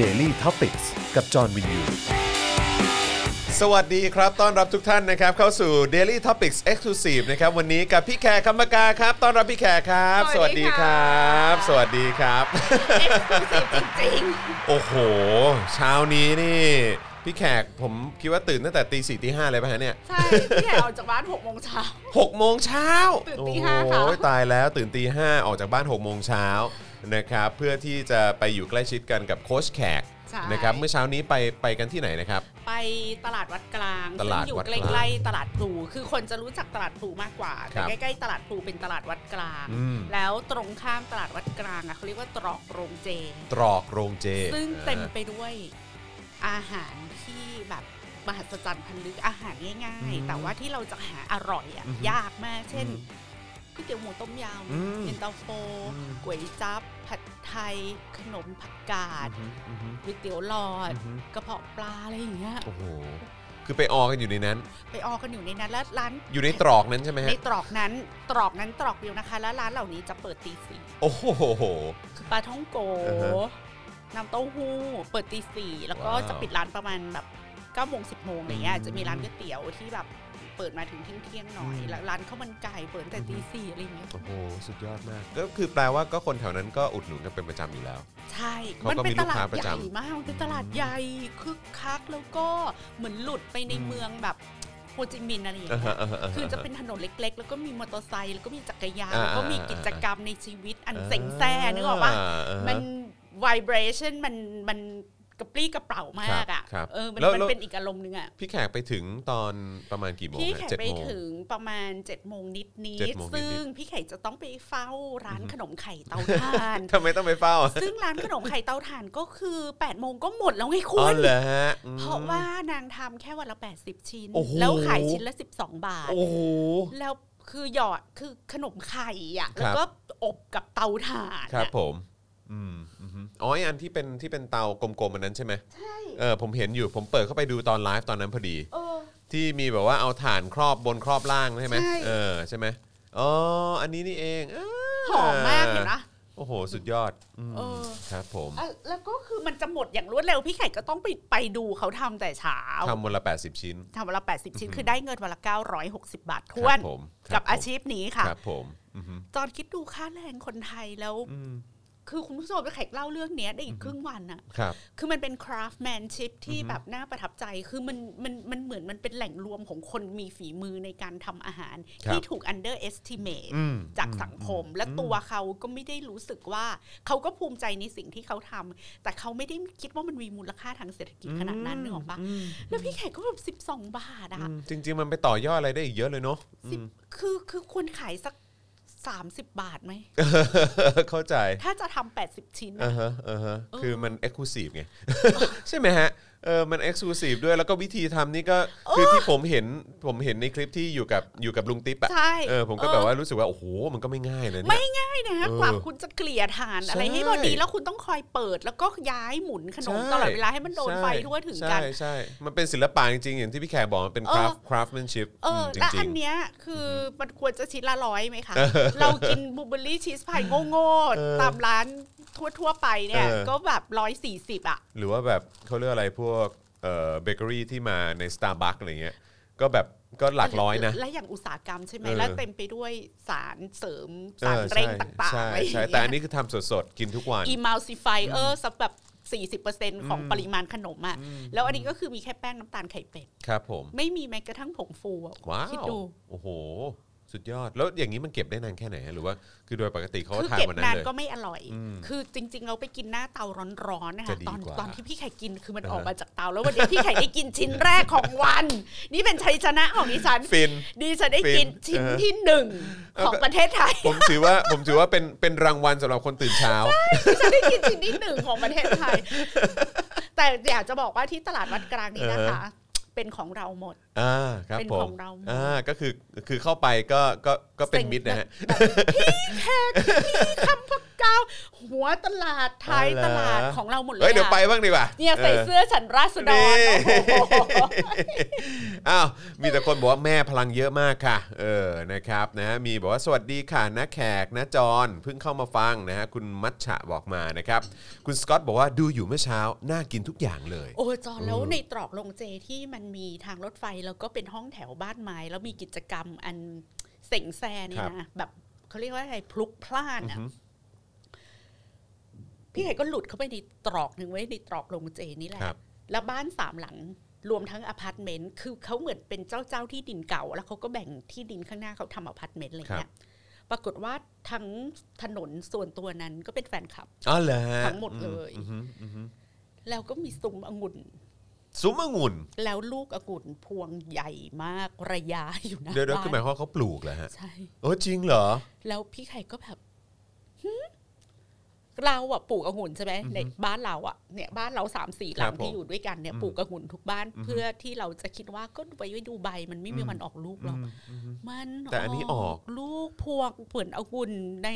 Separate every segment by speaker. Speaker 1: Daily t o p i c กกับจอห์นวินยู
Speaker 2: สวัสดีครับ ต้อนรับทุกท่านนะครับ เข้าสู่ Daily Topics Exclusive นะครับ วันนี้กับพี่แขกคำปากาครับ ต้อนรับพี่แขกครับ
Speaker 3: สวัสดีค่ะ
Speaker 2: สวัสดีครับ สวัสดีครับ
Speaker 3: เอ็กซ์คลูซีฟจริง
Speaker 2: โอ้โห เช้านี้นี่ พี่แขกผมคิดว่าตื่นตั้งแต่ตีสี่ตีห้าเลยป่ะฮะเนี่ย
Speaker 3: ๆ ใช่ พี่แขกออกจากบ้าน6โมงเช้า
Speaker 2: หกโมงเช้า
Speaker 3: ตื่นตีห้าค่ะ
Speaker 2: โอ้ยตายแล้วตื่นตีห้าออกจากบ้านหกโมงเช้านะครับ เพื่อที่จะไปอยู่ใกล้ชิดกันกับโค้ชแขก
Speaker 3: ใช่
Speaker 2: นะครับ เมื่อเช้านี้ไปไปกันที่ไหนนะครับ
Speaker 3: ไปตลาดวัดกลาง
Speaker 2: ตลาด
Speaker 3: ซึ่งอยู่
Speaker 2: วัดก
Speaker 3: ใก
Speaker 2: ลาง
Speaker 3: ล้ๆตลาดพลูคือคนจะรู้จักตลาดพลูมากกว่า
Speaker 2: ครั
Speaker 3: แต่
Speaker 2: บ
Speaker 3: ใกล้ๆตลาดพลูเป็นตลาดวัดกลาง
Speaker 2: อืม
Speaker 3: แล้วตรงข้ามตลาดวัดกลางอะเขาเรียกว่าตรอกโรงเจ
Speaker 2: ตรอกโรงเจ
Speaker 3: ซึ่งเต็มไปด้วยอาหารที่แบบมหัศจรรย์พันลึกอาหารง่ายๆ แต่ว่าที่เราจะหาอร่อยอะยากมาก เช่นก๋วยเตี๋ยวหมูต้มยำเย็นตาโฟก๋วยจั๊บผัดไทย ขนมผักกาด
Speaker 2: อือฮึ
Speaker 3: ก๋วยเตี๋ยวหลอด กระเพาะปลาอะไรอย่างเงี้ย
Speaker 2: โอ้โห คือไปออกันอยู่ในนั้น
Speaker 3: ไปออกันอยู่ในนั้นแล้วร้าน
Speaker 2: อยู่ในตรอกนั้นใช่ไหม
Speaker 3: ใน
Speaker 2: ฮะ
Speaker 3: ตรอกนั้นตรอกนั้นตรอกเดียวนะคะ แล้วร้านเหล่านี้จะเปิดตีสี่
Speaker 2: โอ้โห
Speaker 3: คือปลาท่องโก
Speaker 2: อ่าฮะ
Speaker 3: น้ำเต้าหู้เปิดตีสี่แล้วก็
Speaker 2: ว้าว
Speaker 3: จะปิดร้านประมาณแบบเก้าโมงสิบโมงอะไรเงี้ย
Speaker 2: อืม
Speaker 3: จะมีร้านก๋วยเตี๋ยวที่แบบเปิดมาถึงเที่ยงเที่ยงๆหน่อย
Speaker 2: อืม
Speaker 3: แล้วร้านข้าวมันไก่เปิดตั้งแต่ตีสี่อะไรอย่างเงี้ย
Speaker 2: โอ้โห สุดยอดมาก ก็คือแปลว่าก็คนแถวนั้นก็อุดหนุนกันเป็นประจำอยู่แล้ว
Speaker 3: ใช่
Speaker 2: เขา
Speaker 3: มัน
Speaker 2: ก็
Speaker 3: เป็
Speaker 2: มี
Speaker 3: น
Speaker 2: ลู
Speaker 3: ต
Speaker 2: ก
Speaker 3: ลา
Speaker 2: ค้า
Speaker 3: ด
Speaker 2: ประ
Speaker 3: ให
Speaker 2: จำ
Speaker 3: ญ่มากมันเป็นตลาดใหญ่คึกคักแล้วก็เหมือนหลุดไปในเมืองแบบโฮจิมินห์อะไรอย่าง
Speaker 2: อ่า
Speaker 3: เงี้
Speaker 2: ฮะ
Speaker 3: ย
Speaker 2: อ่าฮาฮ
Speaker 3: คือจะเป็นถนนเล็ก ๆ แล้วก็มีมอเตอร์ไซค์แล้วก็มีจักรยาน
Speaker 2: อ่า
Speaker 3: แล้วก็มี
Speaker 2: อ่า
Speaker 3: กิจกรรมในชีวิตอันเซ็งแซ่นึกออกปะ
Speaker 2: า
Speaker 3: มัน
Speaker 2: ฮะ
Speaker 3: วิเบรชันมันมันกระปรี้กระเป๋ามากอ่ะ
Speaker 2: ครับ
Speaker 3: เออมัน
Speaker 2: แล้ว
Speaker 3: มันเป็นอีกอารมณ์หนึงอ่ะ
Speaker 2: พี่แขกไปถึงตอนประมาณกี่โมง
Speaker 3: พี่
Speaker 2: ฮะ
Speaker 3: แขก
Speaker 2: เจ็ด
Speaker 3: ไป
Speaker 2: โมง
Speaker 3: ถึงประมาณ7จ็ดโมงนิดนิ
Speaker 2: เจ็
Speaker 3: ด
Speaker 2: ดโมงนิดๆ
Speaker 3: ซึ่งพี่แขกจะต้องไปเฝ้าร้านขนมไข่เตาถ่าน
Speaker 2: ทำไมต้องไปเฝ้าอะ
Speaker 3: ซึ่งร้านขนมไข่เตาถ่านก็คือ8ปดโมงก็หมดแล้วไงคุ
Speaker 2: อ๋อ
Speaker 3: ณ
Speaker 2: เหรอฮะอืม
Speaker 3: เพราะว่านางทำแค่วันละ 80 ชิ้น
Speaker 2: โอ้โห
Speaker 3: แล้วขายชิ้นละ 12 บาท
Speaker 2: โอ้โห
Speaker 3: แล้วคือหยอดคือขนมไข่อะ
Speaker 2: ค
Speaker 3: แล้
Speaker 2: รั
Speaker 3: ว
Speaker 2: บ
Speaker 3: ก็อบกับเตาถ่าน
Speaker 2: ครับ
Speaker 3: อะ
Speaker 2: ผม อืมอือฮึอ๋อไอ้อันที่เป็นที่เป็นเตากลมๆมันนั้นใช่ไหม
Speaker 3: ใช่
Speaker 2: เออ ผมเห็นอยู่ ผมเปิดเข้าไปดูตอนไลฟ์ตอนนั้นพอดี
Speaker 3: เออ
Speaker 2: ที่มีแบบว่าเอาฐานครอบบนครอบล่างใช่ไหม
Speaker 3: ใช่
Speaker 2: เออใช่ไหมอ๋อ อันนี้นี่เองา
Speaker 3: หอมมากเลยนะ
Speaker 2: โอ้โห สุดยอดอืม
Speaker 3: เออ
Speaker 2: ครับผม
Speaker 3: เอ่อแล้วก็คือมันจะหมดอย่างรวดเร็วพี่ไข่ก็ต้องไปไปดูเขาทำแต่เช้า
Speaker 2: ทำวันละ 80 ชิ้น
Speaker 3: ทำวันละ 80 ชิ้น คือได้เงินวันละ 960 บาทท
Speaker 2: ค
Speaker 3: วน
Speaker 2: รับผมครับ
Speaker 3: กับ
Speaker 2: ผม
Speaker 3: อาชีพนี้ค่ะ
Speaker 2: ครับผมอือฮึ
Speaker 3: จอนคิดดูค่าแรงคนไทยแล้ว
Speaker 2: อืม
Speaker 3: คือคุณผู้ชมไข่เล่าเรื่องเนี้ยได้อีกครึ่งวันอะ
Speaker 2: ครับ
Speaker 3: คือมันเป็น craftsmanship ที่แบบน่าประทับใจ คือมันมันมันเหมือนมันเป็นแหล่งรวมของคนมีฝีมือในการทำอาหาร
Speaker 2: ครับ
Speaker 3: ที่ถูก underestimate
Speaker 2: อืม
Speaker 3: จากสังคม และตัวเขาก็ไม่ได้รู้สึกว่า เขาก็ภูมิใจในสิ่งที่เขาทำ แต่เขาไม่ได้คิดว่ามันมีมูลค่าทางเศรษฐกิจขนาดนั้น
Speaker 2: อืม
Speaker 3: นึกออกปะแล้วพี่แขกก็แบบ12 บาทอะ
Speaker 2: อืมจริง ๆ มันไปต่อยอดอะไรได้อีกเยอะ เลยเนาะ
Speaker 3: สิบคือคือควรขายสัก 30 บาทไหม
Speaker 2: เข้าใจ
Speaker 3: ถ้าจะทำ80 ชิ้น
Speaker 2: อ่า
Speaker 3: อะ
Speaker 2: ฮะอ่าฮะ
Speaker 3: เออ
Speaker 2: คือมันเอ็กซ์คลูซีฟไง ใช่ไหมฮะเออมันเอ็กซ์คลูซีฟด้วยแล้วก็วิธีทำนี่ก็คือที่ผมเห็นผมเห็นในคลิปที่อยู่กับอยู่กับลุงติ๊บอะ
Speaker 3: ใช่
Speaker 2: เออผมก็
Speaker 3: เออ
Speaker 2: แบบว่ารู้สึกว่า โอ้โห มันก็ไม่ง่ายนะเนี่ย
Speaker 3: ไม่ง่ายนะ
Speaker 2: เออก
Speaker 3: ว่าคุณจะเกลี่ยฐานอะไร
Speaker 2: ใช่
Speaker 3: ให้พอดีแล้วคุณต้องคอยเปิดแล้วก็ย้ายหมุนขนมตลอดเวลาให้มันโดนไฟทั่วถึงกัน
Speaker 2: ใช่ใช่มันเป็นศิลปะจริงๆ อย่างที่พี่แขกบอกมันเป็น
Speaker 3: เอ
Speaker 2: ค
Speaker 3: อ
Speaker 2: ราฟคราฟแมนชิพ
Speaker 3: เออ
Speaker 2: จ
Speaker 3: และ
Speaker 2: ริ
Speaker 3: อั
Speaker 2: ง
Speaker 3: นเนี้ยคือมันควรจะชิ้นละร้อยไหมคะ เรากินบลูเบอร์รี่ชีสพายโง่
Speaker 2: เออ
Speaker 3: ๆตามร้านทั่วๆไปเนี่ย
Speaker 2: เออ
Speaker 3: ก็แบบร้อยสี่สิบอ่ะ
Speaker 2: ๆ หรือว่าแบบเขาเรียกอะไรพวกเอ่อเบเกอรี่ที่มาใน Starbucks อะไรเงี้ย ก็แบบก็หลักร้อยนะ
Speaker 3: และอย่างอุตสาหกรรมใช่ไหม
Speaker 2: เออ
Speaker 3: แล้วเต็มไปด้วยสารเสริม
Speaker 2: เอ
Speaker 3: สาร
Speaker 2: อ
Speaker 3: เร่ง
Speaker 2: ใช่
Speaker 3: ต่างๆ
Speaker 2: ใช่
Speaker 3: อะไรอย่าง
Speaker 2: ใช่
Speaker 3: เงี้ย
Speaker 2: แต่อันนี้คือทำสดๆ กินทุกวัน
Speaker 3: อีมัลซิฟายเออร์สักแบบ 40%ของปริมาณขนมอ่ะ แล้วอันนี้ก็คือมีแค่แป้งน้ำตาลไข่เป็ด
Speaker 2: ครับผม
Speaker 3: ไม่มีแม้กระทั่งผงฟูอะ
Speaker 2: ว้า
Speaker 3: คิด
Speaker 2: ว
Speaker 3: ดู
Speaker 2: โอ้โห สุดยอด แล้วอย่างนี้มันเก็บได้นานแค่ไหนฮะหรือว่าคือโดยปกติเขาก็
Speaker 3: คือ
Speaker 2: ทาน
Speaker 3: เก็บ
Speaker 2: วันนั้น
Speaker 3: าน
Speaker 2: เลย
Speaker 3: ก็ไม่อร่อย คือจริง ๆ เราไปกินหน้าเตาร้อนๆนะคะ
Speaker 2: จะดี
Speaker 3: ตอน
Speaker 2: กว่า
Speaker 3: ตอนที่พี่ไข่กินคือมัน
Speaker 2: เออ
Speaker 3: ออกมาจากเตา แล้ววันนี้พี่ไข่ได้กินชิ้นแรกของวัน นี่เป็นชัยชนะของดิฉัน
Speaker 2: ฟิน
Speaker 3: ดิฉันได้กิน
Speaker 2: ฟิน
Speaker 3: ชิ้น
Speaker 2: เออ
Speaker 3: ที่หนึ่งของประเทศไทย
Speaker 2: ผมถือว่าผมถือว่าเป็นเป็นรางวัลสำหรับคนตื่นเช้า
Speaker 3: จะได้กินชิ้นที่หนึ่งของประเทศไทย แต่อยากจะบอกว่าที่ตลาดวัดกลางนี้นะคะ เป็นของเราหมด
Speaker 2: อ่าครับ
Speaker 3: เป็น
Speaker 2: ผ
Speaker 3: ข
Speaker 2: ม
Speaker 3: องเราหมด
Speaker 2: อ่าก็คือคือเข้าไปก็ก็ก็เป็นมิตรนะฮะ
Speaker 3: แบบแบบพี่แขกพี่คำพักกาวโห หัวตลาดท้ายตลาดของเราหมดเลย
Speaker 2: เฮ้ยเดี๋ยว
Speaker 3: อะ
Speaker 2: ไปบ้างดีกว่า
Speaker 3: เนี่ยใส่เสื้อฉันราษฎร
Speaker 2: นี่
Speaker 3: โอ้โห
Speaker 2: อ้าวมีแต่คนบอกว่าแม่พลังเยอะมากค่ะ เออนะครับนะมีบอกว่าสวัสดีค่ะนะแขกนะจอนเพิ่งเข้ามาฟังนะฮะคุณมัชชะบอกมานะครับ คุณสกอตบอกว่าดูอยู่เมื่อเช้าน่ากินทุกอย่างเลย
Speaker 3: โอ้ยจอนแล้วในตรอกลงเจที่มันมีทางรถไฟแล้วก็เป็นห้องแถวบ้านไม้ แล้วมีกิจกรรมอันเส่งแซ่เนี่ยนะแบบเขาเรียกว่าอะไรพลุกพล่านอ่ะ พี่ไก่ก็หลุดเข้าไปในตรอกหนึ่งไว้ยในตรอกลงเจนี่แหละ
Speaker 2: ครับ
Speaker 3: แล้วบ้านสามหลังรวมทั้งอพาร์ตเมนต์ คือเขาเหมือนเป็นเจ้าเจ้าที่ดินเก่า แล้วเขาก็แบ่งที่ดินข้างหน้าเขาทำอพาร์ตเมนต์อะไรเงี้ย ปรากฏว่าทั้งถนนส่วนตัวนั้นก็เป็นแฟนคลับ
Speaker 2: อ๋อเหรอ
Speaker 3: ทั้งหมดเลย
Speaker 2: อือฮึอือฮึ
Speaker 3: แล้วก็มีซุ้มองุ่น
Speaker 2: ซุ้มองุ่น
Speaker 3: แล้วลูกองุ่นพวงใหญ่มากระยายอยู่หนะ
Speaker 2: เดี๋ยวเดี๋ยวคือหมายความว่าเขาปลูกเหรอฮะ
Speaker 3: ใช่
Speaker 2: โอ้จริงเหรอ
Speaker 3: แล้วพี่ไข่ก็แบบหึเราอะปลูกองุ่นใช่ไหมในบ้านเราอะเนี่ยบ้านเราสามสี่ห
Speaker 2: ค
Speaker 3: ลั
Speaker 2: รั
Speaker 3: ง
Speaker 2: บผม
Speaker 3: ที่อยู่ด้วยกันเนี่ย
Speaker 2: อืม
Speaker 3: ปลูกองุ่นทุกบ้าน
Speaker 2: อืม
Speaker 3: เพื่อที่เราจะคิดว่าก็ไปไว้ดูใบมันไม่มีวันออกลูกหรอก
Speaker 2: อือฮึ
Speaker 3: มัน
Speaker 2: แต่อันนี้ออก
Speaker 3: ลูกพวงผลองุ่นใน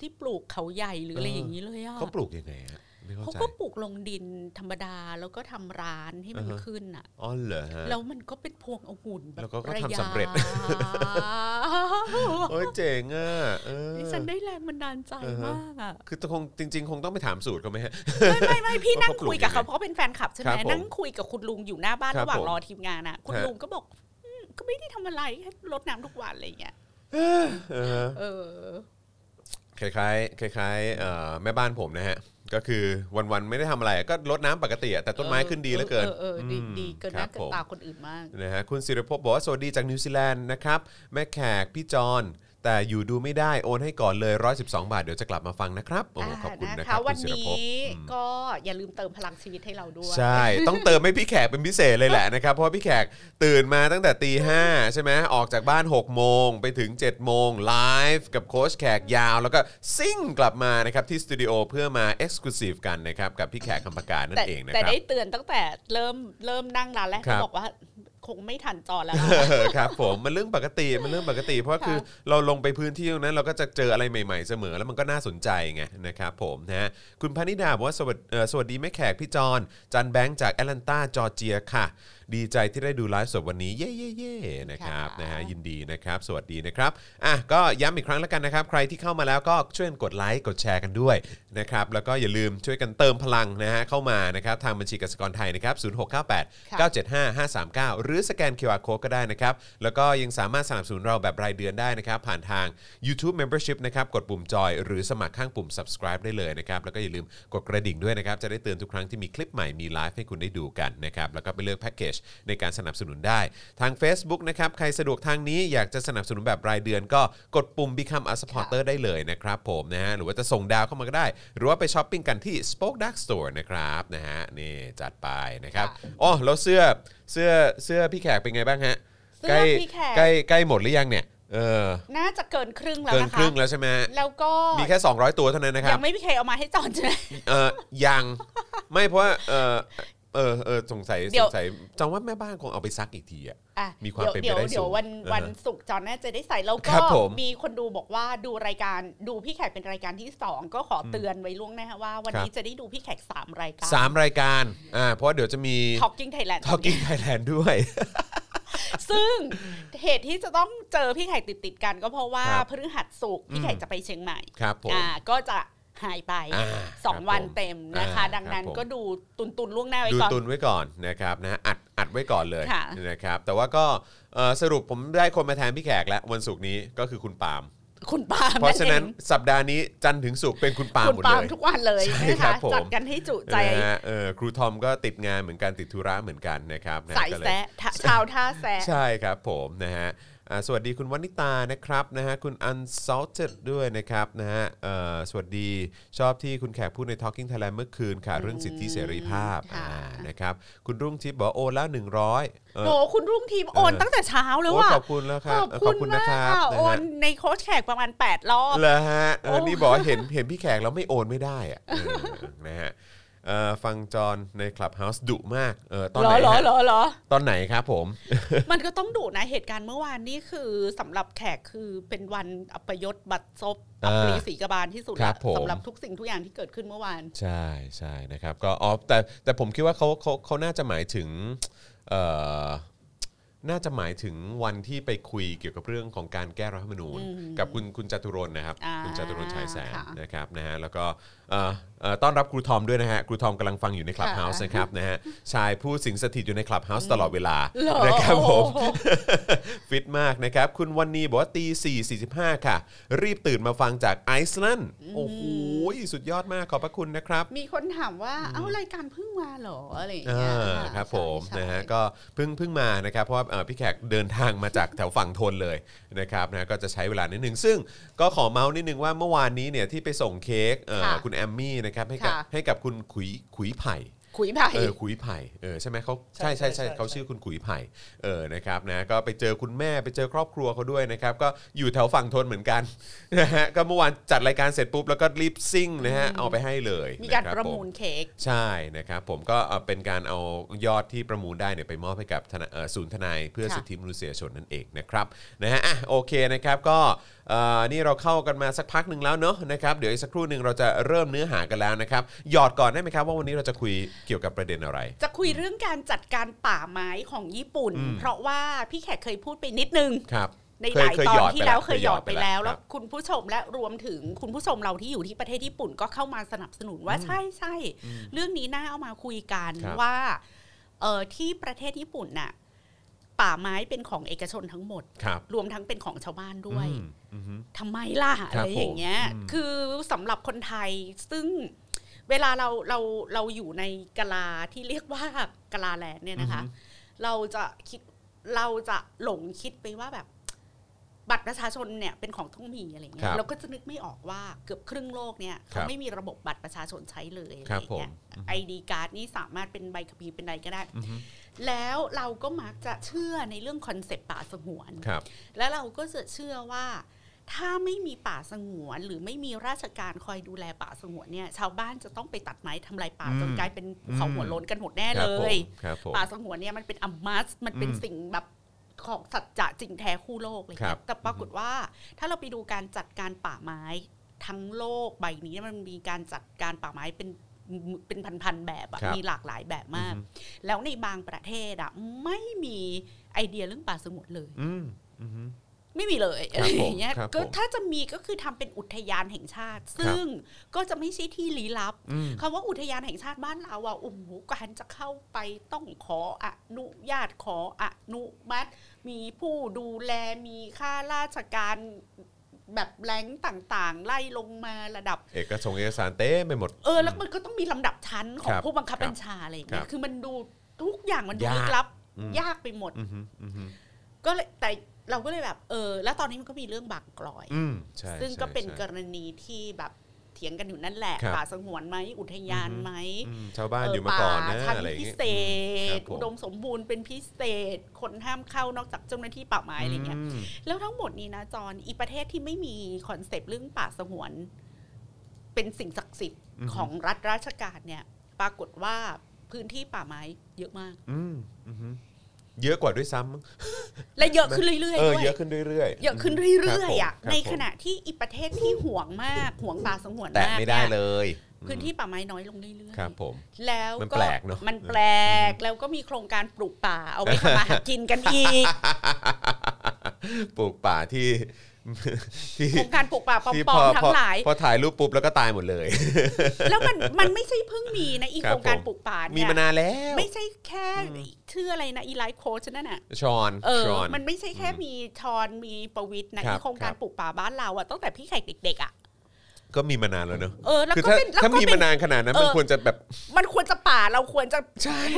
Speaker 3: ที่ปลูกเขาใหญ่หรืออะไรอย่างนี้เลยอะ
Speaker 2: เขาปลูกยังไงฮะไม่เข้า
Speaker 3: เขา
Speaker 2: ใจ
Speaker 3: ก็ปลูกลงดินธรรมดาแล้วก็ทำร้านให้มัน
Speaker 2: อ่าฮะ
Speaker 3: ขึ้นอะ
Speaker 2: อ๋อเหรอฮะ
Speaker 3: แล้วมันก็เป็นพวงองุ่นแบบ
Speaker 2: แล้วก็ก็
Speaker 3: ระ
Speaker 2: ทำ
Speaker 3: ยะ
Speaker 2: สำเร็จ โอ้ยเจ๋งอ่ะเออ
Speaker 3: ดิฉันได้แรงบันดาลใจ
Speaker 2: อ่าฮะ
Speaker 3: มากอะ
Speaker 2: คือต้องคงจริง ๆ คงต้องไปถามสูตรเขาไหมฮะ
Speaker 3: ไม่ไม่ไม่พี่
Speaker 2: ว่า
Speaker 3: นั่ง
Speaker 2: เขาปลูก
Speaker 3: คุยกับเขา
Speaker 2: ยังไง
Speaker 3: เพราะเขาเป็นแฟนคลับใช่ไห
Speaker 2: ครั
Speaker 3: ม
Speaker 2: บผม
Speaker 3: นั่งคุยกับคุณลุงอยู่หน้าบ้าน
Speaker 2: ครับ
Speaker 3: ระหว่าง
Speaker 2: ผม
Speaker 3: รอทีมงานอะคุณ
Speaker 2: ฮะ
Speaker 3: ลุงก็บอกอืมก็ไม่ได้ทำอะไรแค่รดน้ำทุกวันอะไรอย่างเงี้ย
Speaker 2: เออ
Speaker 3: เออ
Speaker 2: คล้ายๆคล้ายๆเอ่อแม่บ้านผมนะฮะ ก็คือวันๆไม่ได้ทำอะไรก็รดน้ำปกติอะแต่ต้นไม้ขึ้นดีเหลือเกิน
Speaker 3: เออเออเออดีดีเกินห
Speaker 2: ครั
Speaker 3: น้า
Speaker 2: บ
Speaker 3: เกิ
Speaker 2: ผ
Speaker 3: น
Speaker 2: ม
Speaker 3: ตาคนอื่นมาก
Speaker 2: นะฮะคุณสิริภพบอกว่าสวัสดีจากนิวซีแลนด์นะครับ แม่แขกพี่จอนแต่อยู่ดูไม่ได้โอนให้ก่อนเลย 112 บาท เดี๋ยวจะกลับมาฟังนะครับโอ้ขอบคุณ
Speaker 3: อ่า
Speaker 2: นะครับ
Speaker 3: วั
Speaker 2: คุณ
Speaker 3: น
Speaker 2: สิริ
Speaker 3: นี้
Speaker 2: ภพ
Speaker 3: ก็อย่าลืมเติมพลังชีวิตให้เราด้วย
Speaker 2: ใช่ ต้องเติมให้พี่แขกเป็นพิเศษเลยแหละนะครับ เพราะว่าพี่แขกตื่นมาตั้งแต่ตีห้าใช่ไหมออกจากบ้าน 6 โมงไปถึง 7 โมงไลฟ์กับโค้ชแขกยาว แล้วก็ซิ่งกลับมานะครับที่สตูดิโอเพื่อมาเอ็กซ์คลูซีฟกันนะครับ กับพี่แขกคำปากการนั่
Speaker 3: แต่
Speaker 2: นเองนะ
Speaker 3: แต่
Speaker 2: ครั
Speaker 3: ได้
Speaker 2: บ
Speaker 3: เตือนตั้งแต่เริ่มเริ่มนั่งร้านแรก
Speaker 2: ครับ
Speaker 3: เขาบอกว่าคงไม่ทันจอแล้ว
Speaker 2: เออ ครับผมมันเรื่องปกติมันเรื่องปกติ เพราะว่า
Speaker 3: ค่ะ
Speaker 2: คือเราลงไปพื้นที่ตรงนั้นเราก็จะเจออะไรใหม่ๆเสมอแล้วมันก็น่าสนใจไงนะครับผมนะฮะคุณพนิดาบอกว่าสวัสดีเอ่อสวัสดีแม่แขกพี่จอนจันแบงค์จากแอตแลนตาจอร์เจียค่ะ ดีใจที่ได้ดูไลฟ์สดวันนี้เย่เย่เย่นะครับนะฮะยินดีนะครับ สวัสดีนะครับอ่ะก็ย้ำอีกครั้งแล้วกันนะครับ ใครที่เข้ามาแล้วก็ช่วยกดไลค์กดแชร์กันด้วยนะครับแล้วก็อย่าลืมช่วยกันเติมพลังนะฮะเข้ามานะครับทางบัญชีกสิกรไทยนะครับ0698
Speaker 3: ค่ะ
Speaker 2: 975 539 หรือสแกน QR Code ก็ได้นะครับ แล้วก็ยังสามารถสนับสนุนเราแบบรายเดือนได้นะครับ ผ่านทาง YouTube Membership นะครับ กดปุ่มจอยหรือสมัครข้างปุ่ม subscribe ได้เลยนะครับ แล้วก็อย่าลืมกดกระดิ่งด้วยนะครับ จะได้เตือนทุกครั้งที่มีคลิปใหม่มีไลฟ์ให้คุณได้ดูกันนะครับ แล้วก็ไปเลือกแพ็กเกจในการสนับสนุนได้ ทาง Facebook นะครับ ใครสะดวกทางนี้อยากจะสนับสนุนแบบรายเดือน ก็กดปุ่ม Become a supporter ได้เลยนะครับผมนะฮะหรือว่าจะส่งดาวเข้ามาก็ได้ หรือว่าไปช้อปปิ้งกันที่ Spoke Dark Store นะครับนะฮะนี่จัดไปนะครับ
Speaker 3: ค่ะ
Speaker 2: อ๋อแล้วเสื้อเสื้อเสื้อพี่แขกเป็นไงบ้างฮะ
Speaker 3: เสื้อ
Speaker 2: ใกล้
Speaker 3: พี่แขก
Speaker 2: ใกล้ใกล้หมดหรือยังเนี่ยเออ
Speaker 3: น่าจะเกินครึ่งแล้ว
Speaker 2: เกิน
Speaker 3: นะ
Speaker 2: ค
Speaker 3: คะ
Speaker 2: รึ่งแล้วใช่ไหมฮะ
Speaker 3: แล้วก็
Speaker 2: มีแค่ 200 ตัวเท่านั้นนะครั
Speaker 3: ยั
Speaker 2: บ
Speaker 3: งไม่มีใครเอามาให้จอนใช่ไหม
Speaker 2: เออยังไม่เพราะว่าเออเออเออสงสัยส
Speaker 3: เดี๋ยว
Speaker 2: งสัยจำว่าแม่บ้านคงเอาไปซักอีกทีอ่ะ
Speaker 3: อ่ะ
Speaker 2: มีความเป็นไป
Speaker 3: ดี๋ยว
Speaker 2: ได้
Speaker 3: เดี๋ยว
Speaker 2: สูง
Speaker 3: วัน
Speaker 2: อ่าฮะ
Speaker 3: วันศุกร์จอนน่าจะได้ใส่แล้ว
Speaker 2: ค
Speaker 3: ก็
Speaker 2: รับผม
Speaker 3: มีคนดูบอกว่าดูรายการดูพี่แขกเป็นรายการที่สองก็ขอเตือนไว้ล่วงหน้าว่า วัน
Speaker 2: ครับ
Speaker 3: นี้จะได้ดูพี่แขกสามรายการ
Speaker 2: สามรายการอ่าเพราะเดี๋ยวจะมี
Speaker 3: Talking Thailand
Speaker 2: Talking Thailand ด้วย
Speaker 3: ซึ่งเหตุที่จะต้องเจอพี่ไข่ติดติดๆกันก็เพราะว่า
Speaker 2: ครับ
Speaker 3: พฤหัสสุกร์พี่ไข่จะไปเชียงใหม่
Speaker 2: ครับผม
Speaker 3: อ่าก็จะหายไป
Speaker 2: อ่า
Speaker 3: สอง
Speaker 2: ครับ
Speaker 3: วัน
Speaker 2: ผม
Speaker 3: เต็มนะคะ
Speaker 2: อ่า
Speaker 3: ดังนั้น
Speaker 2: ครับผม
Speaker 3: ก็ดูตุนตุนๆล่วงหน้าไว้
Speaker 2: ดู
Speaker 3: ก่อน
Speaker 2: ตุนไว้ก่อนนะครับนะอัดอัดไว้ก่อนเลย
Speaker 3: ค่ะ
Speaker 2: นะครับแต่ว่าก็เอ่อสรุปผมได้คนมาแทนพี่แขกแล้ววันศุกร์นี้ก็คือคุณปาล์ม
Speaker 3: คุณปาล์ม
Speaker 2: เพราะฉะนั้น
Speaker 3: เอง
Speaker 2: สัปดาห์นี้จันทร์ถึงศุกร์เป็นคุณปาล์ม
Speaker 3: คุณ
Speaker 2: หมด
Speaker 3: ปา
Speaker 2: เล
Speaker 3: ล์ม
Speaker 2: ย
Speaker 3: ทุกวันเลย
Speaker 2: ใช่
Speaker 3: นะ
Speaker 2: ครั
Speaker 3: คะ
Speaker 2: บผม
Speaker 3: จัดกันให้จุใจ
Speaker 2: นะฮะเออครูทอมก็ติดงานเหมือนกันติดธุระเหมือนกันนะครับนะ
Speaker 3: สาย
Speaker 2: ก็เลย
Speaker 3: แซะทะชาวท่าแซะ
Speaker 2: ใช่ครับผมนะฮะอ่าสวัสดีคุณวนิตานะครับนะฮะคุณ Unsalted ด้วยนะครับนะฮะเอ่อสวัสดีชอบที่คุณแขกพูดใน Talking Thailand เมื่อคืนค่ะ เรื่องสิทธิเสรีภาพ
Speaker 3: ค่ะ
Speaker 2: อ่านะครับคุณรุ่งทิพย์บอกว่าโอนแล้ว 100เออ
Speaker 3: โหคุณรุ่งทีมโอน
Speaker 2: เออ
Speaker 3: ตั้งแต่เช้าแล้ว
Speaker 2: โอ้
Speaker 3: อ่ะ
Speaker 2: ขอบคุณแล้วครับ
Speaker 3: ขอบคุณ
Speaker 2: นะ
Speaker 3: มาก
Speaker 2: ครับ
Speaker 3: ค่ะ
Speaker 2: นะ
Speaker 3: โอ
Speaker 2: ฮะ
Speaker 3: นในโค้ชแขกประมาณ 8 รอบ
Speaker 2: เหรอฮะเออ
Speaker 3: โอ้
Speaker 2: นี่บอกว่าเห็นเห็นพี่แขกแล้วไม่โอนไม่ได้อะเออนะฮะ เอ่อฟังจอนในคลับเฮาส์ดุมากเออตอน
Speaker 3: หร
Speaker 2: ไห
Speaker 3: อนหรอ
Speaker 2: ฮะ
Speaker 3: หรอหรอ
Speaker 2: ตอนไหนครับผม
Speaker 3: มันก็ต้องดุนะเหตุการณ์เมื่อวานนี่คือสำหรับแขกคือเป็นวันอัปยศบัตรซบ
Speaker 2: อ่า
Speaker 3: อัปรีศรีกบาลที่สุด
Speaker 2: ครั
Speaker 3: ละ
Speaker 2: บผม
Speaker 3: สำหรับทุกสิ่งทุกอย่างที่เกิดขึ้นเมื่อวาน
Speaker 2: ใช่ใช่นะครับก็อ๋อแต่แต่ผมคิดว่าเขาเขาเขาน่าจะหมายถึงเอ่อน่าจะหมายถึงวันที่ไปคุยเกี่ยวกับเรื่องของการแก้รัฐธรรมนูญ
Speaker 3: อืม
Speaker 2: กับคุณคุณจตุรนต์นะครับ
Speaker 3: อ่า
Speaker 2: คุณจตุรนต์ชายแสน
Speaker 3: ค่ะ
Speaker 2: นะครับนะฮะแล้วก็เอ่อเอ่อต้อนรับครูทอมด้วยนะฮะครูทอมกำลังฟังอยู่ในคลับเฮาส์นะครับนะฮะชายผู้สิงสถิตอยู่ในคลับเฮาส์ตลอดเวลา
Speaker 3: เหรอ
Speaker 2: นะครับผม
Speaker 3: โอ้โห
Speaker 2: ฟิตมากนะครับ คุณวันนี้บอกว่าตีสี่สี่สิบห้าค่ะ รีบตื่นมาฟังจากไอซ์แลนด์โอ้โหสุดยอดมากขอบพระคุณนะครับ
Speaker 3: มีคนถามว่า เอ้ารายการเพิ่งมาเหรออะไรอย่าง
Speaker 2: เอ
Speaker 3: เงี้ย
Speaker 2: อ
Speaker 3: อ่า
Speaker 2: ครับ
Speaker 3: ใช่
Speaker 2: ผม
Speaker 3: ใช่
Speaker 2: นะฮะก็เพิ่งเพิ่งมานะครับ เพราะว่าเอ่อพี่แขกเดินทางมาจาก แถวฝั่งทนเลยนะครับนะก็จะใช้เวลานิดนึง ซึ่งก็ขอเมาส์นิดนึงว่าเมื่อวานนี้เนี่ยที่ไปส่งเค้กเอ่อ
Speaker 3: ค่ะ
Speaker 2: คุณแอมมี่นะครับให้กับ
Speaker 3: ค่ะ
Speaker 2: ให้กับคุณขุยขุยไผ่
Speaker 3: คุยไผ่
Speaker 2: เออขุยไผ่เออใช่ไหมเขา
Speaker 4: ใช่
Speaker 2: ใช่
Speaker 4: ใช่
Speaker 2: ใช่ใช่
Speaker 4: ใช่
Speaker 2: เขาชื่อคุณขุยไผ่เออนะครับนะก็ไปเจอคุณแม่ไปเจอครอบครัวเขาด้วยนะครับ ก็อยู่แถวฝั่งทนเหมือนกัน นะฮะก็เมื่อวานจัดรายการเสร็จปุ๊บแล้วก็รีบซิ่งนะฮะเอาไปให้เลย
Speaker 3: มีการ
Speaker 2: นคบ
Speaker 3: ประ
Speaker 2: ผ
Speaker 3: มูลเค้ก
Speaker 2: ใช่นะครับผมก็เอาเป็นการเอายอดที่ประมูลได้เนี่ยไปมอบให้กับธนาเอ่อศูนย์ทนายเพื่อ
Speaker 3: ค่ะ
Speaker 2: สิทธิมนุษยชนนั่นเองนะครับนะฮะอ่ะโอเคนะครับก็เอ่อนี่เราเข้ากันมาสักพักหนึ่งแล้วเนอะนะครับเดี๋ยวอีกสักครู่หนึ่งเราจะเริ่มเนื้อหากันแล้วนะครับหยอดก่อนได้ไหมครับว่าวันนี้เราจะคุยเกี่ยวกับประเด็นอะไร
Speaker 3: จะคุยเรื่องการจัดการป่าไม้ของญี่ปุ่น
Speaker 2: อืม
Speaker 3: เพราะว่าพี่แขกเคยพูดไปนิดนึง
Speaker 2: ครับ
Speaker 3: ในหลายตอนที่แล้ว
Speaker 2: ะ
Speaker 3: เคยหยอดไปแล้ว
Speaker 2: ค
Speaker 3: แล้
Speaker 2: รั
Speaker 3: ว
Speaker 2: บ
Speaker 3: คุณผู้ชมและรวมถึงคุณผู้ชมเราที่อยู่ที่ประเทศญี่ปุ่นก็เข้ามาสนับสนุนว่าใช่ใช่เรื่องนี้น่าเอามาคุยกัน
Speaker 2: ครับ
Speaker 3: ว่าเออที่ประเทศญี่ปุ่นน่ะป่าไม้เป็นของเอกชนทั้งหมด
Speaker 2: ครับ
Speaker 3: รวมทั้งเป็นของชาวบ้านด้วย
Speaker 2: อืมอืม
Speaker 3: ทำไมล่ะ
Speaker 2: ครั
Speaker 3: อะ
Speaker 2: บ
Speaker 3: ไรอย่างเงี้ย
Speaker 2: ผม
Speaker 3: คือสำหรับคนไทยซึ่งเวลาเราเราเราอยู่ในกะลาที่เรียกว่ากะลาแลนด์เนี่ยนะคะ เราจะคิดเราจะหลงคิดไปว่าแบบ บัตรประชาชนเนี่ยเป็นของต้องมีอะไร
Speaker 2: ค
Speaker 3: เงี้
Speaker 2: รั
Speaker 3: ย
Speaker 2: บ
Speaker 3: เราก็จะนึกไม่ออกว่าเกือบครึ่งโลกเนี่ย
Speaker 2: ครั
Speaker 3: เขา
Speaker 2: บ
Speaker 3: ไม่มีระบบบัตรประชาชนใช้เลยอะไร
Speaker 2: ครับ
Speaker 3: เงี้
Speaker 2: ผม
Speaker 3: ย
Speaker 2: อือฮึ
Speaker 3: ไอดีการ์ดนี่สามารถเป็นใบขับขี่เป็นใดก็ได้
Speaker 2: อืม
Speaker 3: แล้วเราก็มักจะเชื่อในเรื่องคอนเซปต์ป่าสงวน
Speaker 2: ครับ
Speaker 3: แล้วเราก็จะเชื่อว่า ถ้าไม่มีป่าสงวน หรือไม่มีราชการคอยดูแลป่าสงวนเนี่ย ชาวบ้านจะต้องไปตัดไม้ทำลายป่า
Speaker 2: อืม
Speaker 3: จนกลายเป็นภูเขาหัวโลนกันหมดแน่
Speaker 2: ค
Speaker 3: เล
Speaker 2: รับผม
Speaker 3: ย
Speaker 2: ครับผม
Speaker 3: ป่าสงวนเนี่ยมันเป็นอัมมัสมันเป็น
Speaker 2: อืม
Speaker 3: สิ่งแบบของสัจจะจริงแท้คู่โลกเลย
Speaker 2: ครับ
Speaker 3: แต่ปรากฏว่าถ้าเราไปดูการจัดการป่าไม้ทั้งโลกใบนี้มันมีการจัดการป่าไม้เป็นเป็นพันๆแบบอะ
Speaker 2: ครับ
Speaker 3: มีหลากหลายแบบมาก แล้วในบางประเทศอะไม่มีไอเดียเรื่องป่าสงวนเลย
Speaker 2: อืมอืม
Speaker 3: ไม่มีเลย
Speaker 2: ค
Speaker 3: อะ
Speaker 2: รั
Speaker 3: ไร
Speaker 2: บผม
Speaker 3: อย่างเงี้ย
Speaker 2: ครับ
Speaker 3: ก็
Speaker 2: ผม
Speaker 3: ถ้าจะมีก็คือทำเป็นอุทยานแห่งชาติ
Speaker 2: ครับ
Speaker 3: ซึ่งก็จะไม่ใช่ที่ลี้ลับ
Speaker 2: อืม
Speaker 3: คำว่าอุทยานแห่งชาติบ้านเราอะโอ้โหการจะเข้าไปต้องขออนุญาตขออนุมัติ มีผู้ดูแลมีข้าราชการแบบแรงต่างๆ ไล่ลงมาระดับ
Speaker 2: เอกสงค์เอกสารเต้มไปหมด
Speaker 3: เออแล้วมันก็ต้องมีลำดับชั้นของ
Speaker 2: ครับ
Speaker 3: ผู้บังคับบัญชาอะไรอย่างเงี้
Speaker 2: ครั
Speaker 3: ย
Speaker 2: บ
Speaker 3: คือมันดูทุกอย่างมันดู
Speaker 2: ยาก
Speaker 3: ลึกลับ
Speaker 2: อืม
Speaker 3: ยากไปหมด
Speaker 2: อืมอืม
Speaker 3: ก็เลยแต่เราก็เลยแบบเออ แล้วตอนนี้มันก็มีเรื่องบางกลอย
Speaker 2: อืมใช่
Speaker 3: ซึ่งก็เป็น
Speaker 2: ใช่
Speaker 3: กรณีที่แบบเถียงกันอยู่นั่นแหละ
Speaker 2: ครับ
Speaker 3: ป่าสงวนไหมอุทยานไหม
Speaker 2: อืมชาวบ้านอยู่มาก่อนนะ
Speaker 3: ป่าชั้น
Speaker 2: อะไรอย่าง
Speaker 3: พิ
Speaker 2: เงี้ย
Speaker 3: เศ
Speaker 2: ครั
Speaker 3: ษ
Speaker 2: บผม
Speaker 3: อุดมสมบูรณ์เป็นพิเศษ คนห้ามเข้านอกจากเจ้าหน้าที่ป่าไม้อะไรเงี้ย
Speaker 2: ม
Speaker 3: แล้วทั้งหมดนี้นะจอนอีประเทศที่ไม่มีคอนเซปต์เรื่องป่าสงวน เป็นสิ่งศักดิ์สิทธิ์
Speaker 2: อือฮึ
Speaker 3: ของรัฐราชการเนี่ย ปรากฏว่าพื้นที่ป่าไม้เยอะมาก
Speaker 2: อืมอืมเยอะกว่าด้วยซ้ำมั้ง
Speaker 3: และเยอะขึ้นเรื่อย
Speaker 2: เอ
Speaker 3: ๆ
Speaker 2: อ
Speaker 3: ด้วย
Speaker 2: เยอะขึ้นเรื่อยๆ
Speaker 3: เยอะขึ้น
Speaker 2: ม
Speaker 3: เรื่อยๆอ่ะ
Speaker 2: ครับผม
Speaker 3: ในขณะที่อีประเทศที่ห่วงมากห่วงป่าสงวน
Speaker 2: แตะ
Speaker 3: มาก
Speaker 2: ไม่ได้
Speaker 3: นี่ย
Speaker 2: เลย
Speaker 3: พื้นที่ป่าไม้น้อยลงเรื่อยๆ
Speaker 2: ครับผม
Speaker 3: แล้ว
Speaker 2: มันแปลกเนอะ
Speaker 3: มันแปลกแล้วก็มีโครงการปลูกป่าเอาไว้ทำมาหากินกันอีก
Speaker 2: ปลูกป่าที่ ที่
Speaker 3: โครงการปลูกป่าปล
Speaker 2: ที่
Speaker 3: อมๆทั้
Speaker 2: พอง
Speaker 3: หลาย
Speaker 2: พอถ่ายรูปปุ๊บแล้วก็ตายหมดเลย
Speaker 3: แล้วมันมันไม่ใช่เพิ่งมีนะอี
Speaker 2: ครับ
Speaker 3: โครงการปลูกป่า
Speaker 2: มี
Speaker 3: เนี่ย
Speaker 2: มานานแล้ว
Speaker 3: ไม่ใช่แค่ชื่ออะไรนะอีไลท์โค้ชนั่นน่ะ
Speaker 2: ชอน
Speaker 3: เออ
Speaker 2: ชอน
Speaker 3: มันไม่ใช่แค่มีชอนมีประวิทย์นะครับ อีโครงการ
Speaker 2: ครับ
Speaker 3: ปลูกป่าบ้านเราอะตั้งแต่พี่ไข่เด็กๆอะ
Speaker 2: ก็มีมานานแล้วเนอะ
Speaker 3: เออแล้ว
Speaker 2: คือ
Speaker 3: ก็
Speaker 2: ถ้า
Speaker 3: เป็นแล้ว
Speaker 2: ถ้า
Speaker 3: ก็
Speaker 2: มี
Speaker 3: เป็
Speaker 2: มาน นานขนาดนั้นมัน
Speaker 3: เออ
Speaker 2: ควรจะแบบ
Speaker 3: มันควรจะป่าเราควรจะ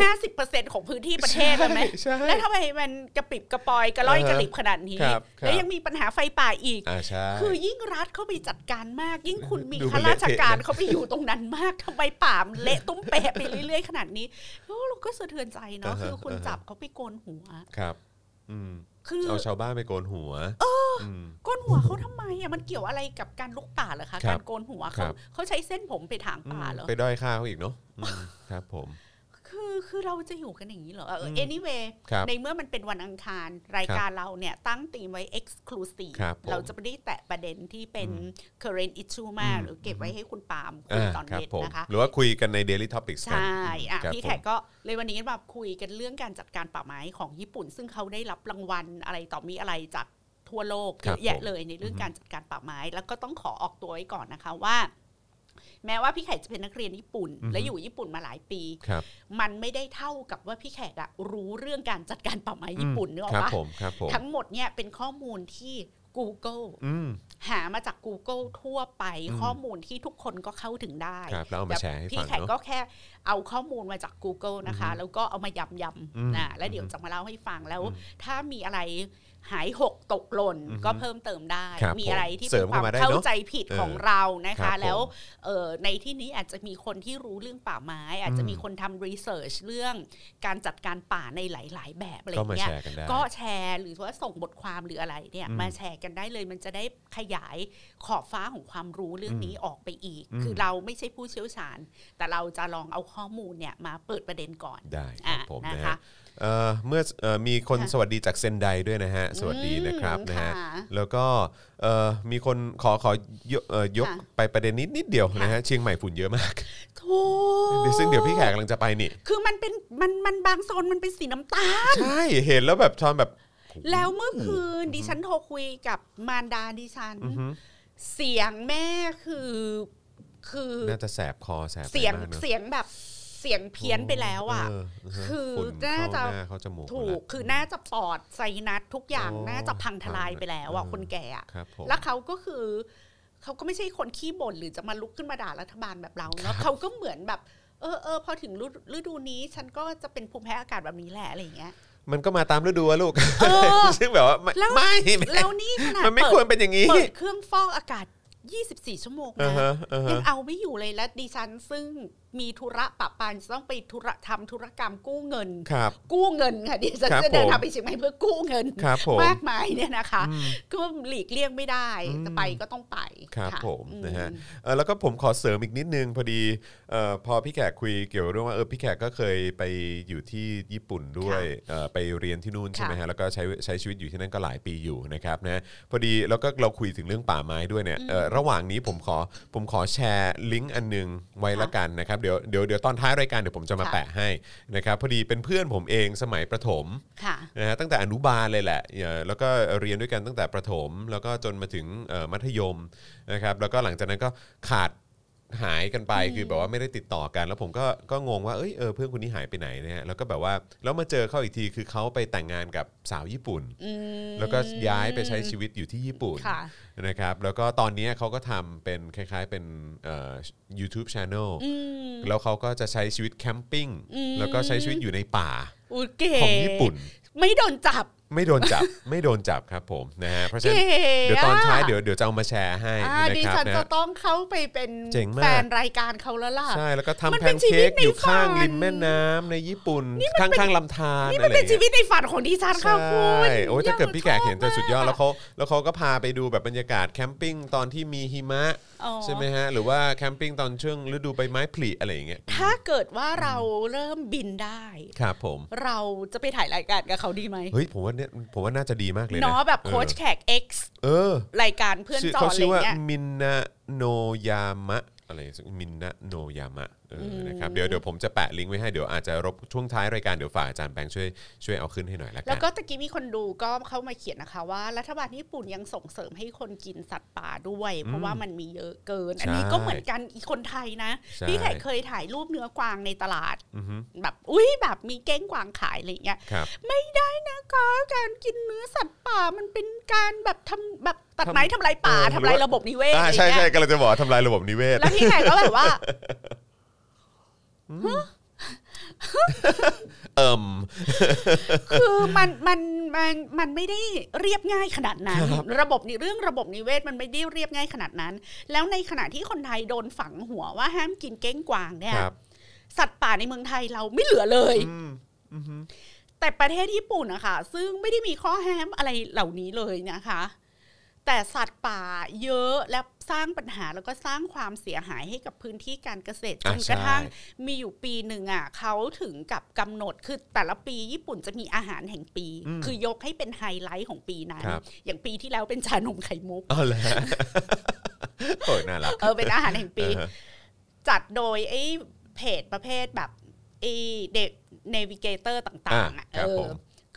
Speaker 3: ห้าสิบเปอร์เซ็นต์ของพื้นที่ประเทศ
Speaker 2: ใช่
Speaker 3: แล้วไหม
Speaker 2: ใช่
Speaker 3: แล้วทำไมมันกระปิบกระปอยกระล่อย
Speaker 2: เออก
Speaker 3: ระหลิบขนาดนี้
Speaker 2: ครับครับ
Speaker 3: แล้วยังมีปัญหาไฟป่าอีก
Speaker 2: อ่าใช่
Speaker 3: คือยิ่งรัฐเข้าไปจัดการมาก ยิ่งคุณมี
Speaker 2: ดูมัน
Speaker 3: ข้าราชการ
Speaker 2: เละเทะนะ
Speaker 3: เข้าไปอยู่ตรงนั้นมากทำไมป่ามนเละตุ้มเปะไปเรื่อยๆขนาดนี้โอ้เราก็สะเทือนใจเนาะ
Speaker 2: อ่าฮะ
Speaker 3: คือคุณ
Speaker 2: อ่าฮะ
Speaker 3: จับเขาไปโกนหัว
Speaker 2: ครับ อืม
Speaker 3: คือ
Speaker 2: เอาชาวบ้านไปโกนหัว
Speaker 3: โก้นหัวเขาทำไมอ่ะมันเกี่ยวอะไรกับการลุกป่าเหรอ
Speaker 2: ค
Speaker 3: คะ
Speaker 2: รับ
Speaker 3: การโกนหัว
Speaker 2: ครั
Speaker 3: เขา
Speaker 2: บ
Speaker 3: เขาใช้เส้นผมไปถางป่าเหรอ
Speaker 2: ไปด้อยค่าเขาอีกเนาะอืมครับผม
Speaker 3: คือคือเราจะอยู่กันอย่างนี้เหรอเออ
Speaker 2: ม
Speaker 3: anyway
Speaker 2: ครับ
Speaker 3: ในเมื่อมันเป็นวันอังคาร รายการเราเนี่ยตั้งตีมไว้ exclusive
Speaker 2: ครับผม
Speaker 3: เราจะไม่ได้แตะประเด็นที่เป็น current issue มาก หรือเก็บไว้ให้คุณปาล์มคุย
Speaker 2: อ่า
Speaker 3: ตอน
Speaker 2: ครับ
Speaker 3: เย็น
Speaker 2: ผม
Speaker 3: นะคะ
Speaker 2: หรือว่าคุยกันใน Daily Topics กัน
Speaker 3: ใช่อ่ะ
Speaker 2: ครับ
Speaker 3: พี่
Speaker 2: ผม
Speaker 3: แขกก็เลยวันนี้มาคุยกันเรื่องการจัดการป่าไม้ของญี่ปุ่น ซึ่งเขาได้รับรางวัลอะไรต่อมีอะไรจากทั่วโลก
Speaker 2: ค
Speaker 3: เย
Speaker 2: รับ
Speaker 3: อะแยะ
Speaker 2: ผม
Speaker 3: เลยในเรื่อง
Speaker 2: อือฮึ
Speaker 3: การจัดการป่าไม้ แล้วก็ต้องขอออกตัวไว้ก่อนนะคะว่า แม้ว่าพี่แขกจะเป็นนักเรียนญี่ปุ่น และอยู่ญี่ปุ่นมาหลายปี
Speaker 2: ครับ
Speaker 3: มันไม่ได้เท่ากับว่าพี่แขกอะรู้เรื่องการจัดการป่าไม้ญี่ปุ่นเนกอ
Speaker 2: ค
Speaker 3: อะ
Speaker 2: รับ
Speaker 3: ปะ
Speaker 2: ผมครับผม
Speaker 3: ทั้งหมดเนี่ยเป็นข้อมูลที่ Google
Speaker 2: อืม
Speaker 3: หามาจาก Google ทั่วไป
Speaker 2: อืม
Speaker 3: ข้อมูลที่ทุกคนก็เข้าถึงได้
Speaker 2: ครับแล้วเอามาแชร์ให้
Speaker 3: พี่
Speaker 2: ฟัง
Speaker 3: แขก
Speaker 2: เนาะ
Speaker 3: ก็แค่เอาข้อมูลมาจาก Google นะคะ แล้วก็เอามายำย
Speaker 2: อืม
Speaker 3: ำนะแล้วเดี๋ยวจะมาเล่าให้ฟังแล้ว ถ้ามีอะไรหายหกตกหล่น
Speaker 2: อือฮึ
Speaker 3: ก็เพิ่มเติมได้
Speaker 2: ครับ
Speaker 3: มีอะไรที่
Speaker 2: เสริ
Speaker 3: เป็น
Speaker 2: ม
Speaker 3: ควา
Speaker 2: เข้ามมาได้เนอะ
Speaker 3: เข้าใจผิดของ
Speaker 2: เออ
Speaker 3: เรานะ
Speaker 2: ครั
Speaker 3: คะ
Speaker 2: บผม
Speaker 3: แล้วเอ่อในที่นี้อาจจะมีคนที่รู้เรื่องป่าไม้ อาจจะมีคนทำรีเสิร์ชเรื่องการจัดการป่าในหลาย ๆ แบบอะไรอย่างเงี้ย
Speaker 2: ก็มาแชร์กันได้
Speaker 3: ก็แชร์หรือว่าส่งบทความหรืออะไรเนี่ยมาแชร์กันได้เลย มันจะได้ขยายขอบฟ้าของความรู้เรื่องนี้ออกไปอีก คือเราไม่ใช่ผู้เชี่ยวชาญ แต่เราจะลองเอาข้อมูลเนี่ยมาเปิดประเด็นก่อน
Speaker 2: ได้ครับ
Speaker 3: อ่ะ
Speaker 2: ผม
Speaker 3: นะคะ
Speaker 2: นะฮะเอ่อเมื่อเอ่อมีคน
Speaker 3: ค่ะ
Speaker 2: สวัสดีจากเซนไดด้วยนะฮะ สวัสดีนะครับ
Speaker 3: อืม
Speaker 2: นะฮะ
Speaker 3: ค่ะ
Speaker 2: แล้วก็เอ่อมีคนขอขอยกเอ่อยก
Speaker 3: ค่ะ
Speaker 2: ไปประเด็นนิดนิดเดียว
Speaker 3: ค่ะ
Speaker 2: นะฮะเชียงใหม่ฝุ่นเยอะมาก
Speaker 3: ถู
Speaker 2: เดี๋ยวซึ่งเดี๋ยวพี่แขกกำลังจะไปนี่
Speaker 3: คือมันเป็นมันมันบางโซนมันเป็นสีน้ำตาล
Speaker 2: ใช่ เห็นแล้วแบบทอนแบบ
Speaker 3: แล้วเมื่อคืนดิฉันโทรคุยกับมารดาดิฉัน เสียงแม่คือคือ
Speaker 2: น่าจะแสบคอแสบ
Speaker 3: เสียง
Speaker 2: ไปมากนอะ
Speaker 3: เสียงแบบเสียงเพี้ยนไปแล้วอ่ะ
Speaker 2: เนะฮะ
Speaker 3: คือ
Speaker 2: ฝุ่
Speaker 3: น่าจะ
Speaker 2: เข้หเข้าจมูก
Speaker 3: ถู
Speaker 2: หมด
Speaker 3: ก
Speaker 2: ละ
Speaker 3: คือน่าจะปอดไซนัสทุกอย่าง
Speaker 2: โอ้
Speaker 3: น่าจะพังทลายไปแล้วอ่ะ
Speaker 2: เออ
Speaker 3: คนแก่อะ
Speaker 2: ครับผม
Speaker 3: แล้วเขาก็คือเขาก็ไม่ใช่คนขี้บ่นหรือจะมาลุกขึ้นมาด่ารัฐบาลแบบเราเนาะเขาก็เหมือนแบบ เออเออพอถึงฤดูฤดูนี้ ฉันก็จะเป็นภูมิแพ้อากาศแบบนี้แหละอะไรอย่างเงี้ย
Speaker 2: มันก็มาตามฤดูอะลูก
Speaker 3: เออ
Speaker 2: ซึ่งแบบว่าไม่
Speaker 3: แล้ว
Speaker 2: ไม่
Speaker 3: แล้วนี่ขนาด
Speaker 2: มันไม่
Speaker 3: เปิด
Speaker 2: ควรเป็นอย่างนี้
Speaker 3: เปิดเครื่องฟอกอากาศ 24 ชั่วโมง
Speaker 2: อ่า
Speaker 3: นะ
Speaker 2: ฮะอ่า
Speaker 3: ยั
Speaker 2: ฮะ
Speaker 3: งเอาไม่อยู่เลยและดิฉันซึ่งมีธุระปะปานจะต้องไปธุระทำธุรกรรมกู้เงิน
Speaker 2: ครับ
Speaker 3: กู้เงินค่ะดิฉัน
Speaker 2: ครับ
Speaker 3: จะเดินทา
Speaker 2: ผม
Speaker 3: งไปเชียงใหม่เพื่อกู้เงิน
Speaker 2: ครับผม
Speaker 3: มากมายเนี่ยนะคะ
Speaker 2: อืม
Speaker 3: ก็หลีกเลี่ยงไม่ได้
Speaker 2: อืม
Speaker 3: จะไปก็ต้องไป
Speaker 2: ครับ
Speaker 3: ะ
Speaker 2: ผม
Speaker 3: อื
Speaker 2: นะฮะเอ่อแล้วก็ผมขอเสริมอีกนิดนึงพอดีเอ่อพอพี่แขกคุยเกี่ยวเรื่องว่าเออพี่แขกก็เคยไปอยู่ที่ญี่ปุ่นด้วยเอ่อไปเรียนที่นู่นใช่ไหมฮะแล้วก็ใช้ใช้ชีวิตอยู่ที่นั่นก็หลายปีอยู่นะครับนะพอดีแล้วก็เราคุยถึงเรื่องป่าไม้ด้วยเนี่ยเอ่อระหว่างนี้ผมขอผมขอแชร์ลิงก์อันนึงไว้ละกันนะครับเดี๋ยวเดี๋ยวเดี๋ยวตอนท้ายรายการเดี๋ยวผมจะมา
Speaker 3: ค่ะ
Speaker 2: แปะให้นะครับพอดีเป็นเพื่อนผมเองสมัยประถม
Speaker 3: ค่ะ
Speaker 2: นะฮะตั้งแต่อนุบาลเลยแหละเอ่อแล้วก็เรียนด้วยกันตั้งแต่ประถม แล้วก็จนมาถึงเอ่อมัธยมนะครับแล้วก็หลังจากนั้นก็ขาดหายกันไปคือแบบว่าไม่ได้ติดต่อกัน แล้วผมก็ก็งงว่าเอ้ยเออเพื่อนคนนี้หายไปไหนนะฮะแล้วก็แบบว่าแล้วมาเจอเขาอีกทีคือเขาไปแต่งงานกับสาวญี่ปุ่น
Speaker 3: อืม
Speaker 2: แล้วก็ย้ายไปใช้ชีวิตอยู่ที่ญี่ปุ่น
Speaker 3: ค่ะ
Speaker 2: นะครับแล้วก็ตอนนี้เขาก็ทำเป็นคล้ายๆเป็นเอ่อ YouTube Channel แล้วเขาก็จะใช้ชีวิตแคมปิ้ง
Speaker 3: อืม
Speaker 2: แล้วก็ใช้ชีวิตอยู่ในป่า
Speaker 3: อูเก๋
Speaker 2: ของญี่ปุ่น
Speaker 3: ไม่โดนจับ
Speaker 2: ไม่โดนจับ ไม่โดนจับครับผมนะฮะเพราะฉะนั้น
Speaker 3: เก๋
Speaker 2: เดี๋ยวตอน
Speaker 3: อะ
Speaker 2: ท้ายเดี๋ยวเดี๋ยวจะเอามาแชร์ให้
Speaker 3: อ่าดิ
Speaker 2: นะครั
Speaker 3: ฉั
Speaker 2: บ
Speaker 3: น
Speaker 2: นะ
Speaker 3: จะ
Speaker 2: ฮะ
Speaker 3: ต้องเข้าไปเป็น
Speaker 2: เจ๋งมาก
Speaker 3: แฟนรายการเขาแล้วล่ะ
Speaker 2: ใช่แล้วก็
Speaker 3: มัน
Speaker 2: ทำแพ
Speaker 3: เป็น
Speaker 2: น
Speaker 3: ชีวิ
Speaker 2: เค้
Speaker 3: ต
Speaker 2: ก
Speaker 3: ใน
Speaker 2: อยู่ข้าง
Speaker 3: ฝัน
Speaker 2: ริมแม่น้ำในญี่ปุ่น ข้างข้างลำธาร
Speaker 3: นี่
Speaker 2: อะ
Speaker 3: มัน
Speaker 2: ไร
Speaker 3: เป็นชี
Speaker 2: เงี้ย
Speaker 3: วิตในฝันของดิฉันค่ะคุณ
Speaker 2: ใช่โอ้ยถ้าเกิดพี่แขกเห็นจะสุดยอดแล้ว
Speaker 3: ชบม
Speaker 2: เขาแล้วเขาก็พาไปดูแบบบรรยากาศแคมปิ้งตอนที่มีหิมะ
Speaker 3: อ๋อ
Speaker 2: ใช่ไหมฮะ หรือว่าแคมปิ้งตอนช่วงฤดูใบไม้ผลิอะไรอย่างเงี้ย
Speaker 3: ถ้าเกิดว่าเราเริ่มบินได้
Speaker 2: ครับผม
Speaker 3: เราจะไปถ่ายรายการกับเขาดีไหม
Speaker 2: เฮ้ยผมว่าเนี่ยผมว่าน่าจะดีมากเลยนะ
Speaker 3: เนาะแบบโค้ชแขก X
Speaker 2: เออ
Speaker 3: รายการเพื่อน
Speaker 2: ชื่อ
Speaker 3: จอ
Speaker 2: เขา
Speaker 3: อะไร
Speaker 2: ชื่อว่า
Speaker 3: เงี้ย
Speaker 2: มินนาโนยามะอะไรสักมินนาโนยามะเอออนะครับเดี๋ยวเดี๋ยวผมจะแปะลิงก์ไว้ให้เดี๋ยวอาจจะรบช่วงท้ายรายการเดี๋ยวฝากอาจารย์แบงค์ช่วยช่วยเอาขึ้นให้หน่อยละ
Speaker 3: แล้ว
Speaker 2: กั
Speaker 3: ก็ตะกี้มีคนดูก็เข้ามาเขียนนะคะ ว่ารัฐบาลญี่ปุ่นยังส่งเสริมให้คนกินสัตว์ป่าด้วย เพราะว่ามันมีเยอะเกิน อันนี้ก็เหมือนกันอีกคนไทยนะ
Speaker 2: ใช่
Speaker 3: พี่แขกเคยถ่ายรูปเนื้อกวางในตลาด
Speaker 2: อือฮึ
Speaker 3: แบบอุ้ยแบบมีเก้งกวางขายอะไรอย่างเงี้ย
Speaker 2: ครับ
Speaker 3: ไม่ได้นะคะ การกินเนื้อสัตว์ป่ามันเป็นการแบบทำแบบตัดไม้
Speaker 2: ทำ
Speaker 3: ทำลายป่า
Speaker 2: เออหรือ
Speaker 3: ทำลาย
Speaker 2: ว่า
Speaker 3: ระบบนิเวศ
Speaker 2: อ่า
Speaker 3: อะไร
Speaker 2: ใช่ใช่
Speaker 3: เงี้ย
Speaker 2: กำลังจะบอกว่าทำลายระบบนิเวศ
Speaker 3: แล้วพี่แขกก็แบบว่า
Speaker 2: เอิ่ม
Speaker 3: คือมันมันมันมันไม่ได้เรียบง่ายขนาดนั้น
Speaker 2: ครับ
Speaker 3: ระบบนิเรื่องระบบนิเวศมันไม่ได้เรียบง่ายขนาดนั้น แล้วในขณะที่คนไทยโดนฝังหัวว่าห้ามกินเก้งกวางเนี่ย
Speaker 2: ครับ
Speaker 3: สัตว์ป่าในเมืองไทยเราไม่เหลือเลย
Speaker 2: อืมอือฮึ
Speaker 3: แต่ประเทศญี่ปุ่นนะคะซึ่งไม่ได้มีข้อห้ามอะไรเหล่านี้เลยนะคะ แต่สัตว์ป่าเยอะและสร้างปัญหาแล้วก็สร้างความเสียหายให้กับพื้นที่การเกษตรจ
Speaker 2: อ่ะ
Speaker 3: นกระทั่ง
Speaker 2: ใช่
Speaker 3: มีอยู่ปีหนึ่งอ่ะเขาถึงกับกำหนดคือแต่ละปีญี่ปุ่นจะมีอาหารแห่งปี คือยกให้เป็นไฮไลท์ของปีนั้น
Speaker 2: ครับ
Speaker 3: อย่างปีที่แล้วเป็นชานมไข่มุก
Speaker 2: อ๋อเหรอ ฮะโอ้ยน่ารัก
Speaker 3: เออเป็นอาหารแห่งปี
Speaker 2: เออฮะ
Speaker 3: จัดโดยไอ้เพจประเภทแบบไอ้เด็กเนวิเกเตอร์ต่างๆอ่ะ
Speaker 2: อ่ะครับ
Speaker 3: เออ
Speaker 2: ผม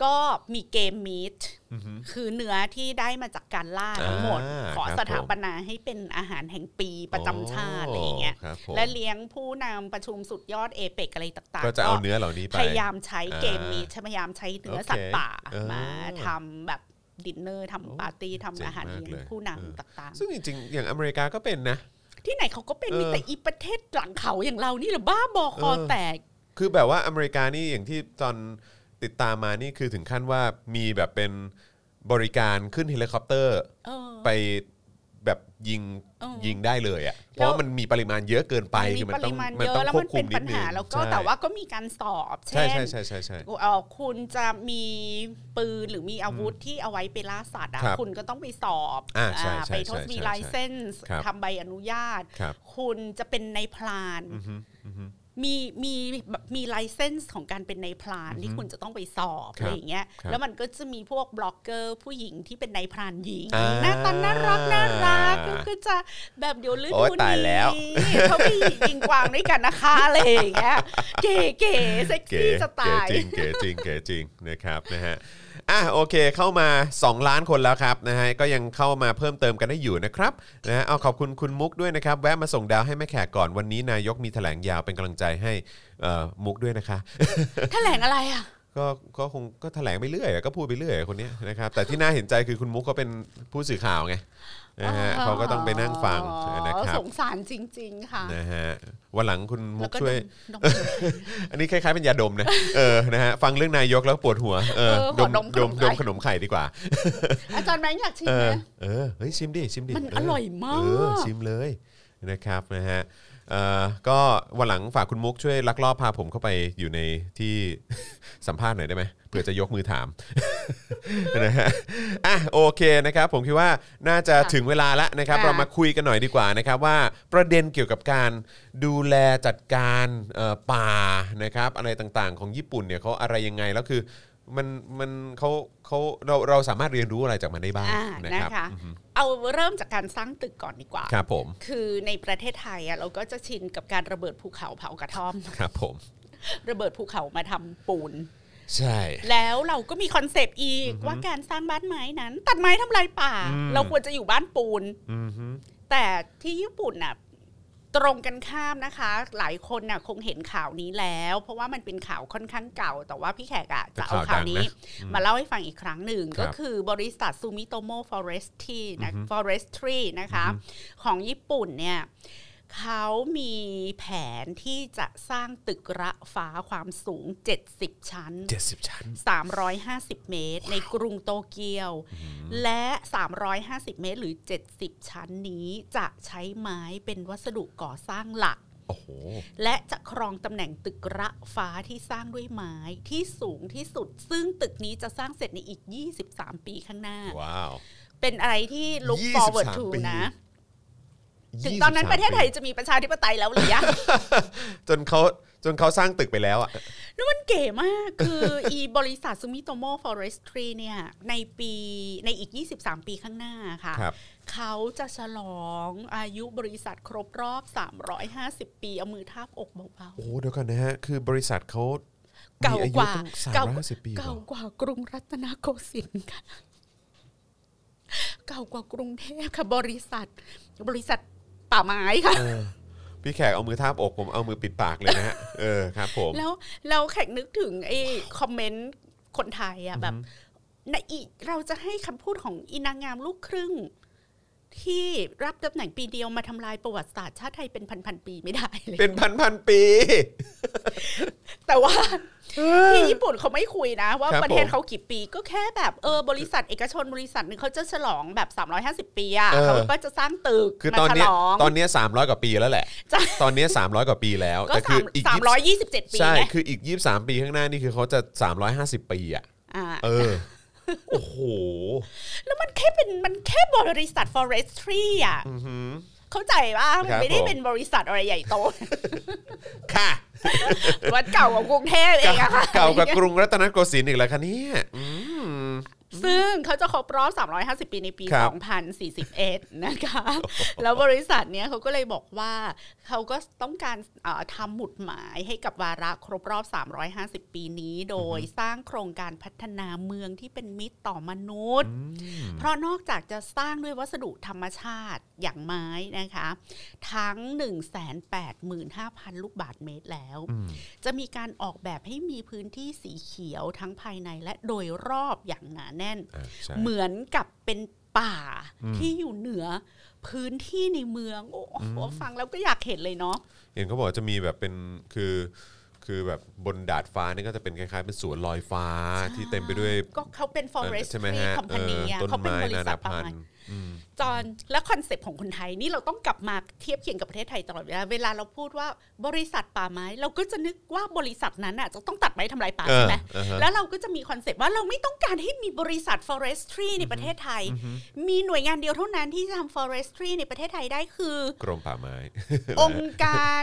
Speaker 3: ก็มีเกมมีท
Speaker 2: อือฮึ
Speaker 3: คือเนื้อที่ได้มาจากการล่าทั้งหมด
Speaker 2: อ่า
Speaker 3: ขอ
Speaker 2: ครับ
Speaker 3: สถา
Speaker 2: ผม
Speaker 3: ปนาให้เป็นอาหารแห่งปีประจำชาติอะไรอย่างเงี้ย
Speaker 2: โครับผม
Speaker 3: และเลี้ยงผู้นำประชุมสุดยอดเอเปกอะไรต่างๆ
Speaker 2: ก็จะเอา
Speaker 3: ก็
Speaker 2: เนื้อเหล่านี้ไป
Speaker 3: พยายามใช้เกมนี้
Speaker 2: อ่า
Speaker 3: พยายามใช้เนื้อ
Speaker 2: โอเค
Speaker 3: สัตว์ป่า
Speaker 2: เออ
Speaker 3: มาทำแบบดินเนอร์ทำปาร์ตี้
Speaker 2: เจ๋
Speaker 3: ทำ
Speaker 2: ง
Speaker 3: อาหาร
Speaker 2: มาก
Speaker 3: เลี้ยง
Speaker 2: เลย
Speaker 3: ผู้
Speaker 2: เออ
Speaker 3: นำต่าง
Speaker 2: ซึ่งจริงๆ อย่างอเมริกาก็เป็นนะ
Speaker 3: ๆ ที่ไหนเขาก็เป็น
Speaker 2: เออ
Speaker 3: มีแต่อีประเทศหลังเขาอย่างเรานี่แหรือบ้าบอคอ
Speaker 2: เออ
Speaker 3: แตก
Speaker 2: คือแบบว่าอเมริกานี่อย่างที่ตอนติดตามมานี่คือถึงขั้นว่ามีแบบเป็นบริการขึ้นเฮลิคอปเตอร์
Speaker 3: เออ
Speaker 2: ไปแบบยิง
Speaker 3: เออ
Speaker 2: ยิงได้เลยอะ่ะเพ
Speaker 3: แล้
Speaker 2: ราะ
Speaker 3: ว
Speaker 2: ว่ามันมีปริมาณเยอะเกินไป
Speaker 3: มันมี
Speaker 2: คือมั
Speaker 3: ป
Speaker 2: นต้อ
Speaker 3: ริ
Speaker 2: ง
Speaker 3: มาณ
Speaker 2: มัน
Speaker 3: เย
Speaker 2: ต้
Speaker 3: อะ
Speaker 2: อง
Speaker 3: แล้ว
Speaker 2: คว
Speaker 3: มั
Speaker 2: บ
Speaker 3: น
Speaker 2: คุ
Speaker 3: เป็
Speaker 2: ม
Speaker 3: น
Speaker 2: นิ
Speaker 3: ปั
Speaker 2: ด
Speaker 3: ญ
Speaker 2: นึง
Speaker 3: หาแล้วก็
Speaker 2: ใช่
Speaker 3: แต่ว่าก็มีการสอบ
Speaker 2: ใช่
Speaker 3: เช่น
Speaker 2: ใช่ใช่ใช่ใช่
Speaker 3: เอ่อคุณจะมีปืนหรือมีอาวุธที่เอาไว้ไปล่าสัตว์อะ
Speaker 2: ครับ
Speaker 3: คุณก็ต้องไปสอบ
Speaker 2: อ่าใช่
Speaker 3: อ่า
Speaker 2: ใช่
Speaker 3: ไปทด
Speaker 2: ใช่
Speaker 3: มี
Speaker 2: ใช่
Speaker 3: ไลเซนส์
Speaker 2: ครับ
Speaker 3: ทำใบอนุญาต
Speaker 2: ครับ
Speaker 3: คุณจะเป็นในายพราน
Speaker 2: อือฮึอือฮึ
Speaker 3: มีมีมีไลเซนส์ของการเป็นนายพรานที่คุณจะต้องไปสอบ
Speaker 2: ครับ
Speaker 3: อะไรอย่างเงี้ย
Speaker 2: ครับ
Speaker 3: แล้วมันก็จะมีพวกบล็อกเกอร์ผู้หญิงที่เป็นนายพรานหญิง
Speaker 2: อ่า
Speaker 3: หน้าตาน่ารักน่ารักแล้วก็จะแบบเดี๋ยวฤ
Speaker 2: โอ๊
Speaker 3: ดู
Speaker 2: ยตาย
Speaker 3: นี้
Speaker 2: แล้ว
Speaker 3: เขาไปยิงกวางด้วยกันนะคะอะไรอย่างเงี้ยเก๋เก๋เซ็ก
Speaker 2: เก๋
Speaker 3: ซี่จะ
Speaker 2: เก๋
Speaker 3: ตาย
Speaker 2: จริงเก๋จริงเก๋จริงนะครับนะฮะอ่ะโอเคเข้ามา 2 ล้านคนแล้วครับนะฮะก็ยังเข้ามาเพิ่มเติมกันได้อยู่นะครับนะฮะเอาขอบคุณคุณมุกด้วยนะครับแวะมาส่งดาวให้แม่แขกก่อนวันนี้นายกมีแถลงยาวเป็นกำลังใจให้เอ่อมุกด้วยนะคะ
Speaker 3: แถลงอะไรอ่ะ
Speaker 2: ก็ก็คงก็แถลงไปเรื่อยอะก็พูดไปเรื่อยอะคนเนี้ยนะครับแต่ที่น่าเห็นใจคือคุณมุกเขาเป็นผู้สื่อข่าวไงนะฮะเขาก็ต้องไปนั่งฟัง
Speaker 3: อ๋อ
Speaker 2: นะครับ
Speaker 3: สงสารจริง ๆ ค่ะ
Speaker 2: นะฮะวันหลังคุณมุ
Speaker 3: แล้ว
Speaker 2: ก
Speaker 3: ก็
Speaker 2: ช่วย
Speaker 3: ดม
Speaker 2: อันนี้คล้ายๆเป็นยาดมนะ เออ นะฮะ ฟังเรื่องนายกแล้วปวดหัว เออด
Speaker 3: เออขอ
Speaker 2: ม
Speaker 3: ดม
Speaker 2: ดม
Speaker 3: ขนมไข่
Speaker 2: ดมขนมไข่ดีกว่า
Speaker 3: ๆอาจารย์แบงค์อยากชิม
Speaker 2: เอ
Speaker 3: ไห
Speaker 2: อ
Speaker 3: ม
Speaker 2: เออ เฮ้ย ชิมดิ ชิมดิ
Speaker 3: มัน
Speaker 2: เ
Speaker 3: อร่อยมาก
Speaker 2: เออ ชิมเลย นะครับ นะฮะ เอ่อ ก็วันหลังฝากคุณมุกช่วยลักลอบพาผมเข้าไปอยู่ในที่ สัมภาษณ์หน่อยได้ไหมเผื่อจะยกมือถาม นะฮะ อ่ะ โอเคนะครับ ผมคิดว่าน่าจะ
Speaker 3: ค่ะ
Speaker 2: ถึงเวลาแล้วนะครับ
Speaker 3: ค่ะ
Speaker 2: เรามาคุยกันหน่อยดีกว่านะครับว่าประเด็นเกี่ยวกับการดูแลจัดการเอ่อป่านะครับ อะไรต่างๆ ของญี่ปุ่นเนี่ยเขาอะไรยังไงแล้วคือมันมันเขาเขาเราเราสามารถเรียนรู้อะไรจากมันได้บ้าง
Speaker 3: อ่า
Speaker 2: นะ
Speaker 3: นะครับ คะ เอาเริ่มจากการสร้างตึกก่อนดีกว่า
Speaker 2: ครับผม
Speaker 3: คือในประเทศไทยอะเราก็จะชินกับการระเบิดภูเขาเผากระท่อม
Speaker 2: ครับผม
Speaker 3: ระเบิดภูเขามาทำปูน
Speaker 2: ใช่
Speaker 3: แล้วเราก็มีคอนเซปต์อีกว่าการสร้างบ้านไม้นั้น ตัดไม้ทำลายป่า
Speaker 2: อืม
Speaker 3: เราควรจะอยู่บ้านปูน
Speaker 2: อือฮึ
Speaker 3: แต่ที่ญี่ปุ่นน่ะตรงกันข้ามนะคะ หลายคนน่ะคงเห็นข่าวนี้แล้ว เพราะว่ามันเป็นข่าวค่อนข้างเก่า แต่ว่าพี่แขกอะจะเอาข่าวนี้ มาเล่าให้ฟังอีกครั้งหนึ่ง
Speaker 2: ครั
Speaker 3: ก็
Speaker 2: บ
Speaker 3: คือบริษัทซูมิโตโมฟอเรสตี้นะ forestry นะคะ ของญี่ปุ่นเนี่ยเขามีแผนที่จะสร้างตึกระฟ้าความสูง 70 ชั้น
Speaker 2: เจ็ดสิบชั้น
Speaker 3: 350 เมตร ในกรุงโตเกียว และ 350 เมตร หรือ 70 ชั้นนี้จะใช้ไม้เป็นวัสดุก่อสร้างหลัก
Speaker 2: โอ้โห
Speaker 3: และจะครองตำแหน่งตึกระฟ้าที่สร้างด้วยไม้ที่สูงที่สุด ซึ่งตึกนี้จะสร้างเสร็จในอีก 23 ปีข้างหน้า
Speaker 2: ว้าว
Speaker 3: เป็นอะไรที่ look
Speaker 2: 23
Speaker 3: forward to
Speaker 2: ปี
Speaker 3: นะ ถึงตอนนั้นประเทศไทยจะมีประชาธิปไตยแล้วหรือยัง
Speaker 2: จนเขาจนเขาสร้างตึกไปแล้วอ่ะ
Speaker 3: นั่นมันเก๋มาก คือ อีบริษัทซูมิโตโมฟอเรสทรีเนี่ย ในปีในอีก 23 ปีข้างหน้าค่ะ
Speaker 2: ครับ
Speaker 3: เขาจะฉลองอายุบริษัทครบรอบ 350 ปี เอามือทาบอกเบา
Speaker 2: โอ้โหเดี๋ยวกันนะฮะ คือบริษัทเขา
Speaker 3: ๆ เก่า
Speaker 2: มีอยุ
Speaker 3: กว่า
Speaker 2: ตั้งสาม
Speaker 3: เก่า
Speaker 2: ร้อยห้าสิบปีหรอ
Speaker 3: เก่ากว่ากรุงรัตนโกสินทร์ค่ะ เก่ากว่ากรุงเทพค่ะ บริษัท บริษัทป่าไม้ค่ะ
Speaker 2: เออพี่แขกเอามือทาบอกผมเอามือปิดปากเลยนะฮะ เออครับผม
Speaker 3: แล้วเราแขกนึกถึงไอ้คอมเมนต์คนไทยอะแบบนะอีเราจะให้คำพูดของอินางงามลูกครึ่ง ที่รับตำแหน่งปีเดียวมาทำลายประวัติศาสตร์ชาติไทยเป็นพันๆปีไม่ได้เลย
Speaker 2: เป็นพันพันๆปี
Speaker 3: แต่ว่า ที่ญี่ปุ่นเขาไม่คุยนะ ว่า
Speaker 2: ครับ
Speaker 3: ประเทศ
Speaker 2: ผม
Speaker 3: เขากี่ปีก็แค่แบบเออบริษัทเอกชนบริษัทหนึ่งเขาจะฉลองแบบ 350 ปีอ่ะ
Speaker 2: เออ
Speaker 3: เขาก็จะสร้างตึก
Speaker 2: คือ
Speaker 3: มา
Speaker 2: ตอน
Speaker 3: ฉ
Speaker 2: เนี้ย
Speaker 3: ลอง
Speaker 2: ตอนเนี้ย300 กว่าปีแล้วแหละ
Speaker 3: จะ
Speaker 2: ตอนเนี้ย300 กว่าปีแล้ว
Speaker 3: ก็
Speaker 2: แต่คื
Speaker 3: สา
Speaker 2: อ
Speaker 3: ม
Speaker 2: อีก
Speaker 3: สามร้อยยี่สิบเจ็ดปี
Speaker 2: ใช่
Speaker 3: ไง
Speaker 2: คืออีก 23 ปีข้างหน้านี่คือเขาจะ 350 ปีอ่ะ
Speaker 3: อ่า
Speaker 2: เอ อ โอ้โห
Speaker 3: แล้วมันแค่เป็นมันแค่บริษัท forestry อ่ะเข้าใจว่ามัน
Speaker 2: ครับ
Speaker 3: ไม่ได้
Speaker 2: ผม
Speaker 3: เป็นบริษัทอะไรใหญ่โต
Speaker 2: ค่ะ
Speaker 3: วัดเก่าของกรุงเทพเองอะค่ะ
Speaker 2: เก่ากว่ากรุงรัตนโกสินทร์อีกแล้วคะเนี่ยอืม
Speaker 3: ซึ่งเขาจะครบรอบ 350 ปีในปี
Speaker 2: ครับ
Speaker 3: 2041 นะคะ แล้วบริษัทเนี้ยเขาก็เลยบอกว่า เขาก็ต้องการเอ่อทำหมุดหมายให้กับวาระครบรอบ 350 ปีนี้ โดยสร้างโครงการพัฒนาเมืองที่เป็นมิตรต่อมนุษย์ เพราะนอกจากจะสร้างด้วยวัสดุธรรมชาติอย่างไม้นะคะ ทั้ง 185,000 ลูกบาทเมตรแล้ว จะมีการออกแบบให้มีพื้นที่สีเขียวทั้งภายในและโดยรอบอย่างหนาแน่น
Speaker 2: อ่ะใช่
Speaker 3: เหมือนกับเป็นป่าที่อยู่เหนือพื้นที่ในเมือง โอ้โหฟังแล้วก็อยากเห็นเลยเนาะ
Speaker 2: เห็นเขาบอกว่าจะมีแบบเป็นคือคือแบบบนดาดฟ้านี่ก็จะเป็นคล้ายๆ เป็นสวนลอยฟ้าที่เต็มไปด้วย
Speaker 3: ก็เขาเป็น forest
Speaker 2: ใช่ไหมฮะ
Speaker 3: c o m
Speaker 2: เอ
Speaker 3: p a n
Speaker 2: อ
Speaker 3: y อะ
Speaker 2: ต้น
Speaker 3: เขาเป็น
Speaker 2: ไม้
Speaker 3: บริ
Speaker 2: นา
Speaker 3: ษัท
Speaker 2: นา
Speaker 3: ประ
Speaker 2: พัน
Speaker 3: มาณ
Speaker 2: ธุ์อืม
Speaker 3: จอนและคอนเซปต์ของคนไทยนี่เราต้องกลับมาเทียบเคียงกับประเทศไทยตลอดเวลาเวลาเราพูดว่าบริษัทป่าไม้ เราก็จะนึกว่าบริษัทนั้นอ่ะจะต้องตัดไม้ทำลายป่า
Speaker 2: เออ
Speaker 3: ใช่ไหม
Speaker 2: อ่าฮะ
Speaker 3: แล้วเราก็จะมีคอนเซปต์ว่าเราไม่ต้องการให้มีบริษัท forestry ในประเทศไทย มีหน่วยงานเดียวเท่านั้นที่จะทำ forestry ในประเทศไทยได้คือ
Speaker 2: กรมป่าไม้
Speaker 3: องค์การ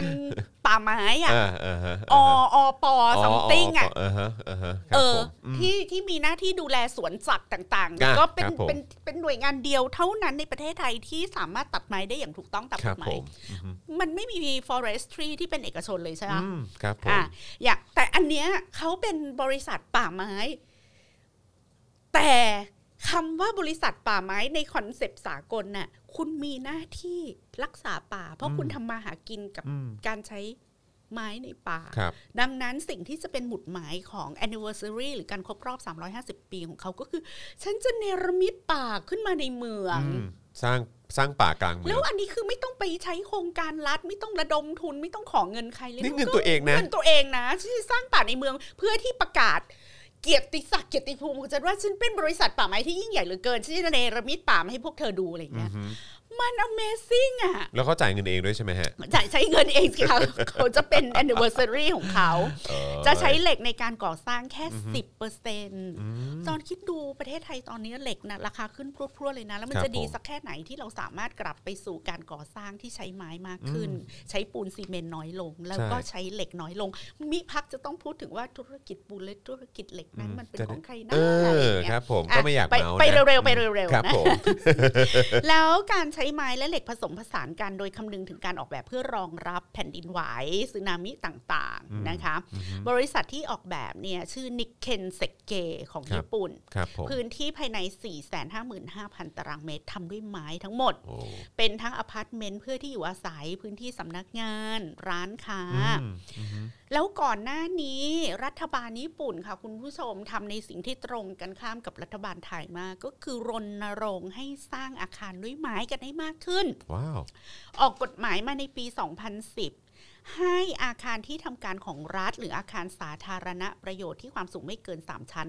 Speaker 3: ป่าไม้อ่ะ
Speaker 2: อ่าอ่าฮะ
Speaker 3: อ
Speaker 2: อ่าฮะ
Speaker 3: อปอ something อ่ะ
Speaker 2: อ่าฮะอ่าฮะครั
Speaker 3: เอบ
Speaker 2: ผ
Speaker 3: อ
Speaker 2: ม
Speaker 3: ที่ที่มีหน้าที่ดูแลสวนสัตว์ต่าง
Speaker 2: อ่ะ
Speaker 3: ๆ ก็เป็น
Speaker 2: ครับผม
Speaker 3: เป็นเป็นหน่วยงานเดียวเท่านั้นในประเทศไทยที่สามารถตัดไม้ได้อย่างถูกต้องตาม
Speaker 2: ค
Speaker 3: ก
Speaker 2: รับ
Speaker 3: ฎหมา
Speaker 2: ผ
Speaker 3: ย
Speaker 2: มอือฮึ
Speaker 3: มันไม่มี forestry ที่เป็นเอกชนเลยใช่ไหม
Speaker 2: อืมครับผม
Speaker 3: อ่ะอยากแต่อันเนี้ยเขาเป็นบริษัทป่าไม้ แต่คำว่าบริษัทป่าไม้ในคอนเซปต์สากลน่ะคุณมีหน้าที่รักษาป่า เพราะคุณทำมาหากินกับ
Speaker 2: อืม
Speaker 3: การใช้ไม้ในป่า
Speaker 2: ครับ
Speaker 3: ดังนั้นสิ่งที่จะเป็นหมุดหมายของ anniversary หรือการครบรอบ 350 ปีของเขาก็คือ ฉันจะเนรมิตป่าขึ้นมาในเมือง
Speaker 2: อืมสร้างสร้างป่ากลางเมื
Speaker 3: แล้
Speaker 2: อ
Speaker 3: ว
Speaker 2: ง
Speaker 3: อันนี้คือไม่ต้องไปใช้โครงการรัฐ ไม่ต้องระดมทุนไม่ต้องของเงินใครเลย
Speaker 2: นี่เงินตัวเองนะ
Speaker 3: เงินตัวเองนะฉันจะสร้างป่าในเมืองเพื่อที่ประกาศ เกียรติศักดิ์เกียรติภูมิของฉันว่าฉันเป็นบริษัทป่าไม้ที่ยิ่งใหญ่เหลือเกินฉันจะเนรมิตป่ามาให้พวกเธอดูอะไรอย่าง
Speaker 2: อื
Speaker 3: เงี้
Speaker 2: อย ฮึ
Speaker 3: มัน amazing อ่ะ
Speaker 2: แล้วเขาจ่ายเงินเองด้วยใช่ไหมฮะ
Speaker 3: จ่ายใช้เงินเองสิคะ เขาจะเป็น anniversary ของเขา
Speaker 2: เออ
Speaker 3: จะใช้เหล็กในการก่อสร้างแค่ 10เปอร์เซ็นต์
Speaker 2: อืม
Speaker 3: จอนคิดดูประเทศไทยตอนนี้เหล็กนะราคาขึ้นพรวดๆเลยนะ แล้วมัน
Speaker 2: ครับ
Speaker 3: จะดี
Speaker 2: ผม
Speaker 3: สักแค่ไหนที่เราสามารถกลับไปสู่การก่อสร้างที่ใช้ไม้มากขึ้น ใช้ปูนซีเมนต์น้อยลง แล้วก็ใช้เหล็กน้อยลง มิพักจะต้องพูดถึงว่าธุรกิจปูนและธุรกิจเหล็กนั้นมันเป็นของใครนะ
Speaker 2: เอ
Speaker 3: อะไรอ
Speaker 2: อย่าง
Speaker 3: เงี้
Speaker 2: ค
Speaker 3: ย
Speaker 2: รับ ผม
Speaker 3: อ่ะ
Speaker 2: ก็ไม่อยาก
Speaker 3: ไป
Speaker 2: เมาส์นะ
Speaker 3: ไปเร็วๆไปเร็ว
Speaker 2: ค
Speaker 3: ๆ
Speaker 2: รับ
Speaker 3: นะ
Speaker 2: ผม
Speaker 3: แล้วการใช้ไม้และเหล็กผสมผสานกันโดยคำนึงถึงการออกแบบเพื่อรองรับแผ่นดินไหวสึนามิต่างๆนะคะ บริษัทที่ออกแบบเนี่ยชื่อนิกเคนเซเกของญี่ปุ่น
Speaker 2: ครับผม
Speaker 3: พื้นที่ภายใน 455,000 ตารางเมตรทำด้วยไม้ทั้งหมด
Speaker 2: โอ้
Speaker 3: เป็นทั้งอพาร์ตเมนต์เพื่อที่อยู่อาศัยพื้นที่สำนักงาน ร้านค้า
Speaker 2: อืมอือฮึ
Speaker 3: แล้วก่อนหน้านี้รัฐบาลญี่ปุ่นค่ะคุณผู้ชมทำในสิ่งที่ตรงกันข้ามกับรัฐบาลไทยมาก ก็คือรณรงค์ให้สร้างอาคารด้วยไม้กันให้มากขึ้น
Speaker 2: ว้าว
Speaker 3: ออกกฎหมายมาในปี 2010 ให้อาคารที่ทำการของรัฐ หรืออาคารสาธารณประโยชน์ที่ความสูงไม่เกิน 3 ชั้น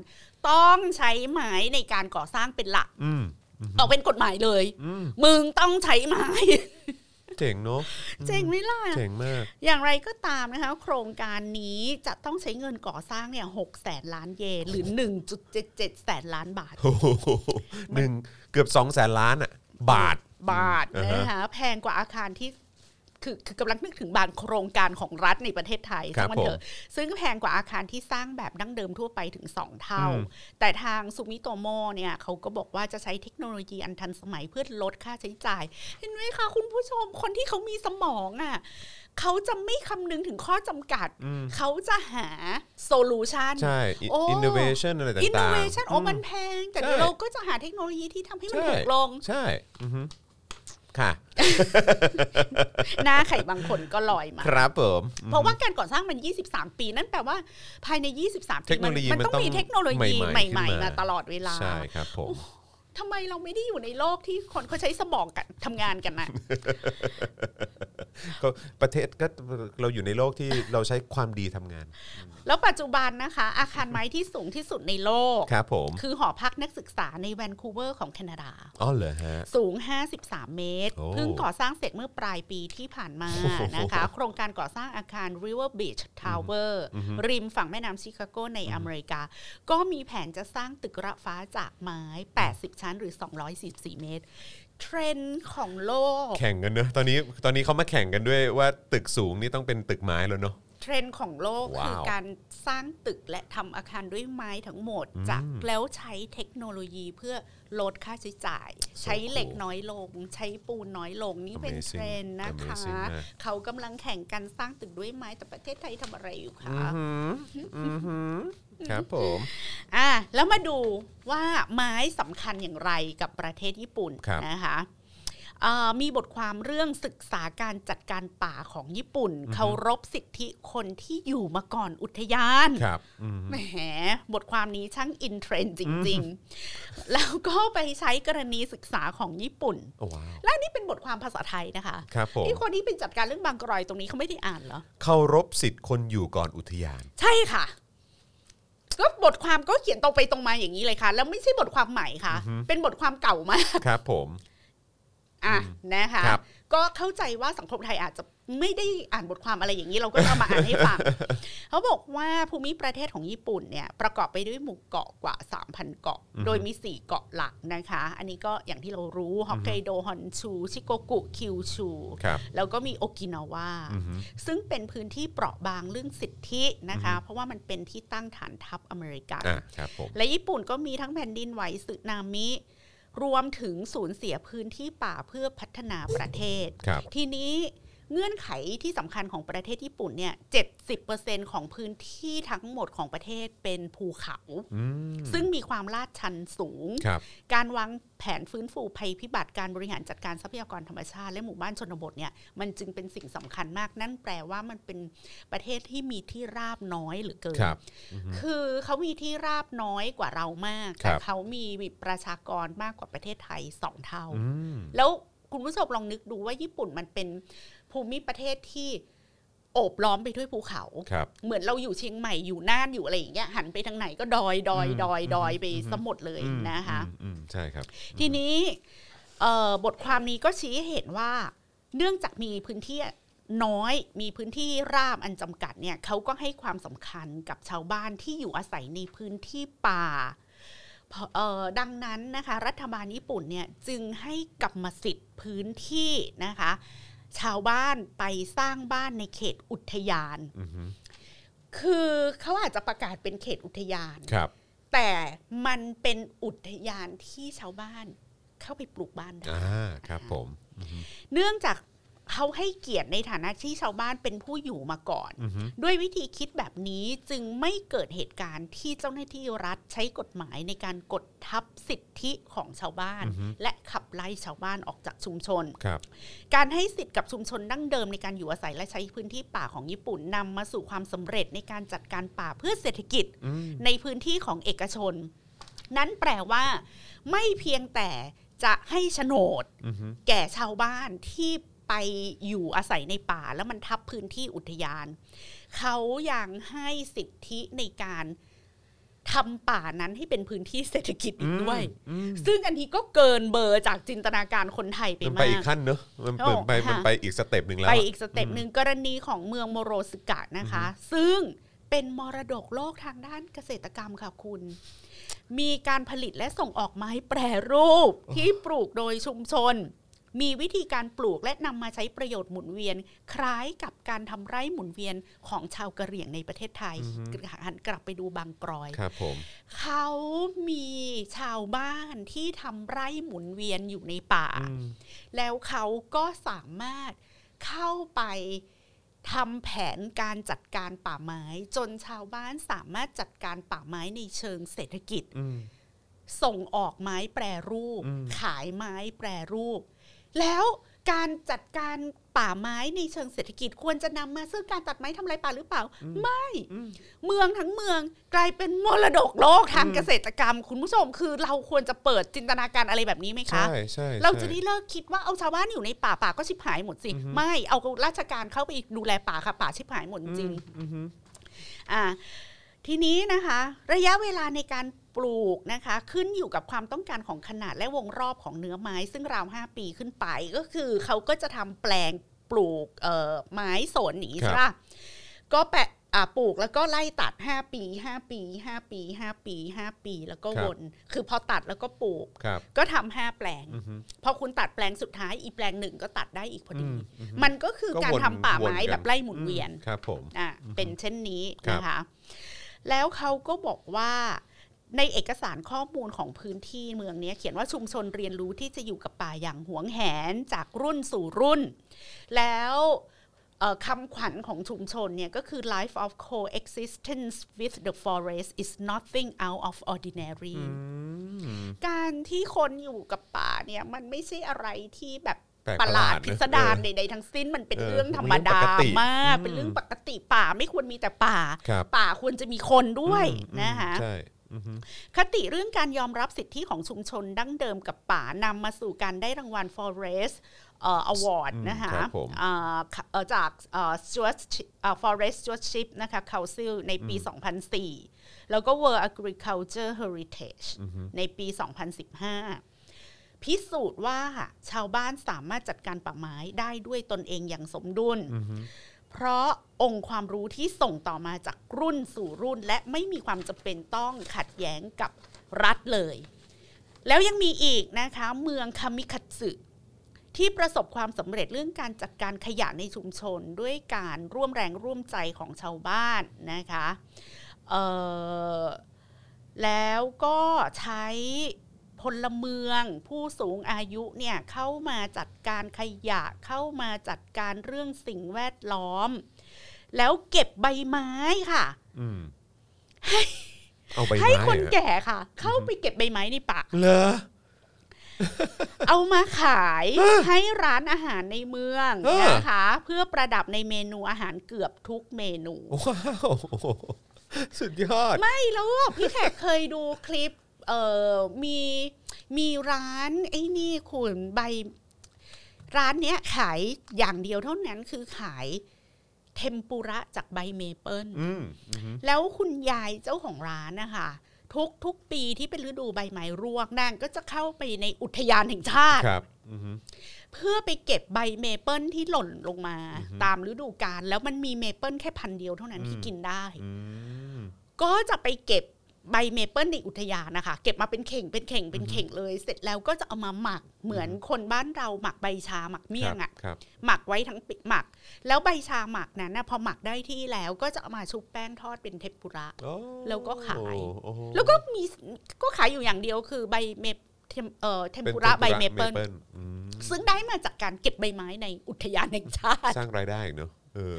Speaker 3: ต้องใช้ไม้ในการก่อสร้างเป็นหลัก
Speaker 2: อืม
Speaker 3: ออกเป็นกฎหมายเลย
Speaker 2: อืม
Speaker 3: มึงต้องใช้ไม้
Speaker 2: เจ๋งเนาะ
Speaker 3: เจ๋งไหมล่ะ
Speaker 2: เจ๋งมาก
Speaker 3: อย่างไรก็ตามนะคะ โครงการนี้จะต้องใช้เงินก่อสร้างเนี่ยหกแสนล้านเยนหรือ 1.77 แสนล้านบาท
Speaker 2: โอ้โหหนึ่งเกือบสองแสนล้านอ่ะ บาท
Speaker 3: บาท
Speaker 2: อ่าฮะ
Speaker 3: นะคะแพงกว่าอาคารที่คือคือกำลังนึกถึงบางโครงการของรัฐในประเทศไทย
Speaker 2: ครับ
Speaker 3: ซึ่งมันเถอะซึ่งแพงกว่าอาคารที่สร้างแบบดั้งเดิมทั่วไปถึง 2 เท่า
Speaker 2: อืม
Speaker 3: แต่ทางซูมิโตโมเนี่ยเขาก็บอกว่าจะใช้เทคโนโลยีอันทันสมัยเพื่อลดค่าใช้จ่าย เห็นไหมคะคุณผู้ชมคนที่เขามีสมองอะ่ะเขาจะไม่คำนึงถึงข้อจำกัด
Speaker 2: อืม
Speaker 3: เขาจะหาโซลูชัน
Speaker 2: ใช่ i-
Speaker 3: โอ้
Speaker 2: innovation อะไรต่างๆ
Speaker 3: อินโนเวชันโอ้
Speaker 2: ม
Speaker 3: มันแพง แต่
Speaker 2: ใช่
Speaker 3: เราก็จะหาเทคโนโลยีที่ทำให้มัน
Speaker 2: ใช่
Speaker 3: ถูกลง
Speaker 2: ใช่อือฮึค่ะ
Speaker 3: หน้าไข่บางคนก็ลอยมา
Speaker 2: ครับผม
Speaker 3: เพราะว่าการก่อสร้างมัน 23 ปีนั่นแปลว่าภายใน 23 ปี
Speaker 2: เทคโนโลยี
Speaker 3: มันต้องมีเทคโนโลยี
Speaker 2: ให
Speaker 3: ให
Speaker 2: ม่
Speaker 3: ม่
Speaker 2: ๆ
Speaker 3: ๆ มาต
Speaker 2: ลอด
Speaker 3: ลอดเวลา
Speaker 2: ใช่ครับผม
Speaker 3: ทำไมเราไม่ได้อยู่ในโลกที่คนเขาใช้สมองกันทำงานกัน นะ
Speaker 2: ก็ประเทศก็เราอยู่ในโลกที่เราใช้ความดีทำงาน
Speaker 3: แล้วปัจจุบันนะคะ อาคารไม้ที่สูงที่สุดในโลก
Speaker 2: ครับผม
Speaker 3: คือหอพักนักศึกษาในแวนคูเวอร์ของแคนาดา
Speaker 2: อ๋อเหรอฮะ
Speaker 3: สูง 53 เมตร
Speaker 2: โอ้
Speaker 3: เพิ่งก่อสร้างเสร็จเมื่อปลายปีที่ผ่านมา
Speaker 2: โอ้โห
Speaker 3: นะคะ โครงการก่อสร้างอาคาร River Beach Tower ริมฝั่งแม่น้ำชิคาโกในอเมริกา ก็มีแผนจะสร้างตึกระฟ้าจากไม้ 80 ชั้นหรือ 244 เมตร เทรนด์ของโลก
Speaker 2: แข่งกันเนอะตอนนี้ตอนนี้เขามาแข่งกันด้วยว่าตึกสูงนี่ต้องเป็นตึกไม้แล้วเนาะ
Speaker 3: เทรนด์ของโลก
Speaker 2: ว้าว
Speaker 3: คือการสร้างตึกและทำอาคารด้วยไม้ทั้งหมดจากแล้วใช้เทคโนโลยีเพื่อลดค่าใช้จ่าย
Speaker 2: So
Speaker 3: ใช้เหล็ก
Speaker 2: cool
Speaker 3: น้อยลง ใช้ปูนน้อยลงนี่เป็น
Speaker 2: Amazing
Speaker 3: เทรนด์นะคะ
Speaker 2: Amazing มาก
Speaker 3: เขากำลังแข่งกันสร้างตึกด้วยไม้แต่ประเทศไทยทำอะไรอยู่คะ
Speaker 2: ครับผม
Speaker 3: อ่ะแล้วมาดูว่าไม้สำคัญอย่างไรกับประเทศญี่ปุ่น
Speaker 2: ครับ
Speaker 3: นะคะเอ่อมีบทความเรื่องศึกษาการจัดการป่าของญี่ปุ่นเคารพสิทธิคนที่อยู่มาก่อนอุทยาน
Speaker 2: ครับอืม
Speaker 3: แหมบทความนี้ช่างอินเทรนด์จริง ๆ แล้วก็ไปใช้กรณีศึกษาของญี่ปุ่น
Speaker 2: โอ้ว้าว
Speaker 3: และนี่เป็นบทความภาษาไทยนะคะ
Speaker 2: ครับผม
Speaker 3: ที่คนที่เป็นจัดการเรื่องบางกรอยตรงนี้เขาไม่ได้อ่านเหรอ
Speaker 2: เคารพสิทธิ์คนอยู่ก่อนอุทยาน
Speaker 3: ใช่ค่ะ ก็บทความก็เขียนตรงไปตรงมาอย่างนี้เลยค่ะ แล้วไม่ใช่บทความใหม่ค่ะ เป็นบทความเก่ามาก
Speaker 2: ครับผม
Speaker 3: อ่ะนะคะ
Speaker 2: ครับ
Speaker 3: ก็เข้าใจว่าสังคมไทยอาจจะไม่ได้อ่านบทความอะไรอย่างนี้ เราก็จะมาอ่านให้ ฟัง เขาบอกว่าภูมิประเทศของญี่ปุ่นเนี่ยประกอบไปด้วยหมู่เกาะกว่า 3,000 เกาะ โดยมี 4 เกาะหลักนะคะ อันนี้ก็อย่างที่เรารู้ฮอกไกโดฮอนชู ชิโกกุ คิวชู
Speaker 2: ครับ
Speaker 3: แล้วก็มีโอกินาวา
Speaker 2: อือฮึ
Speaker 3: ซึ่งเป็นพื้นที่เปราะบางเรื่องสิทธินะคะ เพราะว่ามันเป็นที่ตั้งฐานทัพอเมริกัน
Speaker 2: อ่ะครับผม
Speaker 3: และญี่ปุ่นก็มีทั้งแผ่นดินไหวสึนามิ รวมถึงสูญเสียพื้นที่ป่าเพื่อพัฒนาประเทศ
Speaker 2: ครับ
Speaker 3: ทีนี้เงื่อนไขที่สำคัญของประเทศญี่ปุ่นเนี่ย 70%ของพื้นที่ทั้งหมดของประเทศเป็นภูเขา
Speaker 2: อืม
Speaker 3: ซึ่งมีความลาดชันสูง
Speaker 2: ครับ
Speaker 3: การวางแผนฟื้นฟูภัยพิบัติการบริหารจัดการทรัพยากรธรรมชาติและหมู่บ้านชนบทเนี่ยมันจึงเป็นสิ่งสำคัญมากนั่นแปลว่ามันเป็นประเทศที่มีที่ราบน้อยเหรือเกิน
Speaker 2: ครับ
Speaker 3: คือเขามีที่ราบน้อยกว่าเรามาก
Speaker 2: ครั
Speaker 3: แต่
Speaker 2: บ
Speaker 3: เขามีประชากรมากกว่าประเทศไทยสองเท่า
Speaker 2: อืม
Speaker 3: แล้วคุณผู้ชมลองนึกดูว่าญี่ปุ่นมันเป็นภูมิประเทศที่โอบล้อมไปด้วยภูเขา
Speaker 2: ครับ
Speaker 3: เหมือนเราอยู่เชียงใหม่อยู่น่านอยู่อะไรอย่างเงี้ยหันไปทางไหนก็ดอยดอย
Speaker 2: อืม
Speaker 3: ดอยดอย
Speaker 2: อืม
Speaker 3: ไปสมหมดเลย
Speaker 2: อืม
Speaker 3: นะคะ
Speaker 2: อืมอืมใช่ครับ
Speaker 3: ทีนี้เอ่อบทความนี้ก็ชี้ให้เห็นว่า เนื่องจากมีพื้นที่น้อยมีพื้นที่ราบอันจำกัดเนี่ยเขาก็ให้ความสำคัญกับชาวบ้านที่อยู่อาศัยในพื้นที่ป่าเพราะเอ่อดังนั้นนะคะ รัฐบาลญี่ปุ่นเนี่ยจึงให้กรรมสิทธิ์พื้นที่นะคะ ชาวบ้านไปสร้างบ้านในเขตอุทยาน
Speaker 2: อือฮึ
Speaker 3: คือเขาอาจจะประกาศเป็นเขตอุทยาน
Speaker 2: ครับ
Speaker 3: แต่มันเป็นอุทยานที่ชาวบ้านเข้าไปปลูกบ้านได้
Speaker 2: อ่าครับผม
Speaker 3: เนื่องจากเขาให้เกียรติในฐานะที่ชาวบ้านเป็นผู้อยู่มาก่อน
Speaker 2: อือฮึ
Speaker 3: ด้วยวิธีคิดแบบนี้จึงไม่เกิดเหตุการณ์ที่เจ้าหน้าที่รัฐใช้กฎหมายในการกดทับสิทธิของชาวบ้าน และขับไล่ชาวบ้านออกจากชุมชน
Speaker 2: ครับ
Speaker 3: การให้สิทธิ์กับชุมชนดั้งเดิมในการอยู่อาศัยและใช้พื้นที่ป่าของญี่ปุ่นนำมาสู่ความสำเร็จในการจัดการป่าเพื่อเศรษฐกิจ
Speaker 2: อืม
Speaker 3: ในพื้นที่ของเอกชน นั้นแปลว่า ไม่เพียงแต่จะให้โฉนด
Speaker 2: อือฮึ
Speaker 3: แก่ชาวบ้านที่ไปอยู่อาศัยในป่า แล้วมันทับพื้นที่อุทยาน เขายังให้สิทธิในการทำป่านั้นให้เป็นพื้นที่เศรษฐกิจอีกด้วย
Speaker 2: อืม
Speaker 3: ซึ่งอันนี้ก็เกินเบอร์จากจินตนาการคนไทยไป
Speaker 2: มันไป
Speaker 3: มา
Speaker 2: อี
Speaker 3: ก
Speaker 2: กขั้นเนอะมันเปิดไป
Speaker 3: โอ้ค่ะ
Speaker 2: มันไปอีกสเต็ปหนึ่งแล้ว
Speaker 3: ไป
Speaker 2: อะ
Speaker 3: อีกสเต็ปหนึ่งกรณีของเมืองโมโรสึกะนะคะ ซึ่งเป็นมรดกโลกทางด้านเกษตรกรรมค่ะคุณ มีการผลิตและส่งออกไม้แปรรูปที่ปลูกโดยชุมชน มีวิธีการปลูกและนำมาใช้ประโยชน์หมุนเวียน คล้ายกับการทำไร่หมุนเวียนของชาวกะเหรี่ยงในประเทศไทย
Speaker 2: อือฮึ
Speaker 3: หันกลับไปดูบางกรอย
Speaker 2: ครับผม
Speaker 3: เขามีชาวบ้านที่ทำไร่หมุนเวียนอยู่ในป่า
Speaker 2: อืม
Speaker 3: แล้วเขาก็สามารถเข้าไปทำแผนการจัดการป่าไม้ จนชาวบ้านสามารถจัดการป่าไม้ในเชิงเศรษฐกิจ
Speaker 2: อืม
Speaker 3: ส่งออกไม้แปรรูป
Speaker 2: อืม
Speaker 3: ขายไม้แปรรูป แล้ว การจัดการป่าไม้ในเชิงเศรษฐกิจควรจะนำมาซึ่งการตัดไม้ทำลายป่าหรือเปล่า ไม่ เมืองทั้งเมืองกลายเป็นมรดกโลกทาง
Speaker 2: อืม
Speaker 3: เกษตรกรรม คุณผู้ชมคือเราควรจะเปิดจินตนาการอะไรแบบนี้ไหมคะ
Speaker 2: ใช่ใช่
Speaker 3: เราจะได้
Speaker 2: ใช่
Speaker 3: เลิกคิดว่าเอาชาวบ้านอยู่ในป่าป่าก็ชิบหายหมดสิ
Speaker 2: อือฮึ
Speaker 3: ไม่เอาราชการเข้าไปอีกดูแลป่าค่ะป่าชิบหายหมดจริง
Speaker 2: อืมอืม
Speaker 3: อ่าทีนี้นะคะ ระยะเวลาในการปลูกนะคะ ขึ้นอยู่กับความต้องการของขนาดและวงรอบของเนื้อไม้ ซึ่งราว 5 ปีขึ้นไปก็คือเขาก็จะทำแปลงปลูกเอ่อไม้สนอย่างนี้
Speaker 2: ครับ
Speaker 3: ใช่ปะก็แปะอ่าปลูกแล้วก็ไล่ตัด 5 ปี 5 ปี 5 ปี 5 ปี 5 ปี แล้วก็วน คือพอตัดแล้วก็ปลูก
Speaker 2: ครับ
Speaker 3: ก็ทำห้าแปลง
Speaker 2: อืมอืม
Speaker 3: พอคุณตัดแปลงสุดท้ายอีแปลงหนึ่งก็ตัดได้อีกพอ
Speaker 2: อื
Speaker 3: ดี
Speaker 2: มอืม
Speaker 3: มันก็คือ
Speaker 2: ก็วน
Speaker 3: การทำป่าไม้
Speaker 2: วนกัน
Speaker 3: แบบไล่หมุนเวียน
Speaker 2: ครับผม
Speaker 3: อ่ะ
Speaker 2: อือฮึ
Speaker 3: เป็นเช่นนี้
Speaker 2: ครับ
Speaker 3: นะคะ แล้วเขาก็บอกว่าในเอกสารข้อมูลของพื้นที่เมืองเนี้ยเขียนว่าชุมชนเรียนรู้ที่จะอยู่กับป่าอย่างหวงแหนจากรุ่นสู่รุ่น แล้วเอ่อคำขวัญของชุมชนเนี่ยก็คือ life of coexistence with the forest is nothing out of ordinary
Speaker 2: อืม
Speaker 3: การที่คนอยู่กับป่าเนี่ยมันไม่ใช่อะไรที่แบบ
Speaker 2: แปลก
Speaker 3: ป
Speaker 2: ประ ระ
Speaker 3: ห
Speaker 2: ห
Speaker 3: ลา
Speaker 2: ลา
Speaker 3: ด
Speaker 2: ด
Speaker 3: พิสดาร
Speaker 2: เออ
Speaker 3: ใดๆทั้งสิ้นมันเป็น
Speaker 2: เออ
Speaker 3: เรื่องธรรมดามาก
Speaker 2: เป็
Speaker 3: เป็น
Speaker 2: นเรื่
Speaker 3: เรื่อ
Speaker 2: องง
Speaker 3: ป
Speaker 2: ป
Speaker 3: ก
Speaker 2: ก
Speaker 3: ติป่าไม่ควรมีแต่ป่า
Speaker 2: ครับ
Speaker 3: ป่าควรจะมีคนด้วย
Speaker 2: อืมอืม
Speaker 3: นะคะ
Speaker 2: ใช่อืมอืม
Speaker 3: คติเรื่องการยอมรับสิทธิของชุมชนดั้งเดิมกับป่านำมาสู่การได้รางวัล Forest เอ่อ Award
Speaker 2: อืม
Speaker 3: นะคะ
Speaker 2: ครับผม
Speaker 3: เอ่อค่ะเอ่อจากเอ่อ Stewardship- เอ่อ Forest Stewardship นะคะ Council ในปี 2004 แล้วก็ World Agriculture Heritage
Speaker 2: อือฮึ
Speaker 3: ในปี 2015 พิสูจน์ว่าชาวบ้านสามารถจัดการป่าไม้ได้ด้วยตนเองอย่างสมดุล
Speaker 2: อืมอืม
Speaker 3: เพราะองค์ความรู้ที่ส่งต่อมาจากรุ่นสู่รุ่น และไม่มีความจำเป็นต้องขัดแย้งกับรัฐเลย แล้วยังมีอีกนะคะ เมืองคามิคัตสึที่ประสบความสำเร็จเรื่องการจัดการขยะในชุมชน ด้วยการร่วมแรงร่วมใจของชาวบ้านนะคะเอ่อแล้วก็ใช้พลเมืองผู้สูงอายุเนี่ยเข้ามาจัดการขยะเข้ามาจัดการเรื่องสิ่งแวดล้อม แล้วเก็บใบไม้ค่ะ
Speaker 2: อืมเอาไป
Speaker 3: ให้
Speaker 2: ไม้
Speaker 3: คน
Speaker 2: อะ
Speaker 3: แก่ค่ะ เข้าไปเก็บใบไม้ในป่า
Speaker 2: เหรอ
Speaker 3: เอามาขายให้ร้านอาหารในเมือง
Speaker 2: เออ
Speaker 3: นะคะ เพื่อประดับในเมนูอาหารเกือบทุกเมนู
Speaker 2: ว้าวโอ้โหสุดยอด
Speaker 3: ไม่รู้อะพี่แขกเคยดูคลิปเอ่อมีมีร้านไอ้นี่คุณใบ ร้านเนี้ยขายอย่างเดียวเท่านั้นคือขายเทมปุระจากใบเมเปิล
Speaker 2: อืมอืม
Speaker 3: แล้วคุณยายเจ้าของร้านนะคะ ทุกทุกปีที่เป็นฤดูใบไม้ร่วงนางก็จะเข้าไปในอุทยานแห่งชาติ
Speaker 2: ครับอือฮึ
Speaker 3: เพื่อไปเก็บใบเมเปิลที่หล่นลงมา
Speaker 2: อือฮึ
Speaker 3: ตามฤดูกาลแล้วมันมีเมเปิลแค่พันเดียวเท่านั้นที่
Speaker 2: อืม
Speaker 3: กินได้
Speaker 2: อืม
Speaker 3: ก็จะไปเก็บใบเมเปิลในอุทยานนะคะ เก็บมาเป็นเข่งเป็นเข่งเป็นเข่งเลย เสร็จแล้วก็จะเอามาหมักเหมือนคนบ้านเราหมักใบชาหมักเมี่ยงอ่ะ
Speaker 2: ครับ
Speaker 3: หมักไว้ทั้งปีหมัก แล้วใบชาหมักนั้นนะพอหมักได้ที่แล้วก็จะเอามาชุบแป้งทอดเป็นเทมปุระ
Speaker 2: โอ้
Speaker 3: แล้วก็ขาย
Speaker 2: โอ้โห
Speaker 3: แล้วก็มีก็ขายอยู่อย่างเดียวคือใบเมปเทมเอ่อเทม
Speaker 2: ป็น
Speaker 3: ปุระใบเมเปิล
Speaker 2: อืม
Speaker 3: ซึ่งได้มาจากการเก็บใบไม้ในอุทยานแห่งชาติ
Speaker 2: สร้างรายได้อีกเนอะเออ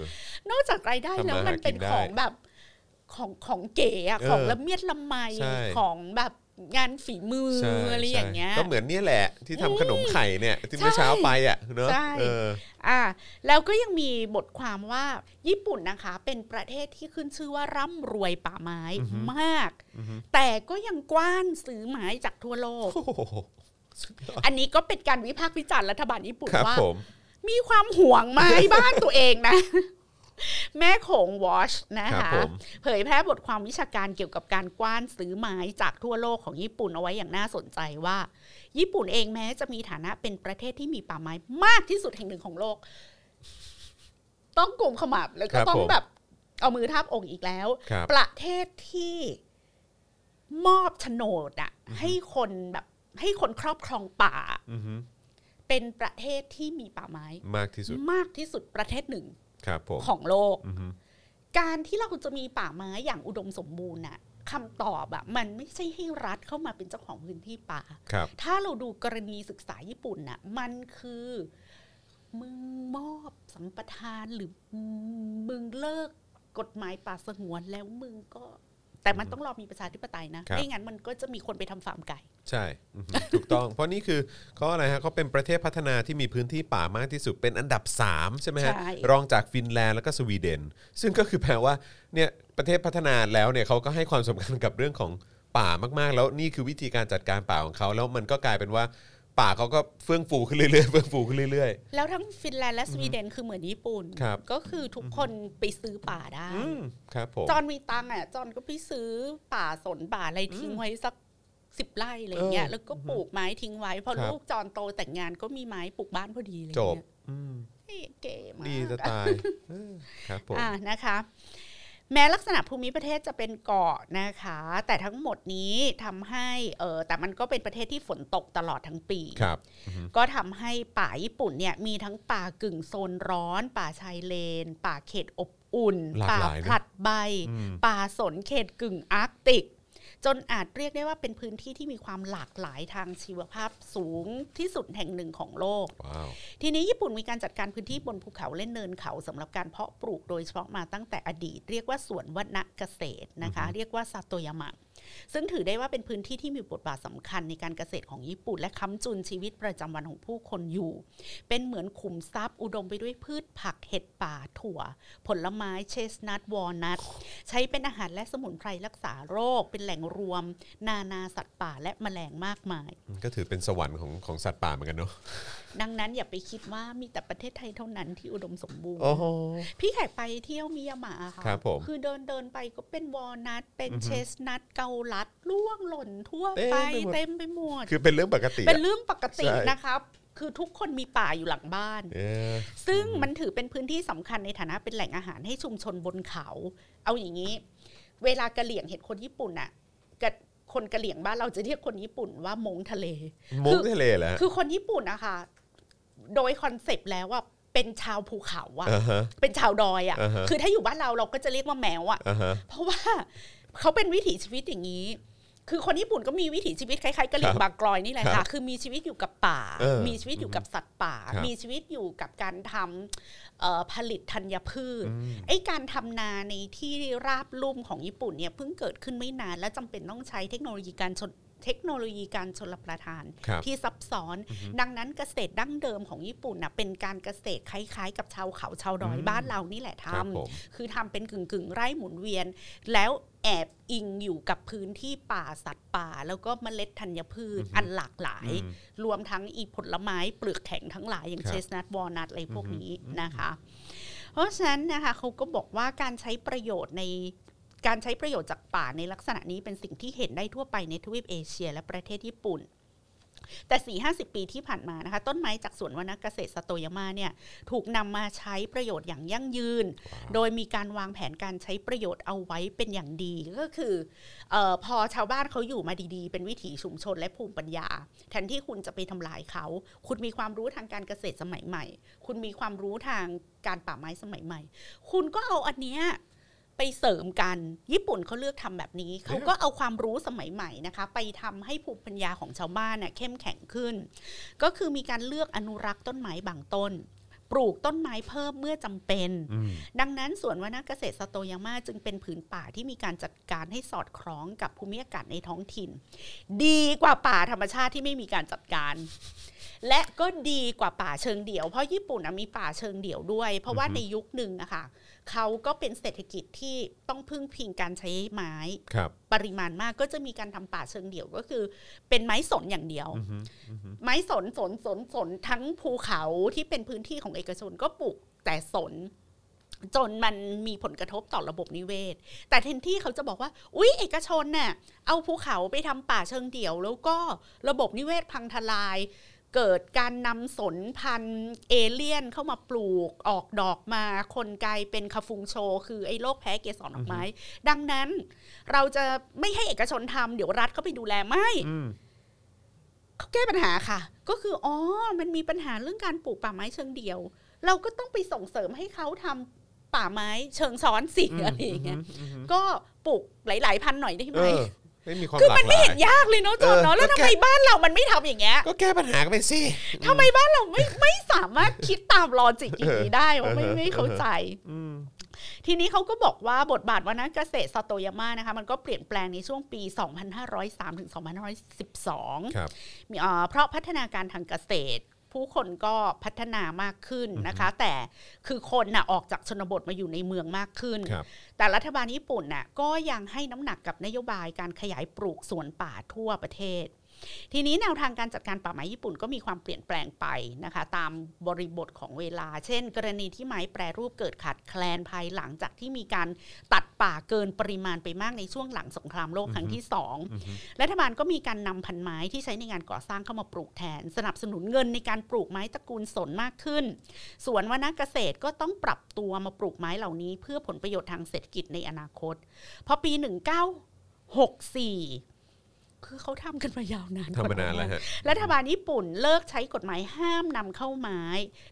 Speaker 3: นอกจากรายได้
Speaker 2: ทำมา
Speaker 3: แล้วมัน
Speaker 2: หากิน
Speaker 3: เป็นของแบบของของเก๋อะ
Speaker 2: เออ
Speaker 3: ของละเมียดละไม
Speaker 2: ใช่
Speaker 3: ของแบบงานฝีมือ
Speaker 2: ใช่
Speaker 3: อะไรอย่างเงี้ย
Speaker 2: ใช่ก็เหมือนเนี่ยแหละ ที่ทำขนมไข่เนี่ย ที่เมื่อ
Speaker 3: ใช่
Speaker 2: เช้าไปอ่ะเนอะ
Speaker 3: ใช่
Speaker 2: เออ
Speaker 3: อ่าแล้วก็ยังมีบทความว่าญี่ปุ่นนะคะ เป็นประเทศที่ขึ้นชื่อว่าร่ำรวยป่าไม้
Speaker 2: อือฮึ
Speaker 3: มาก
Speaker 2: อือฮึ
Speaker 3: แต่ก็ยังกว้านซื้อไม้จากทั่วโลก
Speaker 2: โอ้โหสุดยอด
Speaker 3: อันนี้ก็เป็นการวิพากษ์วิจารณ์รัฐบาลญี่ปุ่น
Speaker 2: ครับ
Speaker 3: ว่า
Speaker 2: ผม
Speaker 3: มีความห่วง ไม้บ้านตัวเองนะ แม่โของวอชนะครับ คะ
Speaker 2: ผม
Speaker 3: เผยแพร่บทความวิชาการเกี่ยวกับการกว้านซื้อไม้จากทั่วโลกของญี่ปุ่นเอาไว้อย่างน่าสนใจว่า ญี่ปุ่นเองแม้จะมีฐานะเป็นประเทศที่มีป่าไม้มากที่สุดแห่งหนึ่งของโลก ต้องกลุ่มขมับแล้วก็ต้องแบบเอามือทาบอกอีกแล้ว
Speaker 2: ครับ
Speaker 3: ประเทศที่มอบโฉนดอะให้คนแบบ ให้คนครอบครองป่า
Speaker 2: อือฮึ
Speaker 3: เป็นประเทศที่มีป่าไม้
Speaker 2: มากที่สุด
Speaker 3: มากที่สุดประเทศหนึ่ง
Speaker 2: ครับผม
Speaker 3: ของโลก
Speaker 2: อือฮึ
Speaker 3: การที่เราจะมีป่าไม้อย่างอุดมสมบูรณ์น่ะคำตอบอะมันไม่ใช่ให้รัฐเข้ามาเป็นเจ้าของพื้นที่ป่า
Speaker 2: ครับ
Speaker 3: ถ้าเราดูกรณีศึกษาญี่ปุ่นน่ะมันคือมึงมอบสัมปทานหรือมึงเลิกกฎหมายป่าสงวนแล้วมึงก็ แต่มันต้องรอมีประชาธิปไตยนะครับ ไม่งั้นมันก็จะมีคนไปทำฟาร์มไก่
Speaker 2: ใช่อือฮึถูกต้อง เพราะนี่คือเขาอะไรฮะเขาเป็นประเทศพัฒนาที่มีพื้นที่ป่ามากที่สุดเป็นอันดับ 3 ใช่ไหมฮะ
Speaker 3: ใช่
Speaker 2: รองจากฟินแลนด์แล้วก็สวีเดน ซึ่งก็คือแปลว่าเนี่ยประเทศพัฒนาแล้วเนี่ยเขาก็ให้ความสำคัญกับเรื่องของป่ามากๆ แล้วนี่คือวิธีการจัดการป่าของเขาแล้วมันก็กลายเป็นว่าป่าเขาก็เฟื่องฟูขึ้นเรื่อยๆเฟื่องฟูขึ้นเรื่อย
Speaker 3: แล้วทั้งฟินแลนด์และสวีเดนคือเหมือนญี่ปุ่น
Speaker 2: ครับ
Speaker 3: ก็คือทุกคนไปซื้อป่าได้
Speaker 2: ๆอืมครับผม
Speaker 3: จอนมีตังค์อ่ะ จอนก็ไปซื้อป่าสนป่าอะไรทิ้งไว้สักสิบไร่อะไรเงี้ย
Speaker 2: เออ
Speaker 3: แล้วก็ปลูกไม้ทิ้งไว้ พอ
Speaker 2: ครับ
Speaker 3: ลูกจอนโตแต่งงานก็มีไม้ปลูกบ้านพอดีอะไร
Speaker 2: จ
Speaker 3: เล
Speaker 2: บ
Speaker 3: ย
Speaker 2: อืม
Speaker 3: เฮ้ยเก๋มาก
Speaker 2: ดีจะตายเออครับผม
Speaker 3: อ่านะคะ แม้ลักษณะภูมิประเทศจะเป็นเกาะนะคะ แต่ทั้งหมดนี้ทำให้เออแต่มันก็เป็นประเทศที่ฝนตกตลอดทั้งปี
Speaker 2: ครับ
Speaker 3: ก็ทำให้ป่าญี่ปุ่นเนี่ยมีทั้งป่ากึ่งโซนร้อน ป่าชายเลน ป่าเขตอบอุ่น
Speaker 2: หลาก
Speaker 3: ป่า
Speaker 2: หลายนะ
Speaker 3: ผลัดใบ
Speaker 2: อืม
Speaker 3: ป่าสนเขตกึ่งอาร์กติก จนอาจเรียกได้ว่าเป็นพื้นที่ที่มีความหลากหลายทางชีวภาพสูงที่สุดแห่งหนึ่งของโลก
Speaker 2: ว้าว
Speaker 3: ทีนี้ญี่ปุ่นมีการจัดการพื้นที่บนภูเขาเล่นเนินเขาสำหรับการเพาะปลูกโดยเฉพาะมาตั้งแต่อดีต เรียกว่าสวนวัฒนเกษตรนะคะ เรียกว่าซาโตยามะ ซึ่งถือได้ว่าเป็นพื้นที่ที่มีบทบาทสำคัญในการเกษตรของญี่ปุ่น และค้ำจุนชีวิตประจำวันของผู้คนอยู่ เป็นเหมือนขุมทรัพย์อุดมไปด้วยพืชผักเห็ดป่าถั่ว ผลไม้เชสนัทวอลนัทใช้เป็นอาหารและสมุนไพรรักษาโรค เป็นแหล่งรวม นานาสัตว์ป่าและแมลงมากมาย
Speaker 2: ก็ถือเป็นสวรรค์ของของสัตว์ป่าเหมือนกันเนาะ
Speaker 3: ดังนั้นอย่าไปคิดว่ามีแต่ประเทศไทยเท่านั้นที่อุดมสมบูรณ์
Speaker 2: โอ้โห
Speaker 3: พี่แขกไปเที่ยวมิยามะอะค่ะ
Speaker 2: ครับผม
Speaker 3: อเดินเดินไปก็เป็นวอลนัท เป็น
Speaker 2: อือฮึ
Speaker 3: เชสนัทเกาลัดล่วงหล่นทั่ว
Speaker 2: เต็ม
Speaker 3: ไป
Speaker 2: ไปหมด
Speaker 3: เต็มไปหมด
Speaker 2: คือเป็นเรื่องปกติ
Speaker 3: เป็น
Speaker 2: อะ
Speaker 3: เรื่องปกติ
Speaker 2: ใช่
Speaker 3: นะครับ คือทุกคนมีป่าอยู่หลังบ้าน
Speaker 2: เออ
Speaker 3: ซึ่งมันถือเป็นพื้นที่สำคัญในฐานะเป็นแหล่งอาหารให้ชุมชนบนเขา เอาอย่างนี้ เวลากะเหลี่ยงเห็นคนญี่ปุ่นน่ะกับคนกะเหลี่ยงบ้านเราจะเรียกคนญี่ปุ่นว่ามงทะเล
Speaker 2: มุกทะเลแหละ
Speaker 3: คือคนญี่ปุ่นนะคะ โดยคอนเซปต์แล้วว่าเป็นชาวภูเขาอะ
Speaker 2: อ่าฮะ
Speaker 3: เป็นชาวดอย
Speaker 2: อ่า
Speaker 3: อะ่ะ
Speaker 2: ฮะ
Speaker 3: คือถ้าอยู่บ้านเราเราก็จะเรียกว่าแมวอะ่ะ
Speaker 2: อ่าฮะ
Speaker 3: เพราะว่า เขาเป็นวิถีชีวิตอย่างนี้ คือคนญี่ปุ่นก็มีวิถีชีวิตคล้ายๆกะเหรี่ยง
Speaker 2: ครับ
Speaker 3: บางกลอยนี่แหละ
Speaker 2: ครั
Speaker 3: ค่ะ
Speaker 2: บ
Speaker 3: คือมีชีวิตอยู่กับป่า
Speaker 2: เออ
Speaker 3: มีชีวิตอยู่กับสัตว์ป่า
Speaker 2: ครับ
Speaker 3: มีชีวิตอยู่กับการทำเอ่อผลิตธัญพืช ไอ้การทำนาในที่ราบลุ่มของญี่ปุ่นเนี่ยเพิ่งเกิดขึ้นไม่นาน และจำเป็นต้องใช้เทคโนโลยีการชนเทคโนโลยีการชนรับประทาน
Speaker 2: ครับ
Speaker 3: ที่ซับซ้อน ดังนั้นเกษตรดั้งเดิมของญี่ปุ่นนะเป็นการเกษตรคล้ายๆ กับชาวเขาชาวดอย
Speaker 2: อืม
Speaker 3: บ้านเรานี่แหละท
Speaker 2: ครับผม
Speaker 3: ำคือทำเป็นกึ่งกึ่งๆไร่หมุนเวียน แล้วแอบอิงอยู่กับพื้นที่ป่าสัตว์ป่า แล้วก็เมล็ดธัญพืชอันหลากหลาย
Speaker 2: อืม
Speaker 3: รวมทั้งอีผลไม้เปลือกแข็งทั้งหลายอย่า
Speaker 2: ค
Speaker 3: ง
Speaker 2: รับ
Speaker 3: เชสนัทวอลนัทอะไรพวกนี้นะคะ เพราะฉะนั้นนะคะเขาก็บอกว่าการใช้ประโยชน์ในการใช้ประโยชน์จากป่าในลักษณะนี้เป็นสิ่งที่เห็นได้ทั่วไปในทวีปเอเชีย และประเทศญี่ปุ่น แต่ 4 50 ปีที่ผ่านมานะคะต้นไม้จากสวนวนเกษตรสโตยามาเนี่ยถูกนำมาใช้ประโยชน์อย่างยั่งยืน โดยมีการวางแผนการใช้ประโยชน์เอาไว้เป็นอย่างดีก็คือเออพอชาวบ้านเขาอยู่มาดีๆ เป็นวิถีชุมชนและภูมิปัญญา แทนที่คุณจะไปทำลายเขา คุณมีความรู้ทางการเกษตรสมัยใหม่ คุณมีความรู้ทางการป่าไม้สมัยใหม่ คุณก็เอาอันเนี้ยไปเสริมกัน ญี่ปุ่นเขาเลือกทำแบบนี้ เขาก็เอาความรู้สมัยใหม่นะคะ ไปทำให้ภูมิปัญญาของชาวบ้านเนี่ยเข้มแข็งขึ้น ก็คือมีการเลือกอนุรักษ์ต้นไม้บางต้น ปลูกต้นไม้เพิ่มเมื่อจำเป็น
Speaker 2: อืม
Speaker 3: ดังนั้นสวนวนเกษตรสโตยาม่าจึงเป็นผืนป่าที่มีการจัดการให้สอดคล้องกับภูมิอากาศในท้องถิ่น ดีกว่าป่าธรรมชาติที่ไม่มีการจัดการ และก็ดีกว่าป่าเชิงเดี่ยวเพราะญี่ปุ่นน่ะมีป่าเชิงเดี่ยวด้วย เพราะว่า
Speaker 2: อือฮึ
Speaker 3: ในยุคหนึ่งอะค่ะเขาก็เป็นเศรษฐกิจที่ต้องพึ่งพิงการใช้ไม้
Speaker 2: ครับ
Speaker 3: ปริมาณมากก็จะมีการทำป่าเชิงเดี่ยวก็คือ เป็นไม้สนอย่างเดียว
Speaker 2: อือฮึอือฮึ
Speaker 3: ไม้สนสนสนสนทั้งภูเขาที่เป็นพื้นที่ของเอกชนก็ปลูกแต่สน จนมันมีผลกระทบต่อระบบนิเวศ แต่แทนที่เขาจะบอกว่า อุ๊ย เอกชนน่ะเอาภูเขาไปทำป่าเชิงเดี่ยว แล้วก็ระบบนิเวศพังทลาย เกิดการนำสนพันธุ์เอเลี่ยนเข้ามาปลูกออกดอกมา คนกลายเป็นคาฟุงโช คือไอ้โรคแพ้เกสรดอกไม้ ดังนั้น เราจะไม่ให้เอกชนทำเดี๋ยวรัฐเข้าไปดูแลไม่
Speaker 2: อืม
Speaker 3: เขาแก้ปัญหาค่ะ ก็คืออ๋อ มันมีปัญหาเรื่องการปลูกป่าไม้เชิงเดี่ยว เราก็ต้องไปส่งเสริมให้เขาทำป่าไม้เชิงซ้อนสิ
Speaker 2: อืม
Speaker 3: อะไรอย่างเงี้ย
Speaker 2: อืมอืม
Speaker 3: ก็ปลูกหลาย ๆ พันหน่อยได้
Speaker 2: เอ
Speaker 3: ไหม
Speaker 2: อไม่มีความ
Speaker 3: คือ
Speaker 2: หลา
Speaker 3: มั
Speaker 2: ก
Speaker 3: น
Speaker 2: ห
Speaker 3: ไม่
Speaker 2: ลา
Speaker 3: เห็
Speaker 2: ย
Speaker 3: นยากเลยเนาะจอนเนาะ
Speaker 2: เออ
Speaker 3: แล้วทำไม
Speaker 2: ก็แก้
Speaker 3: บ้านเรามันไม่ทำอย่างเงี้ย
Speaker 2: ก็แก้ปัญหากันไปสิ
Speaker 3: ทำไมบ้านเราไม่ไม่สามารถคิดตามลอจิกอย่างนี้ได้วะไม่
Speaker 2: เออเออ
Speaker 3: ไม่เข้าใจ
Speaker 2: อืม
Speaker 3: ทีนี้เขาก็บอกว่าบทบาทวานะเกษตรซาโตยาม่านะคะมันก็เปลี่ยนแปลงในช่วงปี 2503ถึง2512
Speaker 2: ครับ
Speaker 3: มีเอ่อเพราะพัฒนาการทางเกษตร ผู้คนก็พัฒนามากขึ้นนะคะ แต่คือคนน่ะออกจากชนบทมาอยู่ในเมืองมากขึ้น
Speaker 2: ครับ
Speaker 3: แต่รัฐบาลญี่ปุ่นน่ะก็ยังให้น้ำหนักกับนโยบายการขยายปลูกสวนป่าทั่วประเทศ ทีนี้แนวทางการจัดการป่าไม้ญี่ปุ่นก็มีความเปลี่ยนแปลงไปนะคะ ตามบริบทของเวลา เช่น กรณีที่ไม้แปรรูปเกิดขาดแคลนภายหลังจากที่มีการตัดป่าเกินปริมาณไปมากในช่วงหลังสงครามโลกครั้งที่สอง รัฐบาลก็มีการนำพันไม้ที่ใช้ในงานก่อสร้างเข้ามาปลูกแทน สนับสนุนเงินในการปลูกไม้ตระกูลสนมากขึ้น สวนวนาเกษตรก็ต้องปรับตัวมาปลูกไม้เหล่านี้ เพื่อผลประโยชน์ทางเศรษฐกิจในอนาคต พอปี 1964 คือเขาทำกันมายาวนาน
Speaker 2: ทำมานาน
Speaker 3: ก
Speaker 2: แล้วฮะ
Speaker 3: รัฐบาลญี่ปุ่นเลิกใช้กฎหมายห้ามนำเข้าไม้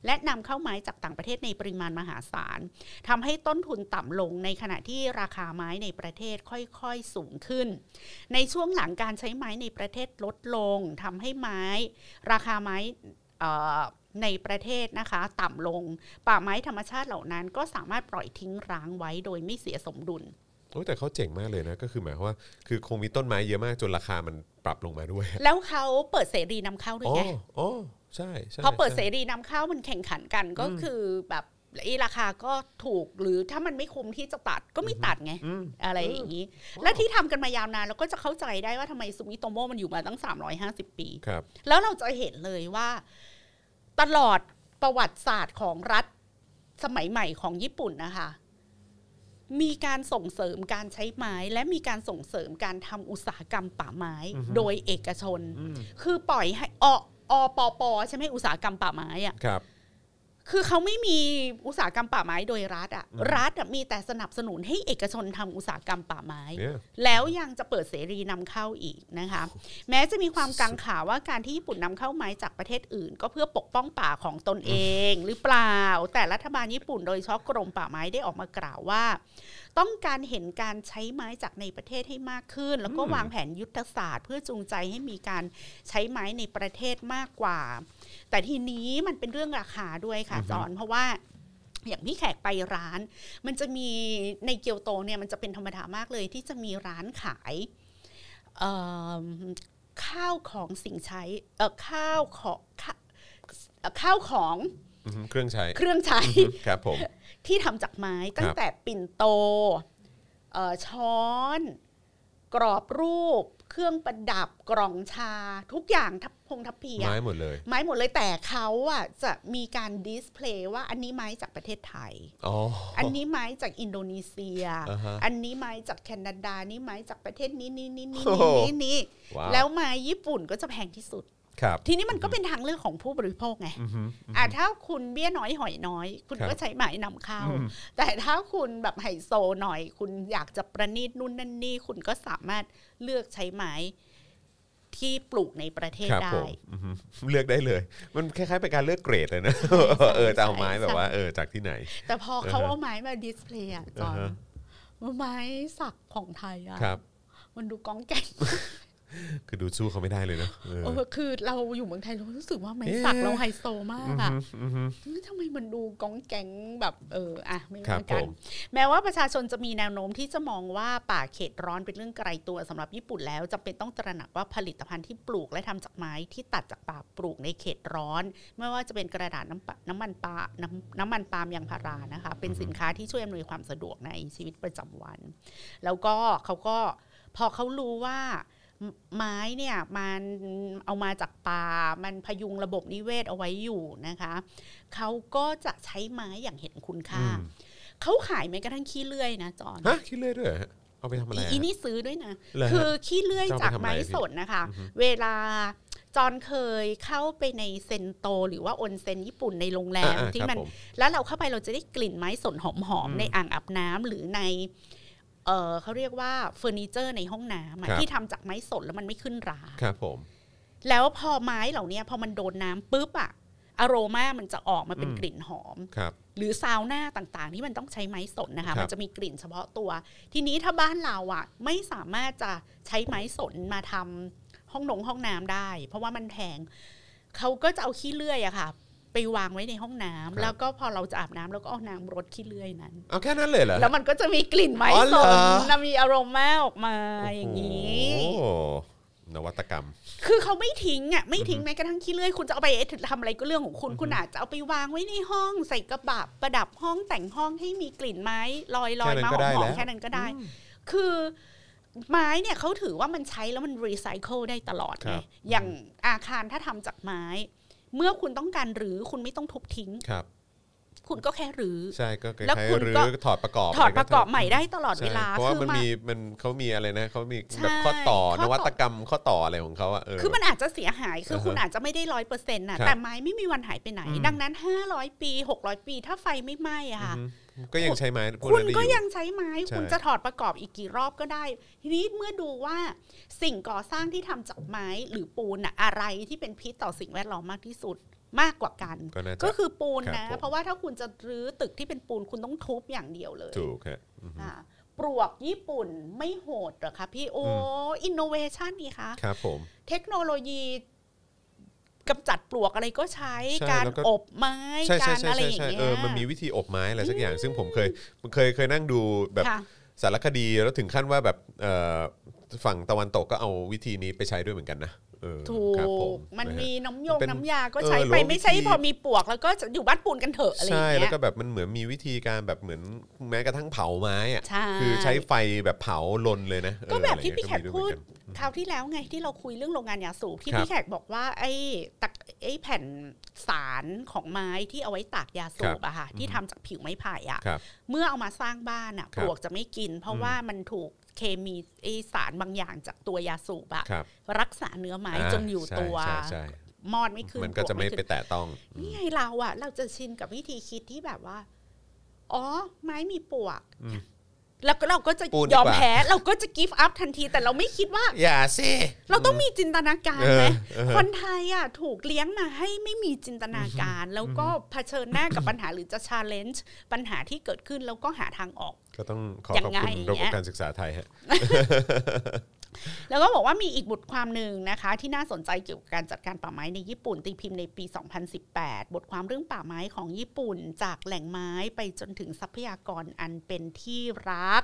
Speaker 3: และนำเข้าไม้จากต่างประเทศในปริมาณมหาศาลทำให้ต้นทุนต่ำลงในขณะที่ราคาไม้ในประเทศค่อยๆสูงขึ้น ในช่วงหลังการใช้ไม้ในประเทศลดลงทำให้ไม้ ราคาไม้เอ่อในประเทศนะคะ ต่ำลง ป่าไม้ธรรมชาติเหล่านั้นก็สามารถปล่อยทิ้งร้างไว้โดยไม่เสียสมดุล
Speaker 2: โอ้ยแต่เขาเจ๋งมากเลยนะ ก็คือหมายความว่า คือคงมีต้นไม้เยอะมากจนราคามันปรับลงมาด้วย
Speaker 3: แล้วเขาเปิดเสรีนำเข้าด้
Speaker 2: อ๋อ
Speaker 3: วยไง
Speaker 2: อ๋อใช่ใช่
Speaker 3: พอเปิดเส
Speaker 2: ใช่
Speaker 3: รีนำเข้ามันแข่งขันกันก็คือแบบไอ้ราคาก็ถูกหรือถ้ามันไม่คุ้มที่จะตัดก็ไม่ตัดไง
Speaker 2: อืม
Speaker 3: อะไรอย่างนี้
Speaker 2: ม
Speaker 3: และที่ทำกันมายาวนานเราก็จะเข้าใจได้ว่าทำไมซูมิโตโมมันอยู่มาตั้ง 350 ปี
Speaker 2: ครับ
Speaker 3: แล้วเราจะเห็นเลยว่าตลอดประวัติศาสตร์ของรัฐสมัยใหม่ของญี่ปุ่นนะคะ มีการส่งเสริมการใช้ไม้ และมีการส่งเสริมการทำอุตสาหกรรมป่าไม้
Speaker 2: อือฮึ
Speaker 3: โดยเอกชน
Speaker 2: อืม
Speaker 3: คือปล่อยให้ออปอปอใช่ไหมอุตสาหกรรมป่าไม้อะ
Speaker 2: ครับ
Speaker 3: คือเขาไม่มีอุตสาหกรรมป่าไม้โดยรัฐอ่ะ
Speaker 2: อืม
Speaker 3: รัฐอะมีแต่สนับสนุนให้เอกชนทำอุตสาหกรรมป่าไม้
Speaker 2: เนี่ย
Speaker 3: แล้วยังจะเปิดเสรีนำเข้าอีกนะคะ แม้จะมีความกังขาว่าการที่ญี่ปุ่นนำเข้าไม้จากประเทศอื่น ก็เพื่อปกป้องป่าของตนเอง หรือเปล่า แต่รัฐบาลญี่ปุ่นโดยเฉพาะกรมป่าไม้ได้ออกมากล่าวว่า ต้องการเห็นการใช้ไม้จากในประเทศให้มากขึ้น แล้วก็วางแผนยุทธศาสตร์ เพื่อจูงใจให้มีการใช้ไม้ในประเทศมากกว่า แต่ทีนี้มันเป็นเรื่องราคาด้วยค่ะจอนเพราะว่า อย่างพี่แขกไปร้าน มันจะมีในเกียวโตเนี่ยมันจะเป็นธรรมดามากเลยที่จะมีร้านขายเอิ่มข้าวของสิ่งใช้เอ่อข้าวของข้าเอ่อข้าวของ
Speaker 2: อืมเครื่องใช้
Speaker 3: เครื่องใช้
Speaker 2: ครับผม
Speaker 3: ที่ทำจากไม้ตั้งแต่ปิ่นโตเอ่อช้อน กรอบรูป เครื่องประดับกล่องชา ทุกอย่างทับพงทับเพีย
Speaker 2: ไม้หมดเลย
Speaker 3: ไม้หมดเลยแต่เขาอ่ะจะมีการดิสเพลย์ว่าอันนี้ไม้จากประเทศไทย
Speaker 2: อ๋อ
Speaker 3: อันนี้ไม้จากอินโดนีเซีย
Speaker 2: อ่าฮะ
Speaker 3: อันนี้ไม้จากแคนาดา นี่ไม้จากประเทศนี้นี่นี่นี่
Speaker 2: โอ้โห
Speaker 3: นี่นี่
Speaker 2: ว้าว
Speaker 3: แล้วไม้ญี่ปุ่นก็จะแพงที่สุด
Speaker 2: ครับ
Speaker 3: ทีนี้มันก็เป็นทางเลือกของผู้บริโภคไง
Speaker 2: อือฮึ
Speaker 3: อ่ะถ้าคุณเบี้ยน้อยหอยน้อย คุณ
Speaker 2: ครับ
Speaker 3: ก็ใช้ไม้นำเข้า
Speaker 2: อืม
Speaker 3: แต่ถ้าคุณแบบไฮโซหน่อย คุณอยากจะประณีตนู่นนั่นนี่คุณก็สามารถเลือกใช้ไม้ที่ปลูกในประเทศ
Speaker 2: ครับ
Speaker 3: ได้
Speaker 2: ผมอือฮึ เลือกได้เลย มันคล้ายๆเป็นการเลือกเกรดเลยนะ เออจะเอาไม้แบบว่าเออจากที่ไหน
Speaker 3: แต่พอเขา
Speaker 2: อ่าฮะ
Speaker 3: เอาไม้มาดิสเพลย์อะจอน
Speaker 2: อ่าฮะ
Speaker 3: ไม้สักของไทยอะ
Speaker 2: ครับ
Speaker 3: มันดูก้องแกง
Speaker 2: คือดูสู้เขาไม่ได้เลยเนอะเออ
Speaker 3: เออคือเราอยู่เมืองไทยเรารู้สึกว่าไม้
Speaker 2: เอ๊ะ
Speaker 3: สักเราไฮโซมากอะ
Speaker 2: อือฮึอือฮึ
Speaker 3: เฮ้ยทำไมมันดูก้องแก๊งแบบเอออะไม่
Speaker 2: ครับ
Speaker 3: ว่ากัน
Speaker 2: ผม
Speaker 3: แม้ว่าประชาชนจะมีแนวโน้มที่จะมองว่าป่าเขตร้อนเป็นเรื่องไกลตัวสำหรับญี่ปุ่นแล้วจำเป็นต้องตระหนักว่าผลิตภัณฑ์ที่ปลูกและทำจากไม้ที่ตัดจากป่าปลูกในเขตร้อน ไม่ว่าจะเป็นกระดาษน้ำปะน้ำมันปาน้ำน้ำมันปาล์มยางพารานะคะ เป็นสินค้าที่ช่วยอำนวยความสะดวกในชีวิตประจำวัน แล้วก็เขาก็พอเขารู้ว่า ไม้เนี่ยมันเอามาจากป่ามันพยุงระบบนิเวศเอาไว้อยู่นะคะเขาก็จะใช้ไม้อย่างเห็นคุณค่า
Speaker 2: อืม
Speaker 3: เขาขายแม้กระทั่งขี้เลื่อยนะจอน
Speaker 2: ฮะคิดเลยด้วยเหรอฮะเอาไปทำอะไร
Speaker 3: อี
Speaker 2: อะ
Speaker 3: อีนี่ซื้อด้วยนะ
Speaker 2: เหรอฮะ
Speaker 3: คือขี้เลื่อย
Speaker 2: จะเอาไป
Speaker 3: จาก
Speaker 2: ทำอะไร
Speaker 3: ไม้สดนะคะ เวลาจอนเคยเข้าไปในเซนโต หรือว่าออนเซนญี่ปุ่นในโรงแรม
Speaker 2: อ่าๆค
Speaker 3: ที่
Speaker 2: รับ
Speaker 3: มัน
Speaker 2: ผม
Speaker 3: แล้วเราเข้าไปเราจะได้กลิ่นไม้สนหอมๆในอ่างอาบน้ำหรือใน เออเขาเรียกว่าเฟอร์นิเจอร์ในห้องน้ำอะ
Speaker 2: ครับ
Speaker 3: ที่ทำจากไม้สนแล้วมันไม่ขึ้นรา
Speaker 2: ครับผม
Speaker 3: แล้วพอไม้เหล่าเนี้ยพอมันโดนน้ำปุ๊บอะอโรมามันจะออกมาเป็น
Speaker 2: อืม
Speaker 3: กลิ่นหอม
Speaker 2: ครับ
Speaker 3: หรือซาวน่าต่างๆ ที่มันต้องใช้ไม้สนนะ
Speaker 2: ครั
Speaker 3: คะ
Speaker 2: บ
Speaker 3: มันจะมีกลิ่นเฉพาะตัว ทีนี้ถ้าบ้านเราอะไม่สามารถจะใช้ไม้สนมาทำห้องนงห้องน้ำได้ เพราะว่ามันแพงเขาก็จะเอาขี้เลื่อยอะค่ะ ไปวางไว้ในห้อง
Speaker 2: ค
Speaker 3: น้ำ
Speaker 2: รับ
Speaker 3: แล้วก็พอเราจะอาบน้ำเราก็เอาน้ำรดขี้เลื่อยนั้น
Speaker 2: เอาแค่นั้นเลยเหรอ
Speaker 3: แล้วมันก็จะมีกลิ่นไม้
Speaker 2: อ๋อเห
Speaker 3: ส
Speaker 2: รอ
Speaker 3: นนะมีอารมณ์มาออกมาอย่างนี้
Speaker 2: โอ้โหนวัตกรรม
Speaker 3: คือเขาไม่ทิ้งอ่ะไม่ทิ้งแม้กระทั่งขี้เลื่อยคุณจะเอาไปทำอะไรก็เรื่องของคุณคุณอาจจะเอาไปวางไว้ในห้อง ใส่กระบะประดับห้องแต่งห้องให้มีกลิ่นไม้ลอยลอย
Speaker 2: แค่นั้
Speaker 3: มาน ห
Speaker 2: ก็ได้
Speaker 3: อ
Speaker 2: แล้
Speaker 3: ม
Speaker 2: ว
Speaker 3: ๆแค่นั้นก็ได้ คือไม้เนี่ยเขาถือว่ามันใช้แล้วมันรีไซเคิลได้ตลอด
Speaker 2: ค
Speaker 3: ไง
Speaker 2: รับ
Speaker 3: อย่างอาคารถ้าทำจากไม้ เมื่อคุณต้องการรื้อคุณไม่ต้องทุบทิ้ง
Speaker 2: ครับ
Speaker 3: คุณก็แค่รื้อ
Speaker 2: ใช่ก็คล้า
Speaker 3: แล้ว
Speaker 2: ย
Speaker 3: คุ
Speaker 2: ๆ
Speaker 3: ณ
Speaker 2: รื้
Speaker 3: ก็
Speaker 2: อถอดประกอบ
Speaker 3: ถอดประกอบ
Speaker 2: ไร
Speaker 3: ใหม่ได้ตลอด
Speaker 2: ใช่
Speaker 3: เวลา
Speaker 2: เพราะว่า
Speaker 3: คือ
Speaker 2: มัน
Speaker 3: มัน
Speaker 2: มีมันเขามีอะไรนะเขามี
Speaker 3: ใช่
Speaker 2: แบบข้อต่อ
Speaker 3: ข้อต่
Speaker 2: น
Speaker 3: อ
Speaker 2: วัตกรรมข้อต่ออะไรของเขาอะเออ
Speaker 3: คือมันอาจจะเสียหายคือ
Speaker 2: อฮะ
Speaker 3: คุณอาจจะไม่ได้ร้อยเปอร์เซ็นต์นะครับ แต่ไม้ไม่มีวันหายไปไหน
Speaker 2: อืม
Speaker 3: ดังนั้น 500 ปี 600 ปีถ้าไฟไม่ไหม้อะค่ะ
Speaker 2: อือฮึก็ยังใช้ไม้พว
Speaker 3: คุณ
Speaker 2: นั้นได้อ
Speaker 3: ก็ยังใช้ไม้
Speaker 2: ใช่
Speaker 3: คุณจะถอดประกอบอีกกี่รอบก็ได้ ทีนี้เมื่อดูว่าสิ่งก่อสร้างที่ทำจากไม้หรือปูนอะอะไรที่เป็นพิษต่อสิ่งแวดล้อมมากที่สุดมากกว่ากัน
Speaker 2: ก็น่า
Speaker 3: ก็
Speaker 2: จะ
Speaker 3: คือปูน
Speaker 2: ครับ
Speaker 3: นะ
Speaker 2: ผม
Speaker 3: เพราะว่าถ้าคุณจะรื้อตึกที่เป็นปูนคุณต้องทุบอย่างเดียวเลย
Speaker 2: ถูกฮะอือฮึ
Speaker 3: อ่าปลวกญี่ปุ่นไม่โหดเหรอคะพี่โออินโนเวชันนี่คะ
Speaker 2: ครับผม
Speaker 3: เทคโนโลยีกำจัดปลวกอะไรก็ใช้
Speaker 2: ใช่
Speaker 3: การ
Speaker 2: แล้วก็
Speaker 3: อบไม้
Speaker 2: ใช่
Speaker 3: กา
Speaker 2: ใช่
Speaker 3: ร
Speaker 2: ใช่
Speaker 3: อะไร
Speaker 2: ใช่
Speaker 3: อย่าง
Speaker 2: ใช่
Speaker 3: เงี้ย
Speaker 2: เออมันมีวิธีอบไม้อะไรสักอย่าง ซึ่งผมเคยเคยเคยนั่งดูแบบ
Speaker 3: ค่ะ
Speaker 2: สารคดีแล้วถึงขั้นว่าแบบเอ่อฝั่งตะวันตกก็เอาวิธีนี้ไปใช้ด้วยเหมือนกันนะเออ
Speaker 3: ถู
Speaker 2: ครับผ
Speaker 3: ก มันมี
Speaker 2: ะฮะ
Speaker 3: น้ำยง
Speaker 2: เป็น
Speaker 3: น้ำยาก็
Speaker 2: เออ
Speaker 3: ใช้
Speaker 2: หรือ
Speaker 3: ไป
Speaker 2: ว่า
Speaker 3: ไม่ใช่
Speaker 2: วิธี
Speaker 3: พอมีปลวกแล้วก็จะอยู่บ้านปูนกันเถอะอะไรอย่า
Speaker 2: ใช่
Speaker 3: ง
Speaker 2: แล้ว
Speaker 3: เงี้ย
Speaker 2: ก็แบบมันเหมือนมีวิธีการแบบเหมือนแม้กระทั่งเผาไม้อะ
Speaker 3: ใช่
Speaker 2: คือใช้ไฟแบบเผาลนเลยนะเออ
Speaker 3: ก็แบบ
Speaker 2: อะไร
Speaker 3: ที่
Speaker 2: เงี้ย
Speaker 3: พี่แขก
Speaker 2: มีวย
Speaker 3: พูด
Speaker 2: เหมือนกัน
Speaker 3: คราวที่แล้วไงที่เราคุยเรื่องโรงงานยาสูบที่
Speaker 2: ครับ
Speaker 3: พี่แขกบอกว่าไอ้ตักไอ้แผ่นสารของไม้ที่เอาไว้ตากยาสูบอะค่ะที่ทำจากผิวไม้ไผ่อะ
Speaker 2: ครับ
Speaker 3: เมื่อเอามาสร้างบ้านอะ
Speaker 2: ค
Speaker 3: ป
Speaker 2: รับ
Speaker 3: ลวกจะไม่กิน เพราะว่ามันถูกเคมีไอ้สารบางอย่างจากตัวยาสูบอะ
Speaker 2: ครับ
Speaker 3: รักษาเนื้อไม้
Speaker 2: า
Speaker 3: จนอยู่
Speaker 2: ใช่
Speaker 3: ตัว
Speaker 2: ใช่ใช่
Speaker 3: มอดไม่คืน
Speaker 2: มันก็จะไม่
Speaker 3: ปลว
Speaker 2: ไป
Speaker 3: ขึ้น
Speaker 2: แตะต้อง
Speaker 3: นี่ไงเราอะเราจะชินกับวิธีคิดที่แบบว่า อ๋อ ไม้มีปลวก
Speaker 2: อืม
Speaker 3: แล้วก็เราก็จะ
Speaker 2: ปูนดีก
Speaker 3: ย
Speaker 2: ว่า
Speaker 3: อมแพ้เราก็จะกิฟต์อัพทันที แต่เราไม่คิดว่า
Speaker 2: อย่าสิ
Speaker 3: เราต้องมีจินตนาการ
Speaker 2: เอ
Speaker 3: ไหม
Speaker 2: อเออ
Speaker 3: คนไทยอะถูกเลี้ยงมาให้ไม่มีจินตนาการ แล้วก็เผชิญหน้ากับปัญหาหรือจะชาเลนจ์ปัญหาที่เกิดขึ้นแล้วก็หาทางออก
Speaker 2: ก็ต้องขอ
Speaker 3: ยัง
Speaker 2: ขอบ
Speaker 3: ไง
Speaker 2: คุณระบ
Speaker 3: เนี่
Speaker 2: บ
Speaker 3: ย
Speaker 2: การศึกษาไทยฮะ
Speaker 3: แล้วก็บอกว่ามีอีกบทความหนึ่งนะคะ ที่น่าสนใจเกี่ยวกับการจัดการป่าไม้ในญี่ปุ่นตีพิมพ์ในปี 2018 บทความเรื่องป่าไม้ของญี่ปุ่น จากแหล่งไม้ไปจนถึงทรัพยากรอันเป็นที่รัก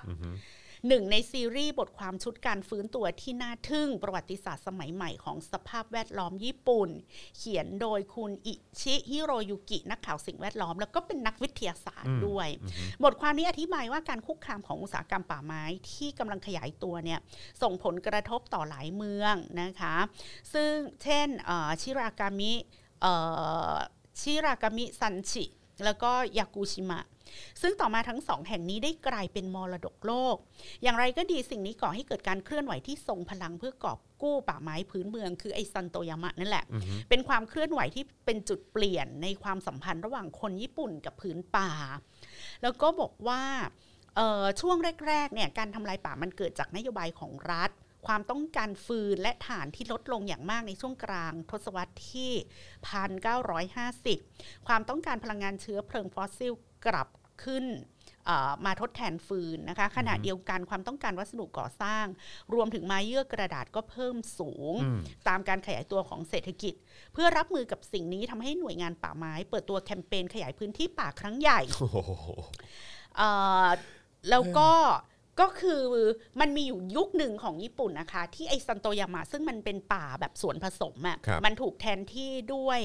Speaker 3: หนึ่งในซีรีส์บทความชุดการฟื้นตัวที่น่าทึ่งประวัติศาสตร์สมัยใหม่ของสภาพแวดล้อมญี่ปุ่น เขียนโดยคุณอิชิฮิโรยุกินักข่าวสิ่งแวดล้อม แล้วก็เป็นนักวิทยาศาสตร์ด้วย บทความนี้อธิบายว่าการคุกคามของอุตสาหกรรมป่าไม้ที่กำลังขยายตัวเนี่ย ส่งผลกระทบต่อหลายเมืองนะคะ ซึ่งเช่นเอ่อชิรากามิเอ่อชิรากามิซันชิ แล้วก็ยากูชิมะ ซึ่งต่อมาทั้งสองแห่งนี้ได้กลายเป็นมรดกโลก อย่างไรก็ดีสิ่งนี้ก่อให้เกิดการเคลื่อนไหวที่ทรงพลังเพื่อกอบกู้ป่าไม้พื้นเมือง คือไอซันโตยามะนั่นแหละ เป็นความเคลื่อนไหวที่เป็นจุดเปลี่ยนในความสัมพันธ์ระหว่างคนญี่ปุ่นกับพื้นป่า แล้วก็บอกว่าเอ่อช่วงแรกๆเนี่ยการทำลายป่ามันเกิดจากนโยบายของรัฐ ความต้องการฟืนและถ่านที่ลดลงอย่างมากในช่วงกลางทศวรรษที่ 1950 ความต้องการพลังงานเชื้อเพลิงฟอสซิลกลับขึ้นเอ่อมาทดแทนฟืนนะคะขณะเดียวกันความต้องการวัสดุก่อสร้าง รวมถึงไม้เยื่อกระดาษก็เพิ่มสูง ตามการขยายตัวของเศรษฐกิจ เพื่อรับมือกับสิ่งนี้ทำให้หน่วยงานป่าไม้ เปิดตัวแคมเปญขยายพื้นที่ป่าครั้งใหญ่
Speaker 2: โอ้โห
Speaker 3: เอ่อแล้วก็ก็คือมันมีอยู่ยุคหนึ่งของญี่ปุ่นนะคะ ที่ไอซันโตยามะซึ่งมันเป็นป่าแบบสวนผสมอะ
Speaker 2: ครับ
Speaker 3: มันถูกแทนที่ด้วย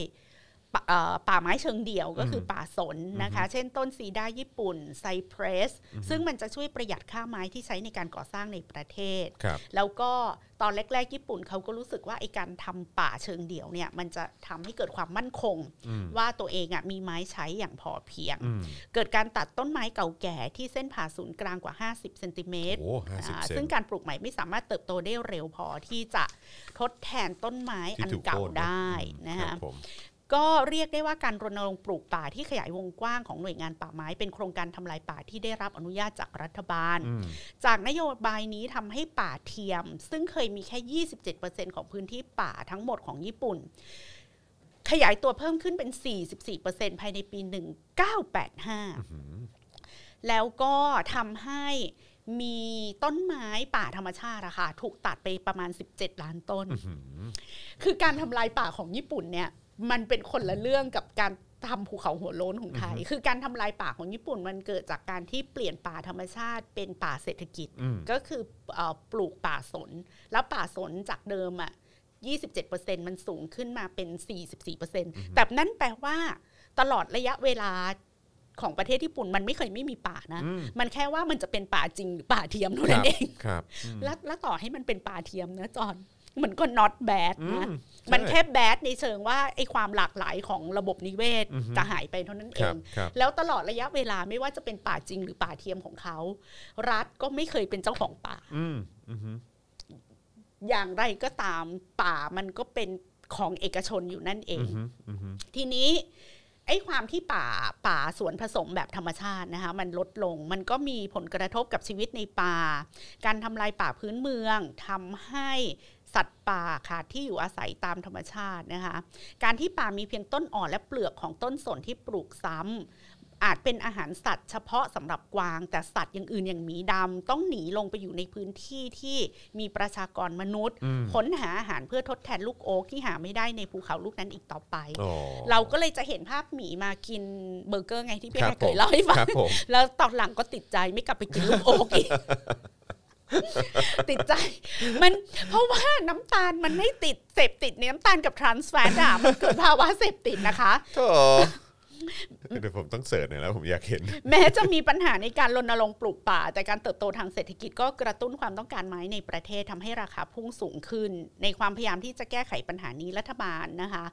Speaker 3: ป่าเอ่อป่าไม้เชิงเดี่ยวก็คือป่าสนนะคะ เช่นต้นซีด้าญี่ปุ่นไซเพรส ซึ่งมันจะช่วยประหยัดค่าไม้ที่ใช้ในการก่อสร้างในประเทศ
Speaker 2: ครับ
Speaker 3: แล้วก็ตอนแรก ๆ ญี่ปุ่นเขาก็รู้สึกว่าไอการทำป่าเชิงเดี่ยวเนี่ยมันจะทำให้เกิดความมั่นคง ว่าตัวเองอะมีไม้ใช้อย่างพอเพียง เกิดการตัดต้นไม้เก่าแก่ที่เส้นผ่าศูนย์กลางกว่า 50 เซนติเมตร
Speaker 2: โอ้ห้าสิบ
Speaker 3: อ่า
Speaker 2: เซน
Speaker 3: ซึ่งการปลูกใหม่ไม่สามารถเติบโตได้เร็วพอที่จะทดแทนต้นไม้
Speaker 2: ที่
Speaker 3: อัน
Speaker 2: ถูก
Speaker 3: เก่า
Speaker 2: โค่น
Speaker 3: ได้
Speaker 2: อืม
Speaker 3: นะ
Speaker 2: ค
Speaker 3: คะ
Speaker 2: รับผม
Speaker 3: ก็เรียกได้ว่าการรณรงค์ปลูกป่าที่ขยายวงกว้างของหน่วยงานป่าไม้ เป็นโครงการทำลายป่าที่ได้รับอนุญาตจากรัฐบาล จากนโยบายนี้ทำให้ป่าเทียม ซึ่งเคยมีแค่ 27%ของพื้นที่ป่าทั้งหมดของญี่ปุ่น ขยายตัวเพิ่มขึ้นเป็น 44%ภายในปี 1985 แล้วก็ทำให้มีต้นไม้ป่าธรรมชาติอะค่ะถูกตัดไปประมาณ 17 ล้านต้น คือการทำลายป่าของญี่ปุ่นเนี่ย มันเป็นคนละเรื่องกับการ ตามภูเขาหัวโล้นของไทย คือการทำลายป่าของญี่ปุ่นมันเกิดจากการที่เปลี่ยนป่าธรรมชาติเป็นป่าเศรษฐกิจ
Speaker 2: อืม
Speaker 3: ก็คือเอ่อปลูกป่าสน แล้วป่าสนจากเดิมอ่ะ 27%มันสูงขึ้นมาเป็น 44%แต่นั่นแปลว่าตลอดระยะเวลาของประเทศญี่ปุ่นมันไม่เคยไม่มีป่านะ
Speaker 2: อืม
Speaker 3: มันแค่ว่ามันจะเป็นป่าจริงหรือป่าเทียมเท่านั้นเอง
Speaker 2: ครับ
Speaker 3: แล้วแล้วต่อให้มันเป็นป่าเทียมนะจอนมันก็ not bad
Speaker 2: อื
Speaker 3: นะ
Speaker 2: ม
Speaker 3: มัน
Speaker 2: ใช่
Speaker 3: แค่แบดในเชิงว่าไอ้ความหลากหลายของระบบนิเวศ
Speaker 2: อือฮึ
Speaker 3: จะหายไปเท่านั้นเอ
Speaker 2: ครับ
Speaker 3: ง
Speaker 2: ครับ
Speaker 3: แล้วตลอดระยะเวลาไม่ว่าจะเป็นป่าจริงหรือป่าเทียมของเขา รัฐก็ไม่เคยเป็นเจ้าของป่า
Speaker 2: อืมอืม
Speaker 3: อย่างไรก็ตามป่ามันก็เป็นของเอกชนอยู่นั่นเอ
Speaker 2: อื
Speaker 3: ง
Speaker 2: มอืม
Speaker 3: ทีนี้ไอ้ความที่ป่าป่าสวนผสมแบบธรรมชาตินะคะมันลดลงมันก็มีผลกระทบกับชีวิตในป่า การทำลายป่าพื้นเมืองทำให้สัตว์ป่าขาดที่อยู่อาศัยตามธรรมชาตินะคะการที่ป่ามีเพียงต้นอ่อนและเปลือกของต้นสนที่ปลูกซ้ำอาจเป็นอาหารสัตว์เฉพาะสำหรับกวาง แต่สัตว์อย่างอื่นอย่างหมีดำต้องหนีลงไปอยู่ในพื้นที่ที่มีประชากรมนุษย์
Speaker 2: อืม
Speaker 3: ค้นหาอาหารเพื่อทดแทนลูกโอ๊กที่หาไม่ได้ในภูเขาลูกนั้นอีกต่อไป
Speaker 2: อ๋อ
Speaker 3: เราก็เลยจะเห็นภาพหมีมากินเบอร์เกอร์ไงที่พี่
Speaker 2: ครั
Speaker 3: แฮ
Speaker 2: บ
Speaker 3: กเค
Speaker 2: ผม
Speaker 3: ยเล่าให้ฟั
Speaker 2: ค
Speaker 3: ง
Speaker 2: รับผม
Speaker 3: แล้วตอนหลังก็ติดใจไม่กลับไปกินลูกโอ๊กอีก ติดใจ มันเพราะว่าน้ำตาลมันไม่ติดเสพติดในน้ำตาลกับทรานส์แฟตอ่ะมันเกิดภาวะเสพติดนะคะ
Speaker 2: โถเดี๋ยวผมต้องเสิร์ชหน่อยแล้วผมอยากเห็น
Speaker 3: แม้จะมีปัญหาในการรณรงค์ปลูกป่า แต่การเติบโตทางเศรษฐกิจก็กระตุ้นความต้องการไม้ในประเทศทำให้ราคาพุ่งสูงขึ้น ในความพยายามที่จะแก้ไขปัญหานี้รัฐบาลนะคะ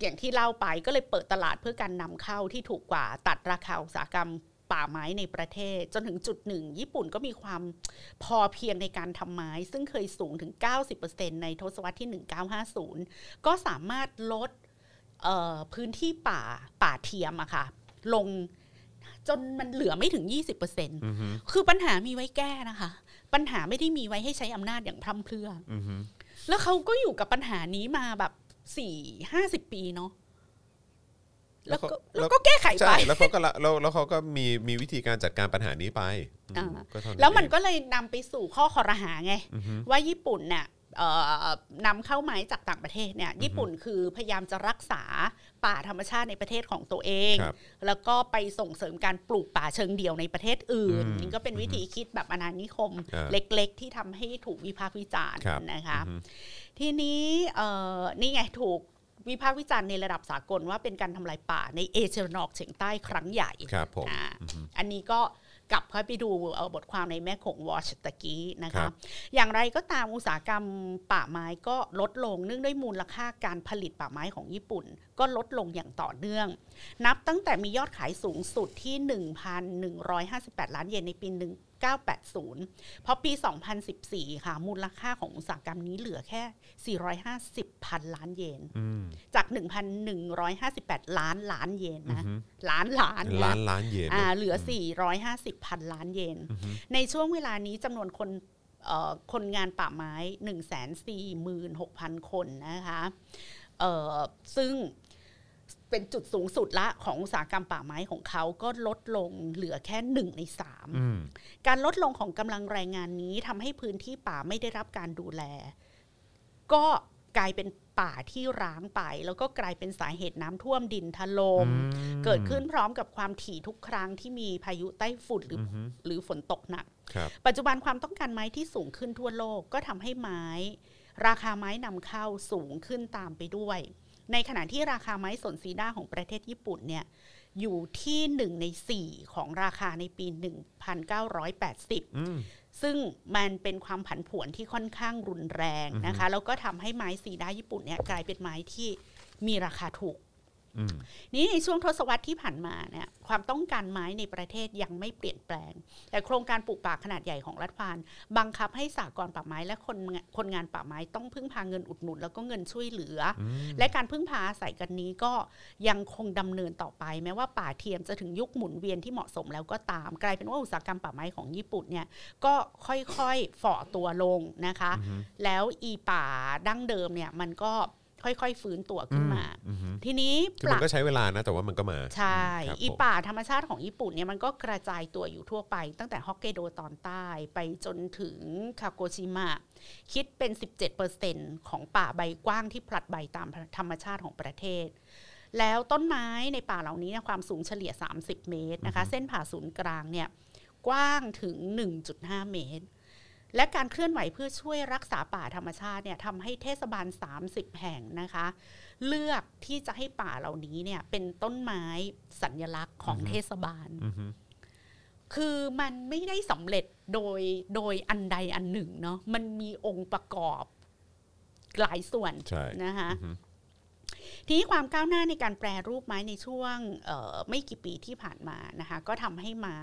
Speaker 3: อย่างที่เล่าไปก็เลยเปิดตลาดเพื่อการนำเข้าที่ถูกกว่าตัดราคาอุตสาหกรรมป่าไม้ในประเทศ จนถึงจุดหนึ่ง ญี่ปุ่นก็มีความพอเพียงในการทำไม้ ซึ่งเคยสูงถึง 90%ในทศวรรษที่ 1950 ก็สามารถลดเอ่อพื้นที่ป่าป่าเทียมอะค่ะ ลงจนมันเหลือไม่ถึง 20%คือปัญหามีไว้แก้นะคะ ปัญหาไม่ได้มีไว้ให้ใช้อำนาจอย่างพร่ำเพรื่อ แล้วเขาก็อยู่กับปัญหานี้มาแบบสี่ห้าสิบปีเนาะ
Speaker 2: แล้ก็
Speaker 3: แล้ว วก็แล้วก็แก้ไขไป
Speaker 2: ใช่ แล้วเขาก็ละแล้วแล้วเขาก็มีมีวิธีการจัดการปัญหานี้ไปอืม
Speaker 3: อ่า
Speaker 2: ก็เท่า
Speaker 3: แล้วมัน
Speaker 2: เอง
Speaker 3: ก็เลยนำไปสู่ข้อคอรหาไง
Speaker 2: อือฮึ
Speaker 3: ว่าญี่ปุ่นเนี่ยเอ่อนำเข้าไม้จากต่างประเทศเนี่ยญี่ปุ่นคือพยายามจะรักษาป่าธรรมชาติในประเทศของตัวเอง
Speaker 2: ครับ
Speaker 3: แล้วก็ไปส่งเสริมการปลูกป่าเชิงเดี่ยวในประเทศอื่น
Speaker 2: อืม
Speaker 3: นี่ก็เป็นวิธีคิดแบบอนานิคม
Speaker 2: อ่า
Speaker 3: เล็กๆ ที่ทำให้ถูกวิพากษ์วิจารณ์
Speaker 2: ครับ
Speaker 3: นะ
Speaker 2: อื
Speaker 3: คะ
Speaker 2: อฮึ
Speaker 3: ทีนี้เอ่อนี่ไงถูกวิพากษ์วิจารณ์ในระดับสากลว่าเป็นการทำลายป่าในเอเชียตะวันออกเฉียงใต้ครั้งใหญ่
Speaker 2: ครับผม
Speaker 3: อ่าอันนี้ก็กลับเข้าไปดูเอ่อบทความในแม่โขงวอชตะกี้นะ
Speaker 2: ครั
Speaker 3: คะ
Speaker 2: บ
Speaker 3: อย่างไรก็ตามอุตสาหกรรมป่าไม้ก็ลดลงเนื่องด้วยมูลค่าการผลิตป่าไม้ของญี่ปุ่น ก็ลดลงอย่างต่อเนื่อง นับตั้งแต่มียอดขายสูงสุดที่ 1,158 ล้านเยนในปี 1980 เพราะปี 2014 ค่ะ มูลค่าของอุตสาหกรรมนี้เหลือแค่ 450พันล้านเยน
Speaker 2: อืม
Speaker 3: จาก 1,158 ล้านล้านเยน
Speaker 2: อือ
Speaker 3: นะ
Speaker 2: ฮึ
Speaker 3: ล้านล้านนะ
Speaker 2: ล้านล้านเยน
Speaker 3: อ่า
Speaker 2: นะ
Speaker 3: เหลือ 450พันล้านเยน
Speaker 2: อือฮึ
Speaker 3: ในช่วงเวลานี้จำนวนคนเอ่อคนงานป่าไม้ 146,000 คนนะคะเอ่อซึ่งเป็นจุดสูงสุดละของอุตสาหกรรมป่าไม้ของเขาก็ลดลงเหลือแค่หนึ่งในสาม
Speaker 2: อืม
Speaker 3: การลดลงของกำลังแรงงานนี้ทำให้พื้นที่ป่าไม่ได้รับการดูแล ก็กลายเป็นป่าที่ร้างไป แล้วก็กลายเป็นสาเหตุน้ำท่วมดินถลม่ม
Speaker 2: อืม
Speaker 3: เกิดขึ้นพร้อมกับความถี่ทุกครั้งที่มีพายุใต้ฝุ่นหรืออหรือฝนตกหนัก
Speaker 2: ครับ
Speaker 3: ปัจจุบันความต้องการไม้ที่สูงขึ้นทั่วโลกก็ทำให้ไม้ ราคาไม้นำเข้าสูงขึ้นตามไปด้วย ในขณะที่ราคาไม้สนซีด้าของประเทศญี่ปุ่นเนี่ยอยู่ที่หนึ่งในสี่ของราคาในปี 1980
Speaker 2: อืม
Speaker 3: ซึ่งมันเป็นความผันผวนที่ค่อนข้างรุนแรงนะคะ แล้วก็ทำให้ไม้ซีด้าญี่ปุ่นเนี่ยกลายเป็นไม้ที่มีราคาถูก
Speaker 2: อืม
Speaker 3: นี่ในช่วงทศวรรษที่ผ่านมาเนี่ยความต้องการไม้ในประเทศยังไม่เปลี่ยนแปลง แต่โครงการปลูกป่าขนาดใหญ่ของรัฐบาลบังคับให้สากรณ์ป่าไม้และคนงานคนงานป่าไม้ต้องพึ่งพาเงินอุดหนุน แล้วก็เงินช่วยเหลืออและการพึ่งพาอาศัยกันนี้ก็ยังคงดำเนินต่อไป แม้ว่าป่าเทียมจะถึงยุคหมุนเวียนที่เหมาะสมแล้วก็ตาม กลายเป็นว่าอุตสาหกรรมป่าไม้ของญี่ปุ่นเนี่ยก็ค่อยๆฝ่อตัวลงนะคะ แล้วอีป่าดั้งเดิมเนี่ยมันก็ค่อยๆฟื้นตัวขึ้นมา
Speaker 2: อือฮึ
Speaker 3: ทีนี้
Speaker 2: คือ
Speaker 3: ป
Speaker 2: มัน
Speaker 3: รับ
Speaker 2: ก็ใช้เวลานะ แต่ว่ามันก็มา
Speaker 3: ใช่
Speaker 2: ครับผม
Speaker 3: อีป่าธรรมชาติของญี่ปุ่นเนี่ยมันก็กระจายตัวอยู่ทั่วไป ตั้งแต่ฮอกไกโดตอนใต้ไปจนถึงคาโกชิมะ คิดเป็น 17%ของป่าใบกว้างที่ผลัดใบตามธรรมชาติของประเทศ แล้วต้นไม้ในป่าเหล่านี้เนี่ยความสูงเฉลี่ย 30 เมตรนะคะ เส้นผ่าศูนย์กลางเนี่ยกว้างถึง 1.5 เมตร และการเคลื่อนไหวเพื่อช่วยรักษาป่าธรรมชาติเนี่ยทำให้เทศบาล 30 แห่งนะคะ เลือกที่จะให้ป่าเหล่านี้เนี่ยเป็นต้นไม้สัญลักษณ์ของเทศบาล
Speaker 2: อือฮึ
Speaker 3: คือมันไม่ได้สำเร็จโดยโดยอันใดอันหนึ่งเนาะมันมีองค์ประกอบหลายส่วน
Speaker 2: ใช่
Speaker 3: นะคะ
Speaker 2: อือฮึ
Speaker 3: ทีนี้ความก้าวหน้าในการแปรรูปไม้ในช่วงเอ่อไม่กี่ปีที่ผ่านมานะคะก็ทำให้ไม้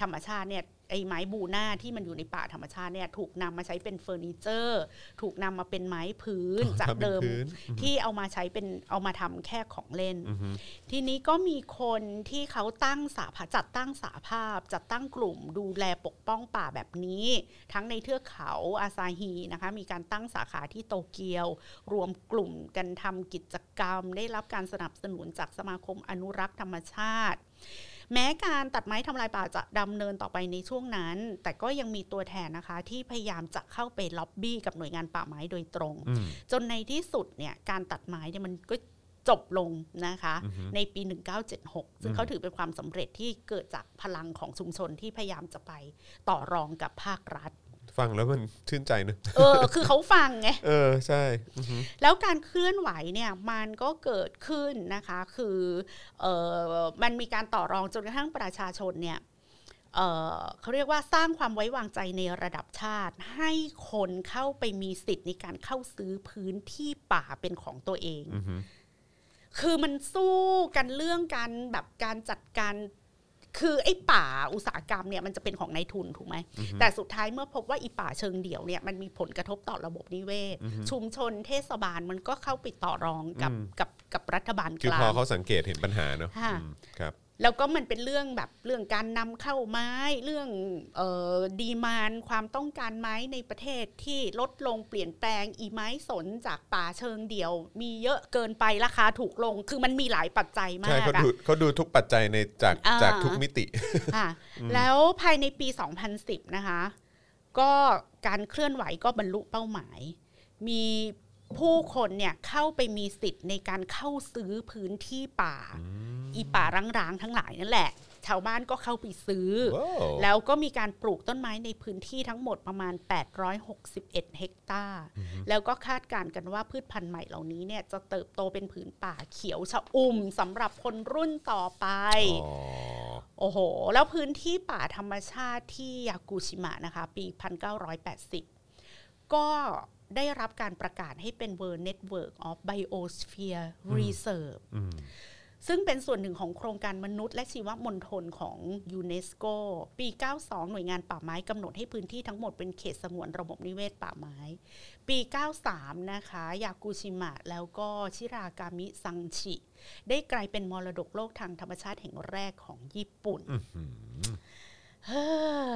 Speaker 3: ธรรมชาติเนี่ยไอ้ไม้บูหน้าที่มันอยู่ในป่าธรรมชาติเนี่ยถูกนำมาใช้เป็นเฟอร์นิเจอร์ ถูกนำมาเป็นไม้พื้ นจาก
Speaker 2: ทำเป็น
Speaker 3: เดิม
Speaker 2: พื้น
Speaker 3: ที่เอามาใช้เป็นเอามาทำแค่ของเล่น
Speaker 2: อือฮึ
Speaker 3: ทีนี้ก็มีคนที่เขาตั้งสาภาจัดตั้งสาภาพ จัดตั้งกลุ่มดูแลปกป้องป่าแบบนี้ ทั้งในเทือกเขาอาซาฮีนะคะ มีการตั้งสาขาที่โตเกียว รวมกลุ่มกันทำกิจกรรม ได้รับการสนับสนุนจากสมาคมอนุรักษ์ธรรมชาติ แม้การตัดไม้ทำลายป่าจะดำเนินต่อไปในช่วงนั้น แต่ก็ยังมีตัวแทนนะคะ ที่พยายามจะเข้าไปล็อบบี้กับหน่วยงานป่าไม้โดยตรง
Speaker 2: อืม
Speaker 3: จนในที่สุดเนี่ยการตัดไม้เนี่ยมันก็จบลงนะคะ
Speaker 2: อือฮึ
Speaker 3: ในปี 1976 ซึ่งเขาถือเป็นความสำเร็จที่เกิดจากพลังของชุมชนที่พยายามจะไปต่อรองกับภาครัฐ
Speaker 2: ฟังแล้วมันชื่นใจเนอะ
Speaker 3: เออ คือเขาฟังไง
Speaker 2: เออใช่อือฮึ
Speaker 3: แล้วการเคลื่อนไหวเนี่ยมันก็เกิดขึ้นนะคะคือเออมันมีการต่อรองจนกระทั่งประชาชนเนี่ยเอ่อเขาเรียกว่าสร้างความไว้วางใจในระดับชาติ ให้คนเข้าไปมีสิทธิ์ในการเข้าซื้อพื้นที่ป่าเป็นของตัวเอง
Speaker 2: อือฮึ
Speaker 3: คือมันสู้กันเรื่องการแบบการจัดการ คือไอ้ป่าอุตสาหกรรมเนี่ยมันจะเป็นของนายทุนถูกไหม แต่สุดท้ายเมื่อพบว่าอีป่าเชิงเดี่ยวเนี่ยมันมีผลกระทบต่อระบบนิเวศ ชุมชนเทศบาลมันก็เข้าไปต่อรองกับ
Speaker 2: อืม
Speaker 3: กับกับรัฐบาลก
Speaker 2: คือ
Speaker 3: ลา
Speaker 2: พอง เขาสังเกตเห็นปัญหาเนอะ
Speaker 3: ค่ะ
Speaker 2: อืมครับ
Speaker 3: แล้วก็มันเป็นเรื่องแบบเรื่องการนำเข้าไม้เรื่องเอ่อดีมานความต้องการไม้ในประเทศที่ลดลงเปลี่ยนแปลงอีไม้สนจากป่าเชิงเดี่ยว มีเยอะเกินไปราคาถูกลง คือมันมีหลายปัจจัยมา
Speaker 2: ใช่
Speaker 3: ก
Speaker 2: เขา
Speaker 3: อะ
Speaker 2: ดูเขาดูทุกปัจจัยในจาก
Speaker 3: อ่า
Speaker 2: จากทุกมิติ
Speaker 3: ค่ะแล้วภายในปี 2010 นะคะ ก็การเคลื่อนไหวก็บรรลุเป้าหมาย มีผู้คนเนี่ยเข้าไปมีสิทธิ์ในการเข้าซื้อพื้นที่ป่า อีป่าร้างๆ ทั้งหลายนั่นแหละ ชาวบ้านก็เข้าไปซื้อ
Speaker 2: ว้าว
Speaker 3: แล้วก็มีการปลูกต้นไม้ในพื้นที่ทั้งหมดประมาณ 861 เฮกตาร์ แล้วก็คาดการณ์กันว่าพืชพันธุ์ใหม่เหล่านี้เนี่ยจะเติบโตเป็นผืนป่าเขียวชะอุ่มสำหรับคนรุ่นต่อไป
Speaker 2: อ๋อ
Speaker 3: โอ้โห แล้วพื้นที่ป่าธรรมชาติที่ยากูชิมะนะคะ ปี 1980 ก็ได้รับการประกาศให้เป็น World Network of Biosphere Reserve
Speaker 2: อืม
Speaker 3: ซึ่งเป็นส่วนหนึ่งของโครงการมนุษย์และชีวมณฑลของยูเนสโกปี 92 หน่วยงานป่าไม้กำหนดให้พื้นที่ทั้งหมดเป็นเขตสงวนระบบนิเวศป่าไม้ ปี 93 นะคะ ยากูชิมะ แล้วก็ชิรากามิซังชิ ได้กลายเป็นมรดกโลกทางธรรมชาติแห่งแรกของญี่ปุ่น เฮ้อ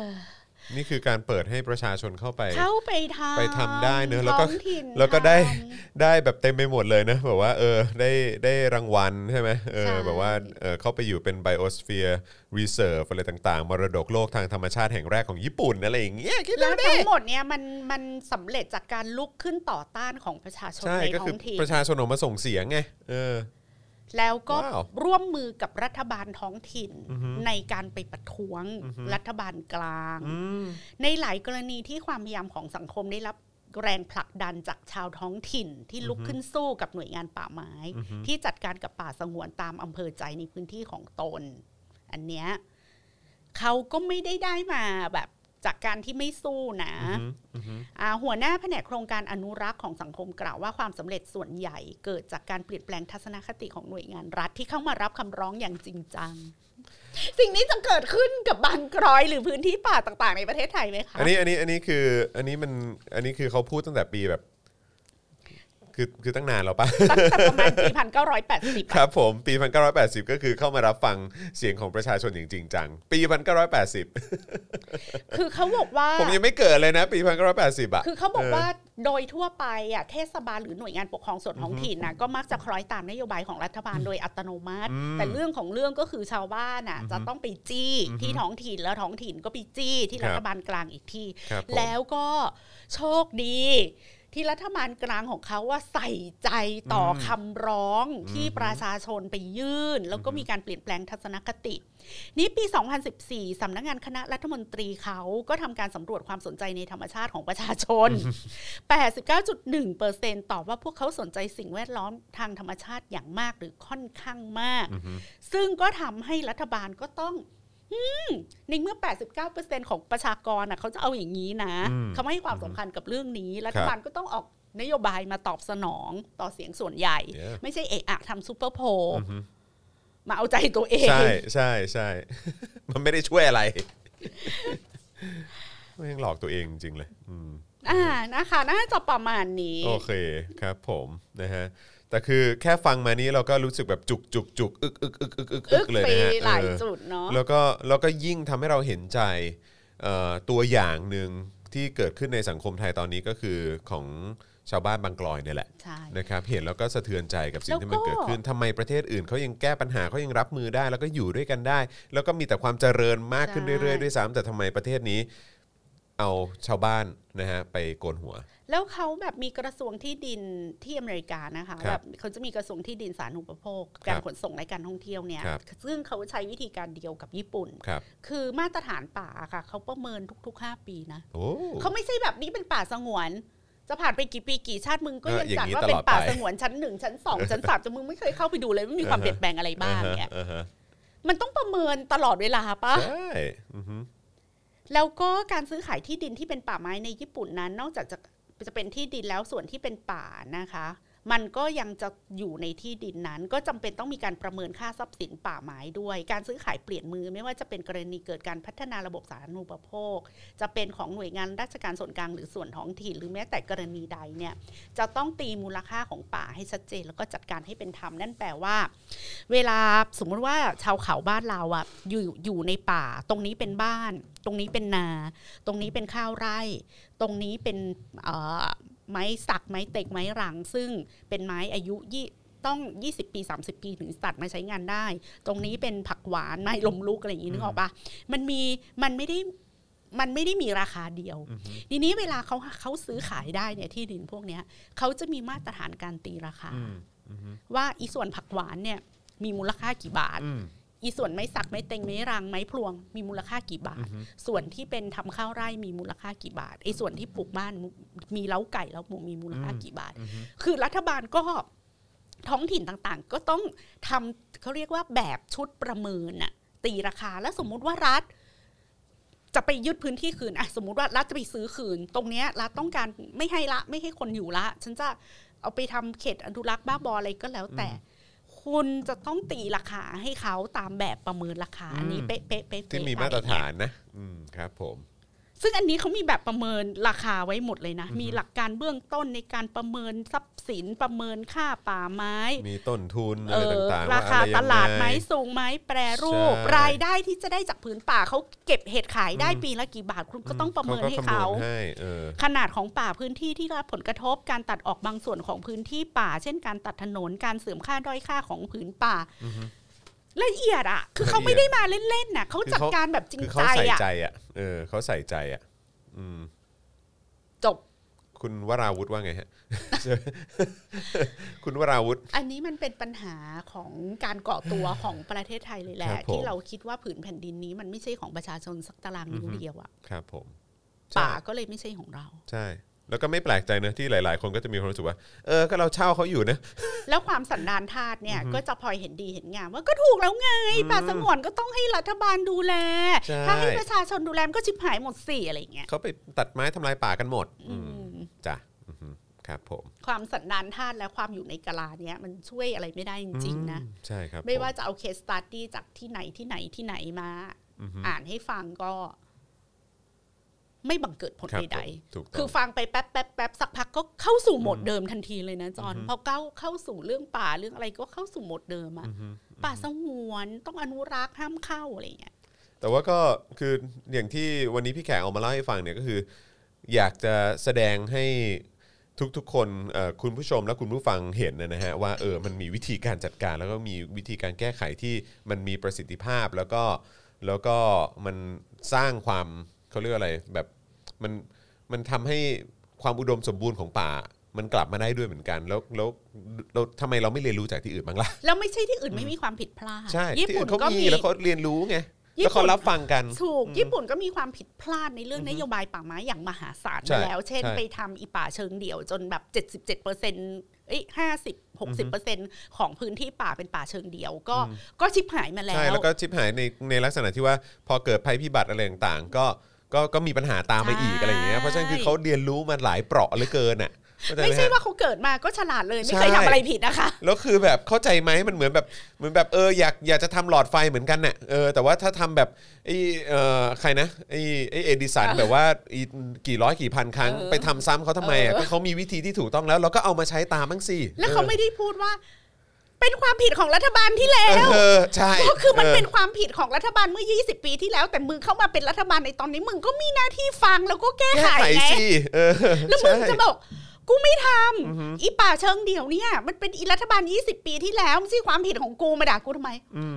Speaker 2: นี่คือการเปิดให้ประชาชนเข้าไป
Speaker 3: เข้าไปทำ
Speaker 2: ไปทำได้เนอะแล้วก็
Speaker 3: ท้องถิ่น
Speaker 2: แล้วก็ได้
Speaker 3: ท
Speaker 2: ได้แบบเต็มไปหมดเลยนะแบบว่าเออได้ได้รางวัลใช่ไหมเอ
Speaker 3: ใช่
Speaker 2: อแบบว่าเออเข้าไปอยู่เป็น Biosphere Reserve อะไรต่างๆ มรดกโลกทางธรรมชาติแห่งแรกของญี่ปุ่นอะไรอย่างเงี้ยคิดดู
Speaker 3: ำแล้ว
Speaker 2: ดิ
Speaker 3: ทั้งหมดเนี่ยมันมันสำเร็จจากการลุกขึ้นต่อต้านของประชาชน
Speaker 2: ใช่
Speaker 3: ใน
Speaker 2: ก็
Speaker 3: ท้
Speaker 2: คือ
Speaker 3: องถิ่น
Speaker 2: ประชาชนออกมาส่งเสียงไงเออ
Speaker 3: แล้วก็
Speaker 2: ว้าว
Speaker 3: ร่วมมือกับรัฐบาลท้องถิ่นในการไปประท้วงรัฐบาลกลาง ในหลายกรณีที่ความพยายามของสังคมได้รับแรงผลักดันจากชาวท้องถิ่นที่ลุกขึ้นสู้กับหน่วยงานป่าไม้ ที่จัดการกับป่าสงวนตามอำเภอใจในพื้นที่ของตน อันเนี้ยเขาก็ไม่ได้ได้มาแบบจากการที่ไม่สู้นะอ่าหัวหน้าแผนกโครงการอนุรักษ์ของสังคมกล่าวว่าความสำเร็จส่วนใหญ่เกิดจากการเปลี่ยนแปลงทัศนคติของหน่วยงานรัฐที่เข้ามารับคำร้องอย่างจริงจัง สิ่งนี้จะเกิดขึ้นกับบางกรอยหรือพื้นที่ป่าต่าง ๆ ในประเทศไทยไหมคะ
Speaker 2: อันนี้อันนี้อันนี้คืออันนี้มันอันนี้คือเขาพูดตั้งแต่ปีแบบ คือคือตั้งนานแล้วปะ
Speaker 3: ตั้งแต่ประมาณปีพันเก้าร้อยแปดสิบ
Speaker 2: ครับผมปี 1980 ก็คือเข้ามารับฟังเสียงของประชาชนอย่างจริงจัง ปี 1980
Speaker 3: คือเขาบอกว่า
Speaker 2: ผมยังไม่เกิดเลยนะ ปี 1980 อ่ะ
Speaker 3: คือเขาบอกว่าโดยทั่วไปอ่ะเทศบาลหรือหน่วยงานปกครองส่วนท้องถิ่นนะก็มักจะคล้อยตามนโยบายของรัฐบาลโดยอัตโนมัติ แต่เรื่องของเรื่องก็คือชาวบ้านอ่ะจะต้องไปจี้ที่ท้องถิ่นแล้วท้องถิ่นก็ไปจี้ที่
Speaker 2: ครับ
Speaker 3: รัฐบาลกลางอีกที่
Speaker 2: ครับผม
Speaker 3: แล้วก็โชคดี ที่รัฐบาลกลางของเขาว่าใส่ใจต่ออคำร้องที่ประชาชนไปยื่น แล้วก็มีการเปลี่ยนแปลงทัศนคติ นี่ปี 2014 สำนักงานคณะรัฐมนตรีเขาก็ทำการสำรวจความสนใจในธรรมชาติของประชาชน 89.1%ตอบว่าพวกเขาสนใจสิ่งแวดล้อมทางธรรมชาติอย่างมากหรือค่อนข้างมาก ซึ่งก็ทำให้รัฐบาลก็ต้องอืมในเมื่อ 89%ของประชากรน่ะเขาจะเอาอย่างนี้นะ
Speaker 2: อืม
Speaker 3: เขาไม่ให้ความสำคัญกับเรื่องนี้ รัฐบาลก็ต้องออกนโยบายมาตอบสนองต่อเสียงส่วนใหญ่
Speaker 2: เยอะ
Speaker 3: ไม่ใช่เอะอะทำซูเปอร์โพลมาเอาใจตัวเอง
Speaker 2: ใช่ใช่ใช่ มันไม่ได้ช่วยอะไร ไม่งหลอกตัวเองจริงๆเลยอืม
Speaker 3: อ่านะคะน่าจะประมาณนี้
Speaker 2: โอเคครับผมนะฮะแต่คือแค่ฟังมานี้เราก็รู้สึกแบบจุกจุกจุกอึกอึกอึกอึกอึก
Speaker 3: อึ
Speaker 2: อึ
Speaker 3: ก
Speaker 2: กเลย
Speaker 3: ไป
Speaker 2: นะฮะ
Speaker 3: หลาย
Speaker 2: เออ
Speaker 3: จุดเนาะ
Speaker 2: แล้วก็แล้วก็ยิ่งทำให้เราเห็นใจเอ่อตัวอย่างหนึ่งที่เกิดขึ้นในสังคมไทยตอนนี้ก็คือของชาวบ้านบางกลอยเนี่ยแหละ
Speaker 3: ใช่
Speaker 2: นะครับเห็นแล้วก็สะเทือนใจกับสิ่งที่มัน
Speaker 3: แล้วก็
Speaker 2: เกิดขึ้นทำไมประเทศอื่นเขายังแก้ปัญหาเขายังรับมือได้ แล้วก็อยู่ด้วยกันได้ แล้วก็มีแต่ความเจริญมากขึ้นเรื่อยๆด้วยซ้ำแต่ทำไมประเทศนี้ เอาชาวบ้านนะฮะไปโกนหัว
Speaker 3: แล้วเขาแบบมีกระทรวงที่ดินที่อเมริกานะคะ
Speaker 2: ครับ
Speaker 3: แบบเขาจะมีกระทรวงที่ดินสาธารณูปโภค การขนส่งและการท่องเที่ยวเนี่ย
Speaker 2: ครับ
Speaker 3: ซึ่งเขาใช้วิธีการเดียวกับญี่ปุ่น
Speaker 2: ครับ
Speaker 3: คือมาตรฐานป่าอะค่ะเขาประเมินทุก ๆ 5 ปีนะ
Speaker 2: โอ้
Speaker 3: เขาไม่ใช่แบบนี้เป็นป่าสงวน จะผ่านไปกี่ปีกี่ชาติมึงก็
Speaker 2: เออ
Speaker 3: ยัง
Speaker 2: อย่าง
Speaker 3: จัด
Speaker 2: นี้
Speaker 3: ว่าเป็
Speaker 2: ตลอ
Speaker 3: น
Speaker 2: ดไป
Speaker 3: ป่าสงวนชั้นหนึ่งชั้นสองชั้นสามจนมึงไม่เคยเข้าไปดูเลยไม่มีความ
Speaker 2: อ่าฮะ
Speaker 3: เปลี่ยนแปลงอะไรบ้าง เนี่ย
Speaker 2: อ่าฮะ
Speaker 3: มันต้องประเมินตลอดเวลาปะ
Speaker 2: ใช่อือฮึ
Speaker 3: แล้วก็การซื้อขายที่ดินที่เป็นป่าไม้ในญี่ปุ่นนั้น นอกจากจะจะเป็นที่ดินแล้วส่วนที่เป็นป่านะคะ มันก็ยังจะอยู่ในที่ดินนั้น ก็จำเป็นต้องมีการประเมินค่าทรัพย์สินป่าไม้ด้วย การซื้อขายเปลี่ยนมือ ไม่ว่าจะเป็นกรณีเกิดการพัฒนาระบบสาธารณูปโภค จะเป็นของหน่วยงานราชการส่วนกลางหรือส่วนท้องถิ่นหรือแม้แต่กรณีใดเนี่ยจะต้องตีมูลค่าของป่าให้ชัดเจน แล้วก็จัดการให้เป็นธรรมนั่นแปลว่า เวลาสมมุติว่าชาวเขาบ้านเราอะอยู่อยู่ในป่า ตรงนี้เป็นบ้าน ตรงนี้เป็นนา ตรงนี้เป็นข้าวไร่ ตรงนี้เป็นเอ่อไม้สักไม้เต็กไม้รัง ซึ่งเป็นไม้อายุยี่ต้อง 20 ปี 30 ปีถึงตัดมาใช้งานได้ ตรงนี้เป็นผักหวานไม้ลมลุกอะไรอย่างนี้นึกออกปะมันมีมันไม่ได้มันไม่ได้มีราคาเดียว ทีนี้เวลาเขาเขาซื้อขายได้เนี่ยที่ดินพวกเนี้ยเขาจะมีมาตรฐานการตีราคา ว่าอีส่วนผักหวานเนี่ยมีมูลค่ากี่บาท อีส่วนไม้สักไม้เต็งไม้รังไม้พลวง มีมูลค่ากี่บาท ส่วนที่เป็นทำข้าวไร่มีมูลค่ากี่บาทไอ้ส่วนที่ปลูกบ้านมุมีเล้าไก่เล้าหมูมีมูลค่ากี่บาท คือรัฐบาลก็ท้องถิ่นต่างๆ ก็ต้องทำเขาเรียกว่าแบบชุดประเมินน่ะตีราคาแล้วสมมุติว่ารัฐ จะไปยึดพื้นที่คืนอะสมมติว่ารัฐจะไปซื้อคืน ตรงเนี้ยรัฐต้องการไม่ให้ละไม่ให้คนอยู่ละ ฉันจะเอาไปทำเขตอนุรักษ์บ้าบออะไรก็แล้วแต่ คุณจะต้องตีราคาให้เขาตามแบบประเมินราคาอันนี้
Speaker 2: อืม
Speaker 3: เป๊ะเป๊ะเป๊ะเป๊ะ
Speaker 2: ที่มี
Speaker 3: อะไร
Speaker 2: มาตร
Speaker 3: เงี้
Speaker 2: ฐาย นนะ อืมครับผม
Speaker 3: ซึ่งอันนี้เขามีแบบประเมินราคาไว้หมดเลยนะมีหลักการเบื้องต้นในการประเมินทรัพย์สินประเมินค่าป่าไม้
Speaker 2: มีต้นทุนอะ
Speaker 3: เอ
Speaker 2: ไร
Speaker 3: อ
Speaker 2: ต่างๆว่
Speaker 3: รา
Speaker 2: อะ
Speaker 3: คา
Speaker 2: ไรยังง
Speaker 3: ตลาดไหมสูงไหมแปรรูป
Speaker 2: ใช่
Speaker 3: รายได้ที่จะได้จากผืนป่าเขาเก็บเห็ดขายได้ปีละกี่บาทคุณก็ต้องประเมินให้เขา
Speaker 2: ก็คำนวณให้เออ
Speaker 3: ขนาดของป่าพื้นที่ที่ได้รับผลกระทบการตัดออกบางส่วนของพื้นที่ป่า เช่นการตัดถนนการเสื่อมค่าด้อยค่าของผืนป่าละเอียดอ่ะ คือเขา
Speaker 2: ละเอียด
Speaker 3: ไม่ได้มาเล่นๆน่ะเขาจัดการแบบจริง
Speaker 2: คือ
Speaker 3: ใจ
Speaker 2: เขาใส่
Speaker 3: อ่ะ
Speaker 2: ใจอ่ะ เออเขาใส่ใจอ่ะ อืม
Speaker 3: จบ
Speaker 2: คุณวราวุธว่าไงฮะ คุณวราวุธ
Speaker 3: อันนี้มันเป็นปัญหาของการก่อตัวของประเทศไทยเลยแหละ
Speaker 2: ครับผม
Speaker 3: ที่เราคิดว่าผืนแผ่นดินนี้มันไม่ใช่ของประชาชนสักตารางนิ้วเดียวอ่ะ
Speaker 2: ครับผม
Speaker 3: ป่า
Speaker 2: ใช่
Speaker 3: ก็เลยไม่ใช่ของเรา
Speaker 2: ใช่ แล้วก็ไม่แปลกใจนะที่หลาย ๆ คนก็จะมีความรู้สึกว่า เออ ก็เราเช่าเขาอยู่นะ
Speaker 3: แล้วความสันดานทาสเนี่ยก็จะพลอยเห็นดีเห็นงามว่าก็ถูกแล้วไงป่าสงวนก็ต้องให้รัฐบาลดูแล
Speaker 2: ใช่
Speaker 3: ถ้าให้ประชาชนดูแลมันก็ชิบหายหมดสิอะไรอย่างเงี้ย
Speaker 2: เขาไปตัดไม้ทำลายป่ากันหมด อืม
Speaker 3: อืม
Speaker 2: จ้ะอือฮึครับผม
Speaker 3: ความสันดานทาสและความอยู่ในกะลาเนี่ยมันช่วยอะไรไม่ได้จริงๆนะ
Speaker 2: อืมใช่ครับ
Speaker 3: ไม่
Speaker 2: ผ
Speaker 3: ว่าจะเอาเคสตัดดี้จากที่ไหนที่ไหนที่ไหนมา อ่านให้ฟังก็ ไม่บังเกิดผล
Speaker 2: ครับ
Speaker 3: ใด
Speaker 2: ผมถูกต้อง
Speaker 3: คือฟังไปแป๊บแป๊บแป๊บสักพักก็เข้าสู่โหมดเดิมทันทีเลยนะจอนพอเข้าเข้าสู่เรื่องป่าเรื่องอะไรก็เข้าสู่โหมดเดิมอะป่าสงวนต้องอนุรักษ์ห้ามเข้าอะไรอย่างเงี้ย
Speaker 2: แต่ว่าก็คืออย่างที่วันนี้พี่แขกออกมาเล่าให้ฟังเนี่ยก็คือ อยากจะแสดงให้ทุกๆคนเอ่อคุณผู้ชมและคุณผู้ฟังเห็นนะนะฮะว่าเออมันมีวิธีการจัดการ แล้วก็มีวิธีการแก้ไขที่มันมีประสิทธิภาพแล้วก็แล้วก็มันสร้างความเขาเรียกอะไรแบบมันมันทำให้ ความอุดมสมบูรณ์ของป่า มันกลับมาได้ด้วยเหมือนกัน แล้วแล้วแล้วทำไมเราไม่เรียนรู้จากที่อื่นบ้างล่ะ
Speaker 3: แล้วไม่ใช่ที่อื่นไม่มีความผิดพลาด
Speaker 2: ใช่
Speaker 3: ญี่
Speaker 2: ที่
Speaker 3: ปุ่
Speaker 2: อื่
Speaker 3: น
Speaker 2: นเขา
Speaker 3: ก็
Speaker 2: มี
Speaker 3: มี
Speaker 2: แล้วเขาเรียนรู้ไง
Speaker 3: ญี่
Speaker 2: แล้
Speaker 3: ปุ่น
Speaker 2: วเขารับฟังกัน
Speaker 3: ถูก
Speaker 2: อืม
Speaker 3: ญี่ปุ่นก็มีความผิดพลาดในเรื่องนโยบายป่าไม้อย่างมหาศาล
Speaker 2: ใช่
Speaker 3: มาแล้ว เช่น
Speaker 2: ใช่
Speaker 3: ไปทำอีป่าเชิงเดี่ยวจนแบบ 77เปอร์เซ็นต์เอ้ยห้าสิบหกสิบเปอร์เซ็นต์ของพื้นที่ป่าเป็นป่าเชิงเดี่ยวก็
Speaker 2: อืม
Speaker 3: ก็ชิบหายมาแล้
Speaker 2: ใช่
Speaker 3: ว
Speaker 2: แล้วก็ชิบหายในในลักษณะที่ว่าพอเกิดภัยพิบัติอะไรต่างๆ ก็ก็ก็มีปัญหาตามมาอีก
Speaker 3: ใช่
Speaker 2: อะไรอย่างเงี้ยเพราะฉะนั้นคือเขาเรียนรู้มาหลายเปราะเหลือเกินอ่ะเข้จห
Speaker 3: ไม่ใช่
Speaker 2: ฮะ
Speaker 3: ว่าเขาเกิดมาก็ฉลาดเลย ไม่เคย
Speaker 2: ใช่
Speaker 3: ทำอะไรผิดนะคะ
Speaker 2: แล้วคือแบบเข้าใจไหมมันเหมือนแบบเหมือนแบบเอออยากอยากจะทำหลอดไฟเหมือนกันน่ะเออแต่ว่าถ้าทำแบบไอ้เออใครนะไอ้ไอ้เอดิสันแบบว่าอีกี่ร้อยกี่พันครั้ง
Speaker 3: เออ
Speaker 2: ไปทำซ้ำเขาทำไมอ่ะ
Speaker 3: เออ
Speaker 2: ก็เขามีวิธีที่ถูกต้องแล้ว เราก็เอามาใช้ตามบ้างสิ
Speaker 3: แล้วเขา
Speaker 2: อ
Speaker 3: ไม่ได้พูดว่า เป็นความผิดของรัฐบาลที่แล้
Speaker 2: อ
Speaker 3: ว
Speaker 2: เออใช่
Speaker 3: ก็คือมัน
Speaker 2: ออ
Speaker 3: เป็นความผิดของรัฐบาลเมื่อ 20 ปีที่แล้ว แต่มึงเข้ามาเป็นรัฐบาลในตอนนี้มึงก็มีหน้าที่ฟังแล้วก็แก้
Speaker 2: แก้
Speaker 3: ไข
Speaker 2: ไข
Speaker 3: ไง
Speaker 2: สิเออ
Speaker 3: แล้วมึง
Speaker 2: ใช่
Speaker 3: จะบอกกูไม่ทำอีป่าเชิงเดี่ยวเนี่ย มันเป็นอีรัฐบาล 20 ปีที่แล้วไม่ใช่ความผิดของกูมาด่ากูทำไม
Speaker 2: อืม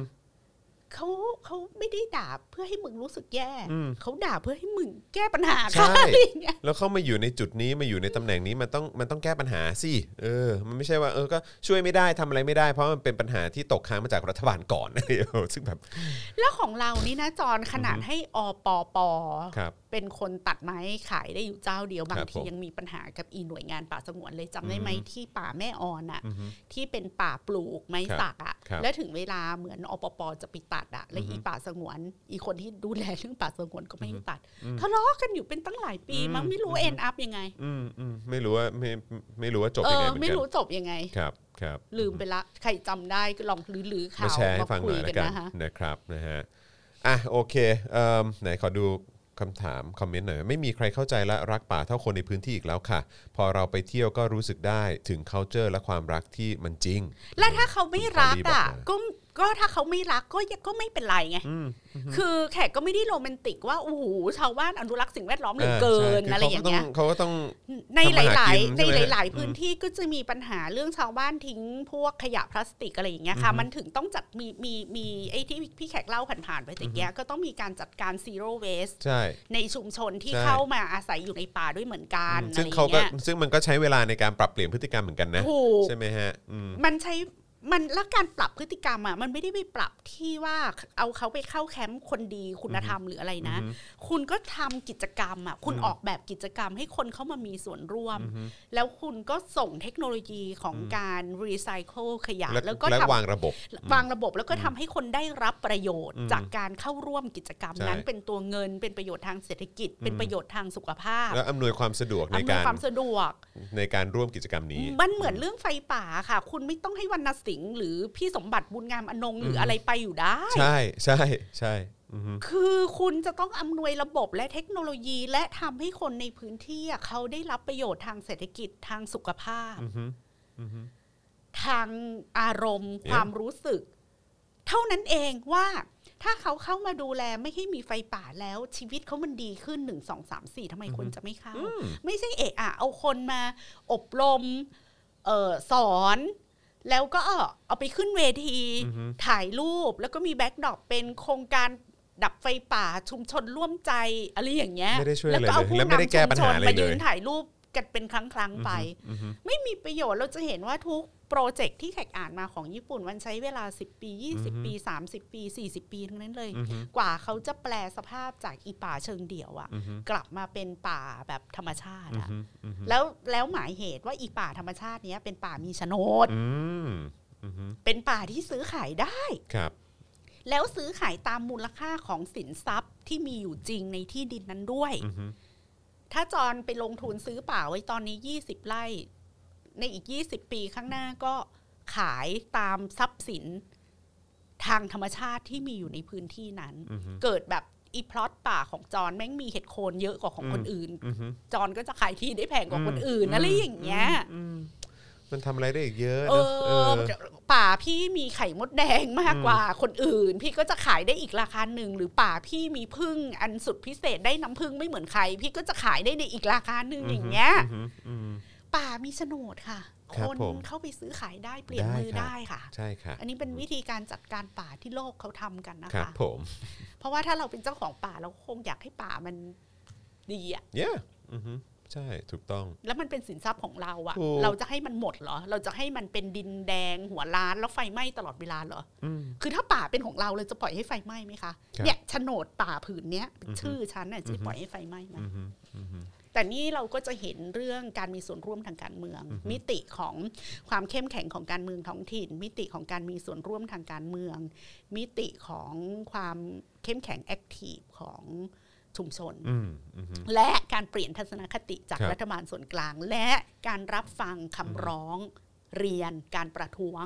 Speaker 3: เขาเขาไม่ได้ด่าเพื่อให้มึงรู้สึกแย่
Speaker 2: อืม
Speaker 3: เขาด่าเพื่อให้มึงแก้ปัญหา
Speaker 2: ใช่
Speaker 3: ค่ะอะไรอย่างเงี้ย
Speaker 2: แล้วเข้ามาอยู่ในจุดนี้มาอยู่ในตำแหน่งนี้มันต้องมันต้องแก้ปัญหาสิเออ มันไม่ใช่ว่าเออก็ช่วยไม่ได้ทำอะไรไม่ได้ เพราะมันเป็นปัญหาที่ตกค้างมาจากรัฐบาลก่อน เออซึ่งแบบ
Speaker 3: แล้วของเรานี่นะจอนขนาดให้อปอป
Speaker 2: ครับ
Speaker 3: เป็นคนตัดไม้ขายได้อยู่เจ้าเดียวบาง
Speaker 2: ครับ
Speaker 3: ที
Speaker 2: ผม
Speaker 3: ยังมีปัญหากับอีหน่วยงานป่าสงวนเลยจำได้ไหม
Speaker 2: อืม
Speaker 3: ที่ป่าแม่ออนอะ
Speaker 2: อือฮึ
Speaker 3: ที่เป็นป่าปลูกไม้
Speaker 2: ครับ
Speaker 3: สักอะ
Speaker 2: ครับ
Speaker 3: แล้วถึงเวลาเหมือนอปปจะไปตัดอะและอีป่าสงวน อีคนที่ดูแลเรื่องป่าสงวนก็ไม่ให้ตัด ทะเลาะกันอยู่เป็นตั้งหลายปี มั้งไม่รู้เอ็นอัพยังไง
Speaker 2: อืมอืมไม่รู้ว่าไม่ไม่รู้ว่าจบ
Speaker 3: เอ
Speaker 2: ยัง
Speaker 3: อ
Speaker 2: ไงเหมือน
Speaker 3: ไม่
Speaker 2: กั
Speaker 3: รู้
Speaker 2: น
Speaker 3: จบยังไง
Speaker 2: ครับครับ
Speaker 3: ลืมไปละ ใครจำได้ก็ลองลือๆข่าม
Speaker 2: าว แชร์ให้ฟังห
Speaker 3: คุ
Speaker 2: น่
Speaker 3: ย
Speaker 2: อย
Speaker 3: กั
Speaker 2: ละ
Speaker 3: น
Speaker 2: กัน
Speaker 3: นะคะ
Speaker 2: นะครับนะฮะอ่ะโอเคเอ่มไหนขอดูคำถามคอมเมนต์หน่อยไม่มีใครเข้าใจและรักป่าเท่าคนในพื้นที่อีกแล้วค่ะ พอเราไปเที่ยวก็รู้สึกได้ถึง culture และความรักที่มันจริง
Speaker 3: แล้วถ้าเขาไม่รัก
Speaker 2: คุณพอลลี่บ
Speaker 3: อ่ะ
Speaker 2: อกมา
Speaker 3: ก็ก็ถ้าเขาไม่รักก็ก็ไม่เป็นไรไง คือแขกก็ไม่ได้โรแมนติกว่าโอ้โหชาวบ้านอนุรักษ์สิ่งแวดล้อมเหลือเกิน
Speaker 2: ใช่
Speaker 3: อะไรอย่างเงี้ย
Speaker 2: คืเขาก็ต้อง
Speaker 3: ในห
Speaker 2: ทำมา
Speaker 3: ลา
Speaker 2: หาย กิน
Speaker 3: ๆ
Speaker 2: ใช่
Speaker 3: ใน
Speaker 2: ไหม
Speaker 3: หลาย
Speaker 2: อืม
Speaker 3: ๆ พื้นที่ก็จะมีปัญหาเรื่องชาวบ้านทิ้งพวกขยะพลาสติกอะไรอย่างเงี้ยค่ะ
Speaker 2: อือฮึ
Speaker 3: มันถึงต้องจัดมีมีมีไอ้ที่พี่แขกเล่าผ่านๆไปตะเกียก็ต้องมีการจัดการ zero waste
Speaker 2: เขาก็ต้อง ใช่
Speaker 3: ในชุมชนที่
Speaker 2: ใช่
Speaker 3: เข้ามาอาศัยอยู่ในป่าด้วยเหมือนกันอะไร
Speaker 2: ซึ่ง
Speaker 3: อ
Speaker 2: เขา
Speaker 3: ย่าง
Speaker 2: ก็
Speaker 3: เงี้ย
Speaker 2: ซึ่งมันก็ใช้เวลาในการปรับเปลี่ยนพฤติกรรมเหมือนกันนะ
Speaker 3: ถูก
Speaker 2: ใช่ไหมฮะอืม
Speaker 3: มันใช้มันและการปรับพฤติกรรมอ่ะมันไม่ได้ไปปรับที่ว่าเอาเขาไปเข้าแคมป์คนดีคุณธรรมหรืออะไรนะ
Speaker 2: อือฮึ
Speaker 3: คุณก็ทำกิจกรรมอ่ะคุณ
Speaker 2: อืม
Speaker 3: ออกแบบกิจกรรมให้คนเข้ามามีส่วนร่วม
Speaker 2: อือฮึ
Speaker 3: แล้วคุณก็ส่งเทคโนโลยีของการรีไซเคิลขยะ
Speaker 2: และ
Speaker 3: แล้วก็
Speaker 2: และ
Speaker 3: ทำ
Speaker 2: วางระบบ
Speaker 3: วางระบบแล้วก็ทำให้คนได้รับประโยชน์
Speaker 2: อืม
Speaker 3: จากการเข้าร่วมกิจกรรมนั้น
Speaker 2: ใช่
Speaker 3: เป็นตัวเงิน เป็นประโยชน์ทางเศรษฐกิจ เป็นประโยชน์ทางสุขภาพ
Speaker 2: แล้วอำนวยความสะดวกใน
Speaker 3: อำนวย
Speaker 2: การ
Speaker 3: ความสะดวก
Speaker 2: ในการร่วมกิจกรรมนี้
Speaker 3: มันเหมือนเรื่องไฟป่าค่ะ คุณไม่ต้องให้วรรณสิงห์หรือพี่สมบัติบุญงามอนงค์หรือ
Speaker 2: ม
Speaker 3: อะไรไปอยู่ได้
Speaker 2: ใช่ใช่ใช่อือฮึ
Speaker 3: คือคุณจะต้องอำนวยระบบและเทคโนโลยีและทำให้คนในพื้นที่อะเขาได้รับประโยชน์ทางเศรษฐกิจทางสุขภาพ ทางอารมณ์
Speaker 2: เอ๊ะ
Speaker 3: ความรู้สึก เท่านั้นเองว่าถ้าเขาเข้ามาดูแลไม่ให้มีไฟป่าแล้ว ชีวิตเขามันดีขึ้นหนึ่งสองสามสี่ทำไมคนจะไม่เข้า ไม่ใช่เอะอะเอาคนมาอบรมเออสอน แล้วก็เอาไปขึ้นเวที
Speaker 2: อือฮึ
Speaker 3: ถ่ายรูปแล้วก็มีแบ็กดรอปเป็นโครงการดับไฟป่าชุมชนร่วมใจอะไรอย่างเงี้ย
Speaker 2: ไม่ได้ช่วย
Speaker 3: แล้ว
Speaker 2: อะไร
Speaker 3: ก็เอา
Speaker 2: เลย
Speaker 3: ผู้
Speaker 2: และไม่ได้
Speaker 3: นำ
Speaker 2: แก้
Speaker 3: ชุม
Speaker 2: ปัญ
Speaker 3: ช
Speaker 2: หาน อะไร
Speaker 3: มา
Speaker 2: เล
Speaker 3: ยื
Speaker 2: ย
Speaker 3: นถ่ายรูปกันเป็นครั้งๆไป
Speaker 2: อือฮึ
Speaker 3: ไม่มีประโยชน์เราจะเห็นว่าทุกโปรเจกต์ที่แขกอ่านมาของญี่ปุ่นมันใช้เวลา 10 ปี
Speaker 2: อือฮึ
Speaker 3: 20 ปี 30 ปี 40 ปีทั้งนั้นเลย
Speaker 2: อือฮึ
Speaker 3: กว่าเขาจะแปลสภาพจากอีป่าเชิงเดี่ยวอะ
Speaker 2: อือฮึ
Speaker 3: กลับมาเป็นป่าแบบธรรมชาติ
Speaker 2: อือ
Speaker 3: อะ
Speaker 2: ฮึอือฮึ
Speaker 3: แล้วแล้วหมายเหตุว่าอีป่าธรรมชาติเนี้ยเป็นป่ามีโฉนด
Speaker 2: อืมอือฮึ
Speaker 3: เป็นป่าที่ซื้อขายได้
Speaker 2: ครับ
Speaker 3: แล้วซื้อขายตามมูลค่าของสินทรัพย์ที่มีอยู่จริงในที่ดินนั้นด้วย
Speaker 2: อือฮึ
Speaker 3: ถ้าจอนไปลงทุนซื้อป่าไว้ตอนนี้ 20 ไร่ ในอีก 20 ปีข้างหน้าก็ขายตามทรัพย์สินทางธรรมชาติที่มีอยู่ในพื้นที่นั้น
Speaker 2: อือฮึ
Speaker 3: เกิดแบบอีพลอตป่าของจอนแม่งมีเห็ดโคนเยอะกว่าของ
Speaker 2: อืม
Speaker 3: คนอื่น
Speaker 2: อือฮึ
Speaker 3: จอนก็จะขายที่ได้แพงกว่าคน
Speaker 2: อืม
Speaker 3: อื่นอะไร
Speaker 2: อืม
Speaker 3: อย่างเงี้ย
Speaker 2: อืมมันทำอะไรได้อีกเยอะนะ
Speaker 3: เอ
Speaker 2: เอ
Speaker 3: อ
Speaker 2: อ
Speaker 3: ป่าพี่มีไข่มดแดงมากกว่าคนอื่น พี่ก็จะขายได้อีกราคาหนึ่ง หรือป่าพี่มีพึ่งอันสุดพิเศษได้น้ำพึ่งไม่เหมือนใคร พี่ก็จะขายได้ในอีกราคาหนึ่งอย่างเงี้ย
Speaker 2: อือฮึอือฮึ
Speaker 3: ป่ามีโฉนดค่ะ
Speaker 2: ครั
Speaker 3: ค
Speaker 2: บ
Speaker 3: น
Speaker 2: ผม
Speaker 3: เข้าไปซื้อขายได้เปลี่ยน
Speaker 2: ได้
Speaker 3: มือ
Speaker 2: ครับ
Speaker 3: ได้ค่ะ
Speaker 2: ใช่ค่ะ
Speaker 3: อันนี้เป็นวิธีการจัดการป่าที่โลกเขาทำกันนะครับ คะ
Speaker 2: ผม
Speaker 3: เพราะว่าถ้าเราเป็นเจ้าของป่าเราคงอยากให้ป่ามันดีอะ
Speaker 2: yeah อือฮึ ใช่ถูกต้อง
Speaker 3: แล้วมันเป็นสินทรัพย์ของเราอะ
Speaker 2: ถูก
Speaker 3: เราจะให้มันหมดเหรอ เราจะให้มันเป็นดินแดงหัวล้านแล้วไฟไหม้ตลอดเวลาเหรอ
Speaker 2: อืม
Speaker 3: คือถ้าป่าเป็นของเราเราจะปล่อยให้ไฟไหม้ไหมคะ
Speaker 2: ครับ
Speaker 3: เนี่ยโฉนดป่าผืนเนี้ยเป็น
Speaker 2: อือฮึ
Speaker 3: ชื่อฉันน่ะ
Speaker 2: อือ
Speaker 3: จะ
Speaker 2: ฮึ
Speaker 3: ปล่อยให้ไฟไหม้ไหม
Speaker 2: อืมฮึอืมฮึ
Speaker 3: แต่นี่เราก็จะเห็นเรื่องการมีส่วนร่วมทางการเมือง
Speaker 2: อือฮึ
Speaker 3: มิติของความเข้มแข็งของการเมืองท้องถิ่น มิติของการมีส่วนร่วมทางการเมือง มิติของความเข้มแข็งแอคทีฟของชุมชน
Speaker 2: อืมอืมฮึ
Speaker 3: และการเปลี่ยนทัศนคติจาก
Speaker 2: ครับ
Speaker 3: รัฐบาลส่วนกลาง และการรับฟังคำร้องเรียน การประท้วง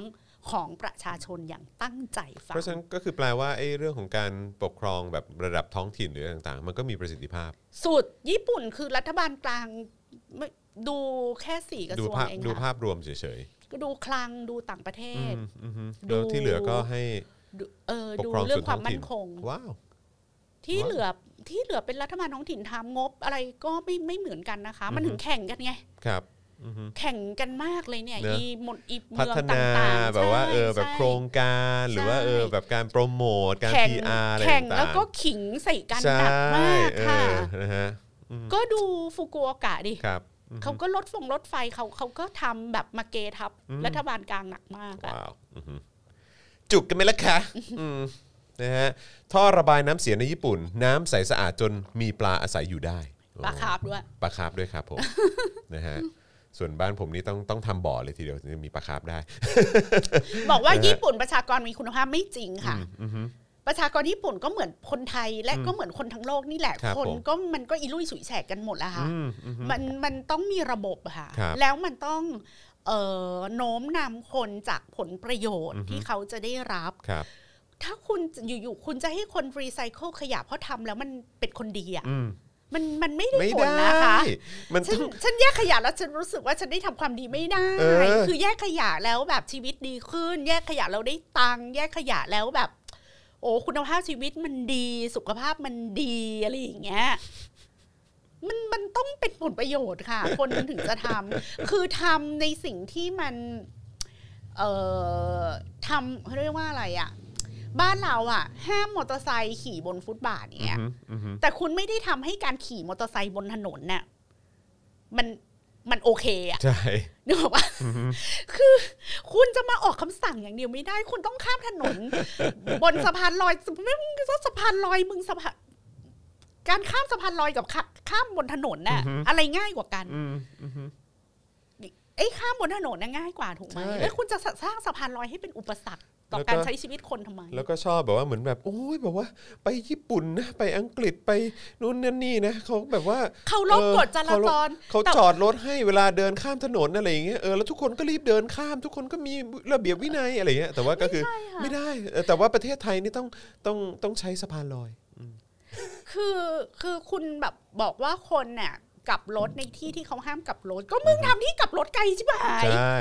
Speaker 3: ของประชาชนอย่างตั้งใจฟั
Speaker 2: เพ
Speaker 3: ง
Speaker 2: ราะฉะนั้นก็คือแปลว่าไอ้เรื่องของการปกครองแบบระดับท้องถิ่นหรืออะไรต่างๆ มันก็มีประสิทธิภาพ
Speaker 3: สุดญี่ปุ่นคือรัฐบาลกลางไม่ดูแค่สี่กระ
Speaker 2: ดู
Speaker 3: ทรวง
Speaker 2: ภาพ
Speaker 3: เอง
Speaker 2: ดู
Speaker 3: ค่ะ
Speaker 2: ภาพรวมเฉย
Speaker 3: ก็ดูคลังดูต่างประเท
Speaker 2: ๆอืม
Speaker 3: ศ
Speaker 2: อืมฮึ
Speaker 3: ดู
Speaker 2: แล้วที่เหลือก็ให้
Speaker 3: ดูเออ
Speaker 2: ปก
Speaker 3: ดู
Speaker 2: ครอง
Speaker 3: เรื่อ
Speaker 2: ส่
Speaker 3: ง
Speaker 2: วน
Speaker 3: ความ
Speaker 2: ท้อง
Speaker 3: มั่
Speaker 2: ถิ่
Speaker 3: น
Speaker 2: น
Speaker 3: คง
Speaker 2: ว้าว
Speaker 3: ที่
Speaker 2: ว้าว
Speaker 3: เหลือที่เหลือเป็นรัฐบาลท้องถิ่นทำงบอะไรก็ไม่ไม่เหมือนกันนะคะ มันถึงแข่งกันไง
Speaker 2: ครับอืมฮึ
Speaker 3: แข่งกันมากเลยเนี่ย
Speaker 2: เนอะ
Speaker 3: อีหมดอี
Speaker 2: พั
Speaker 3: เมือง
Speaker 2: ฒ
Speaker 3: ต
Speaker 2: นา
Speaker 3: ่างๆ
Speaker 2: แบบว่า
Speaker 3: ใช่
Speaker 2: เออแบบ
Speaker 3: ใช่
Speaker 2: โครงการหรือว่า
Speaker 3: ใช่
Speaker 2: เออแบบการโปรโมทการ
Speaker 3: แข่ง
Speaker 2: PR อะไร
Speaker 3: แข่ง
Speaker 2: ต่างๆ
Speaker 3: แล้วก็ขิงใส่กันหนักมาก
Speaker 2: ใช่
Speaker 3: ค่ะ
Speaker 2: เออนะฮะอืม
Speaker 3: ก็ดูฟุกุโอกะดิ
Speaker 2: ครับอืมฮึ
Speaker 3: เขาก็ลดฟงลดไฟเขาเขาก็ทำแบบมาเกทับ
Speaker 2: อืม
Speaker 3: รัฐบาลกลางหนักมากอะ
Speaker 2: ว้าวอือหือจุกกันไหมล่ะคะอืมนะฮะท่อระบายน้ำเสียในญี่ปุ่น น้ำใสสะอาดจนมีปลาอาศัยอยู่ได้
Speaker 3: ปลาคาร์ฟด้วย
Speaker 2: ปลาคาร์ฟด้วยครับผม นะฮะส่วนบ้านผมนี่ต้องต้องทำบ่อเลยทีเดียวถึงจะมีปลาคาร์ฟได้
Speaker 3: บอกว่าญี่ปุ่นประชากรมีคุณภาพไม่จริงค่ะ
Speaker 2: อือหือ
Speaker 3: ประชากรญี่ปุ่นก็เหมือนคนไทยและก็เหมือนคนทั้งโลกนี่แหละ
Speaker 2: ครับ
Speaker 3: คน
Speaker 2: ผม
Speaker 3: ก็มันก็อีลุ่ยสุยแฉกกันหมดแล้วค่ะ
Speaker 2: อืมอือหือ
Speaker 3: มันมันต้องมีระบบอะค่ะ
Speaker 2: ครับ
Speaker 3: แล้วมันต้องเอ่อโน้มนำคนจากผลประโยชน์ที่เขาจะได้รับ
Speaker 2: ครับ
Speaker 3: ถ้าคุณอยู่ๆคุณจะให้คนรีไซเคิลขยะเพราะทำแล้วมันเป็นคนดีอะ
Speaker 2: อืม
Speaker 3: มันมันไม่ได้
Speaker 2: ไม่
Speaker 3: ผล
Speaker 2: ได้
Speaker 3: นะคะ
Speaker 2: มัน
Speaker 3: ฉัน
Speaker 2: ต้อง
Speaker 3: ฉันแยกขยะแล้วฉันรู้สึกว่าฉันได้ทำความดีไม่ได้
Speaker 2: เออ
Speaker 3: คือแยกขยะแล้วแบบชีวิตดีขึ้น แยกขยะเราได้ตังค์แยกขยะแล้วแบบ โอ้คุณภาพชีวิตมันดี สุขภาพมันดีอะไรอย่างเงี้ยมันมันต้องเป็นผลประโยชน์ค่ะ คนมันถึงจะทำคือทำในสิ่งที่มัน เอ่อทำเขาเรียกว่าอะไรอะบ้านเราอะห้ามมอเตอร์ไซค์ขี่บนฟุตบาทเนี่ย
Speaker 2: อือหืออือหือ
Speaker 3: แต่คุณไม่ได้ทำให้การขี่มอเตอร์ไซค์บนถนนน่ะมันมันโอเคอะ
Speaker 2: ใช่
Speaker 3: นึกออกปะ
Speaker 2: อือฮึ
Speaker 3: คือคุณจะมาออกคำสั่งอย่างเดียวไม่ได้ คุณต้องข้ามถนน บนสะพานลอยไม่มึงก็สะพานลอยมึงสะพานการข้ามสะพานลอยกับขข้ามบนถนนน่ะ
Speaker 2: อือฮึ
Speaker 3: อะไรง่ายกว่ากัน
Speaker 2: อืมอือหือ
Speaker 3: ไอ้ข้ามบนถนนน่ะง่ายกว่าถูกไหม
Speaker 2: ใช่
Speaker 3: แล้วคุณจะสร้างสะพานลอยให้เป็นอุปสรรคต่อ
Speaker 2: แล้วก็
Speaker 3: การใช้ชีวิตคนทำไม
Speaker 2: แล้วก็ชอบแบบว่าเหมือนแบบโอ้ยแบบว่า ไปญี่ปุ่นนะไปอังกฤษไปนู่นนั่นนี่นะเขาแบบว่า
Speaker 3: เขาลบกฎจราจร
Speaker 2: เขา
Speaker 3: แต่
Speaker 2: จอดรถให้เวลาเดินข้ามถนนอะไรอย่างเงี้ยเออแล้วทุกคนก็รีบเดินข้าม ทุกคนก็มีระเบียบวินัยอะไรเงี้ยแต่ว่าก็คือ
Speaker 3: ไม่ใช่ค่ะ
Speaker 2: ไม่ได้เออแต่ว่าประเทศไทยนี่ต้องต้องต้องใช้สะพานลอย
Speaker 3: คือคือคุณแบบบอกว่าคนเนี่ยกลับรถในที่ที่เขาห้ามกลับรถ ก็มึงทำที่กลับรถไกลใช่ไหม
Speaker 2: ใช่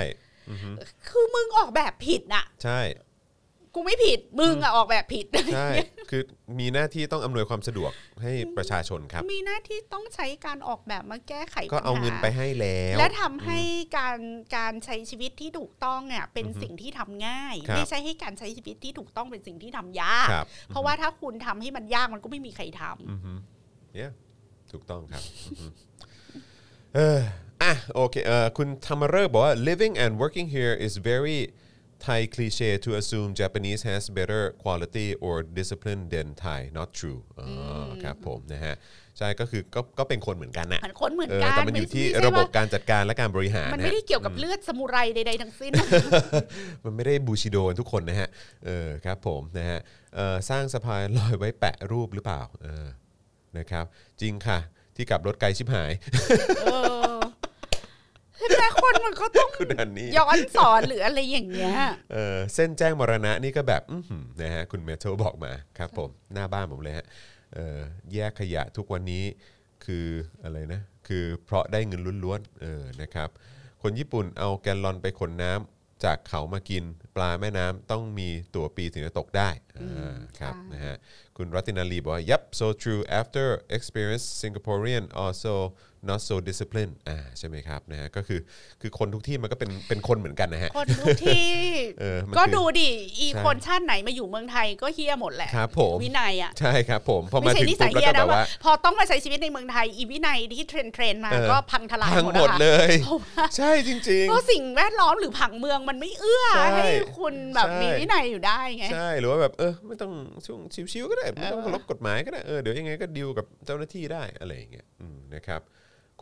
Speaker 2: อือฮึ
Speaker 3: คือมึงออกแบบผิดน่ะ
Speaker 2: ใช่
Speaker 3: กูไม่ผิดมึงอะออกแบบผิด
Speaker 2: ใช่คือมีหน้าที่ต้องอำนวยความสะดวกให้ประชาชนครับ
Speaker 3: มีหน้าที่ต้องใช้การออกแบบมาแก้ไข
Speaker 2: ก็เอาเงินไป
Speaker 3: ปัญห
Speaker 2: ให้แล้
Speaker 3: าว และทำให้การการใช้ชีวิตที่ถูกต้องเนี่ยเป็นสิ่งที่ทำง่าย
Speaker 2: ครับ
Speaker 3: ไม่ใช่ให้การใช้ชีวิตที่ถูกต้องเป็นสิ่งที่ทำยาก
Speaker 2: ครับ
Speaker 3: เพราะว่าถ้าคุณทำให้มันยากมันก็ไม่มีใครทำ
Speaker 2: อือฮึเนี่ยถูกต้อง ครับอือฮึเอออ่ะโอเคเออคุณธรรมเริกษ์บอกว่า living and working here is very Thai cliche to assume Japanese has better quality or discipline than Thai not true อ๋ออครับผมนะฮะ ใช่ก็คือก็ก็เป็นคนเหมือนกันนะ
Speaker 3: เหมือนคนเหมือน
Speaker 2: เออ
Speaker 3: กัน
Speaker 2: แต่มันอยู่ที่
Speaker 3: ไม่ใช่
Speaker 2: ระบบ
Speaker 3: ว่า
Speaker 2: การจัดการและการบริหาร
Speaker 3: มัน
Speaker 2: นะ
Speaker 3: ไม่
Speaker 2: ฮะ
Speaker 3: ได้เกี่ยวกับเลือดสมุไรใดๆทั้งสิ้น
Speaker 2: มันไม่ได้บูชิโดกันทุกคนนะฮะ เออครับผมนะฮะเออสร้างสะพานลอยไว้แปะรูปหรือเปล่าเออนะครับ จริงค่ะ ที่กลับรถไกลชิบหาย
Speaker 3: เออใช่ไหมคนมันก็ต้อง
Speaker 2: คุณอันนี้
Speaker 3: ย้อนสอนหรืออะไรอย่างเงี้ย
Speaker 2: เออเส้นแจ้งมรณะนี่ก็แบบอื้อหือนะฮะคุณเมทัลบอกมาครับผมหน้าบ้านผมเลยฮะเออแยกขยะทุกวันนี้คืออะไรนะ คือเพราะได้เงินล้วนๆเออนะครับ คนญี่ปุ่นเอาแกลลอนไปขนน้ำจากเขามากิน ปลาแม่น้ำต้องมีตั๋วปีถึงจะตกได้อ่าครับ
Speaker 3: ใช่
Speaker 2: นะฮะ คุณ คุณรัตินาลีบอกว่า yep so true after experience Singaporean also not so disciplined อ่าใช่ไหมครับนะฮะก็คือคือคนทุกที่มันก็เป็นเป็นคนเหมือนกันนะฮะ
Speaker 3: คนทุกที่
Speaker 2: เออมัน
Speaker 3: ก็
Speaker 2: คือ
Speaker 3: ดูดิ อี
Speaker 2: ใช่
Speaker 3: คนชาติไหนมาอยู่เมืองไทยก็เฮี้ยหมดแหละ
Speaker 2: ครับผม
Speaker 3: วินัยอ่ะ
Speaker 2: ใช่ครับผมพอมา
Speaker 3: ไม่ใช่
Speaker 2: ถึง
Speaker 3: นิสั
Speaker 2: ปุ๊
Speaker 3: ย
Speaker 2: บแล้ว
Speaker 3: เฮี้ย
Speaker 2: ก็แบบ
Speaker 3: นะว่า
Speaker 2: ว่า
Speaker 3: พอต้องมาใช้ชีวิตในเมืองไทย อีวินัยที่เทรนเทรนๆมา
Speaker 2: เออ
Speaker 3: ก็พังทลาย
Speaker 2: พังห
Speaker 3: ห
Speaker 2: ม
Speaker 3: ม
Speaker 2: ด
Speaker 3: ด
Speaker 2: เล
Speaker 3: เลย
Speaker 2: ใช่จริง
Speaker 3: ก็สิ่งแวดล้อมหรือผังเมืองมันไม่เอื้อ
Speaker 2: ใช่
Speaker 3: ให้คุณแบบ
Speaker 2: ใช่
Speaker 3: มีวินัยอยู่ได้ไง
Speaker 2: ๆ ใช่หรือว่าแบบเออไม่ต้องช่วงชิวๆก็ได้ไม่ต้องเคารพกฎหมายก็ได้เออเดี๋ยวยังไงก็ดีลกับเจ้าหน้าที่ได้อะไรอย่างเงี้ยอืมนะครับ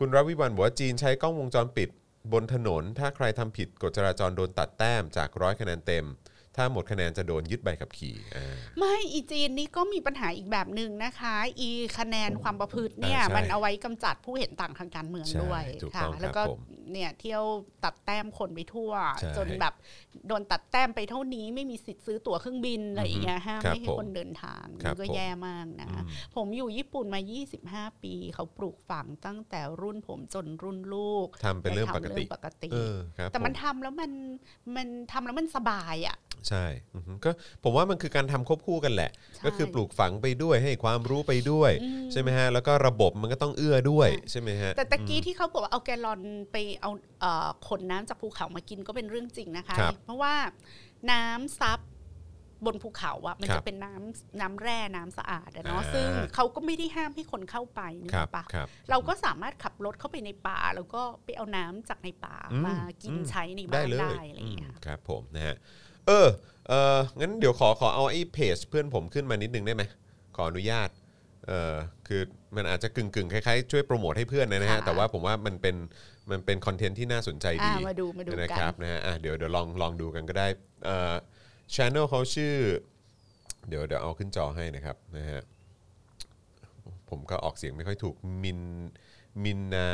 Speaker 2: คุณรัวิวันบอกว่าจีนใช้กล้องวงจรปิดบนถนน ถ้าใครทำผิดกฎจราจรโดนตัดแต้มจากร้อยคะแนนเต็ม ถ้าหมดคะแนนจะโดนยึดใบขับขี่อ่า
Speaker 3: ไม่อีจีนนี่ก็มีปัญหาอีกแบบหนึ่งนะคะ อีคะแนนความประพฤติเนี่ย
Speaker 2: อ่าใช่
Speaker 3: มันเอาไว้กำจัดผู้เห็นต่างทางการเมือง
Speaker 2: ใช่
Speaker 3: ด้วย
Speaker 2: ถูก
Speaker 3: ค่ะ
Speaker 2: ต้องครับ
Speaker 3: แล้วก็
Speaker 2: ผม
Speaker 3: เนี่ยเที่ยวตัดแต้มคนไปทั่ว
Speaker 2: ใช่
Speaker 3: จนแบบโดนตัดแต้มไปเท่านี้ไม่มีสิทธิ์ซื้อตั๋วเครื่องบินอะไรอย่างเงี้ยห้าม
Speaker 2: ครับ
Speaker 3: ไม่ให้คนเดินทาง
Speaker 2: ครับ
Speaker 3: มันก็
Speaker 2: ผม
Speaker 3: แย่มากนะ ผมอยู่ญี่ปุ่นมา 25 ปี เขาปลูกฝังตั้งแต่รุ่นผมจนรุ่นลูก
Speaker 2: ทำเป็นเรื่องปก
Speaker 3: ทำ
Speaker 2: ติ
Speaker 3: ปกติ
Speaker 2: เออครับ
Speaker 3: แต่มัน
Speaker 2: ผ
Speaker 3: ทำแล้วมันมันทำแล้วมันสบายอ่ะ
Speaker 2: ใช่อือฮึก็ผมว่ามันคือการทำควบคู่กันแหละ
Speaker 3: ใช่
Speaker 2: ก็คือปลูกฝังไปด้วยให้ความรู้ไปด้วย ใช่ไหมฮะแล้วก็ระบบมันก็ต้องเอื้อด้วยใช่ไหมฮะ
Speaker 3: แต่ตะกี้ที่เขาบอกว่าเอาแกลลอนไปเอาเอ่อขนน้ำจากภูเขามากินก็เป็นเรื่องจริงนะคะ
Speaker 2: ครับ
Speaker 3: เพราะว่าน้ำซับบนภูเขาอะมัน
Speaker 2: ครับ
Speaker 3: จะเป็นน้ำน้ำแร่น้ำสะอาดอะเนาะ
Speaker 2: อ่า
Speaker 3: ซึ่งเขาก็ไม่ได้ห้ามให้คนเข้าไปนึก
Speaker 2: ค
Speaker 3: อ
Speaker 2: รั
Speaker 3: อบ กปะ
Speaker 2: ครับ
Speaker 3: เราก็สามารถขับรถเข้าไปในป่า แล้วก็ไปเอาน้ำจากในป่า
Speaker 2: อืม
Speaker 3: มากิน
Speaker 2: อืม
Speaker 3: ใช้ใน
Speaker 2: ได้
Speaker 3: บ้าน
Speaker 2: เลย
Speaker 3: ได้อะไรอย่างเงี้ย
Speaker 2: อืมครับผมนะฮะเออเอองั้นเดี๋ยวขอขอเอาไอ้เพจเพื่อนผมขึ้นมานิดนึงได้ไหมขออนุญาตเออคือมันอาจจะกึ่งกึ่งๆคล้ายๆช่วยโปรโมทให้เพื่อนนะฮะแต่ว่าผมว่ามันเป็นมันเป็นคอนเทนต์ที่น่าสนใจ
Speaker 3: อ่า
Speaker 2: ดี
Speaker 3: มาดูมาดู
Speaker 2: นะ
Speaker 3: กั
Speaker 2: คน รับนะฮะอ่ะเดี๋ยวเดี๋ยวลองลองดูกันก็ได้เอ่อชานอลเขาชื่อ เดี๋ยวเดี๋ยวเอาขึ้นจอให้นะครับนะฮะผมก็ออกเสียงไม่ค่อยถูกมินมินนา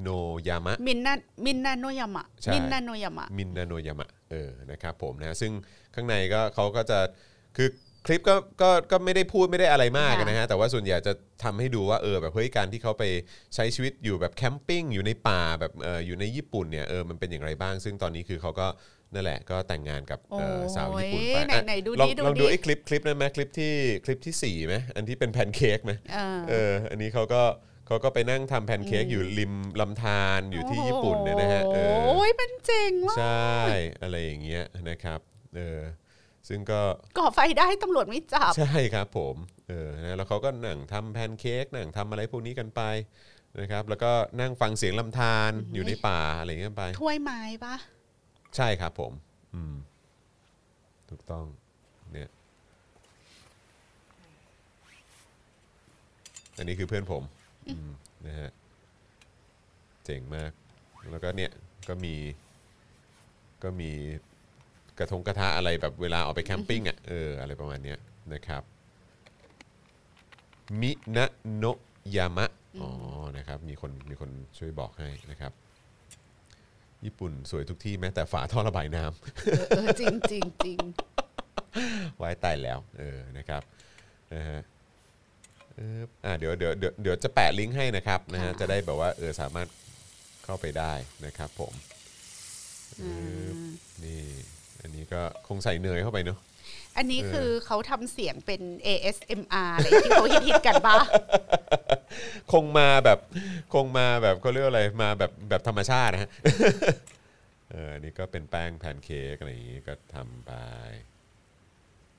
Speaker 2: โนยามะ
Speaker 3: มินนามินนาโนยามะ
Speaker 2: ใช่
Speaker 3: มินนาโนยามะ
Speaker 2: มินนาโนยามะเออนะครับผมนะซึ่งข้างในก็เขาก็จะคือคลิปก็ก็ก็ไม่ได้พูดไม่ได้อะไรมาก
Speaker 3: ค่ะ
Speaker 2: นะฮะแต่ว่าส่วนใหญ่จะทำให้ดูว่าเออแบบเฮ้ยการที่เขาไปใช้ชีวิตอยู่แบบแคมปิ้งอยู่ในป่าแบบเอออยู่ในญี่ปุ่นเนี่ยเออมันเป็นอย่างไรบ้าง ซึ่งตอนนี้คือเขาก็นั่นแหละก็แต่งงานกับเอ่อ
Speaker 3: โอ้ย
Speaker 2: สาวญี่ปุ่นไปอ่ะ
Speaker 3: ไหนๆดูดิ
Speaker 2: ลอง
Speaker 3: ดู
Speaker 2: ลอง
Speaker 3: ดิ
Speaker 2: ดูไอ้คลิปคลิปนั้นไหมคลิปที่คลิปที่สี่ไหมอันที่เป็นแพนเค้กไหม
Speaker 3: เออ
Speaker 2: เออ อันนี้เขาก็เขาก็ไปนั่งทำแพนเค้กอยู่ริมลำธารอยู่ที่ญี่ปุ่นเนี่ยนะฮะเออ
Speaker 3: โอ้ยมันเจ๋งว่ะ
Speaker 2: ใช่ อะไรอย่างเงี้ยนะครับเออซึ่งก็
Speaker 3: ก่อไฟได้ตำรวจไม่จับ
Speaker 2: ใช่ครับผมเออนะแล้วเขาก็นั่งทำแพนเค้กนั่งทำอะไรพวกนี้กันไปนะครับแล้วก็นั่งฟังเสียงลำธารอยู่ในป่าอะไรอย่างเงี้ยไป
Speaker 3: ถ้วยไม้ปะ
Speaker 2: ใช่ครับผม อืม ถูกต้อง เนี่ย อันนี้คือเพื่อนผม อืมนะฮะ เจ๋งมาก แล้วก็เนี่ย ก็มี ก็มีกระทงกระทะอะไรแบบเวลาออกไปแคมปิ้งอ่ะ เออ อะไรประมาณเนี้ยนะครับ มินะโนะยามะ อ๋อ นะครับ มีคน มีคนช่วยบอกให้นะครับ ญี่ปุ่นสวยทุกที่แม้แต่ฝาท่อระบายน้ำ
Speaker 3: เออเออจริงจริงจริง
Speaker 2: ไว้ตายแล้ว เออ นะครับ นะฮะเอออ่าเดี๋ยวเดี๋ยวเดี๋ยวเดี๋ยวจะแปะลิงก์ให้นะครับนะฮะ จะได้แบบว่า เออ สามารถเข้าไปได้นะครับผมเออนี่ อันนี้ก็คงใส่เนยเข้าไปเนอะ
Speaker 3: อันนี้
Speaker 2: เออ
Speaker 3: คือเขาทำเสียงเป็น ASMR อะไรที่เขาฮิตๆกันปะ
Speaker 2: คงมาแบบคงมาแบบเขาเรียกว่าอะไรมาแบบแบบธรรมชาตินะฮ ะ เอออันนี่ก็เป็นแป้งแพนเค้กอะไรอย่างงี้ก็ทำไป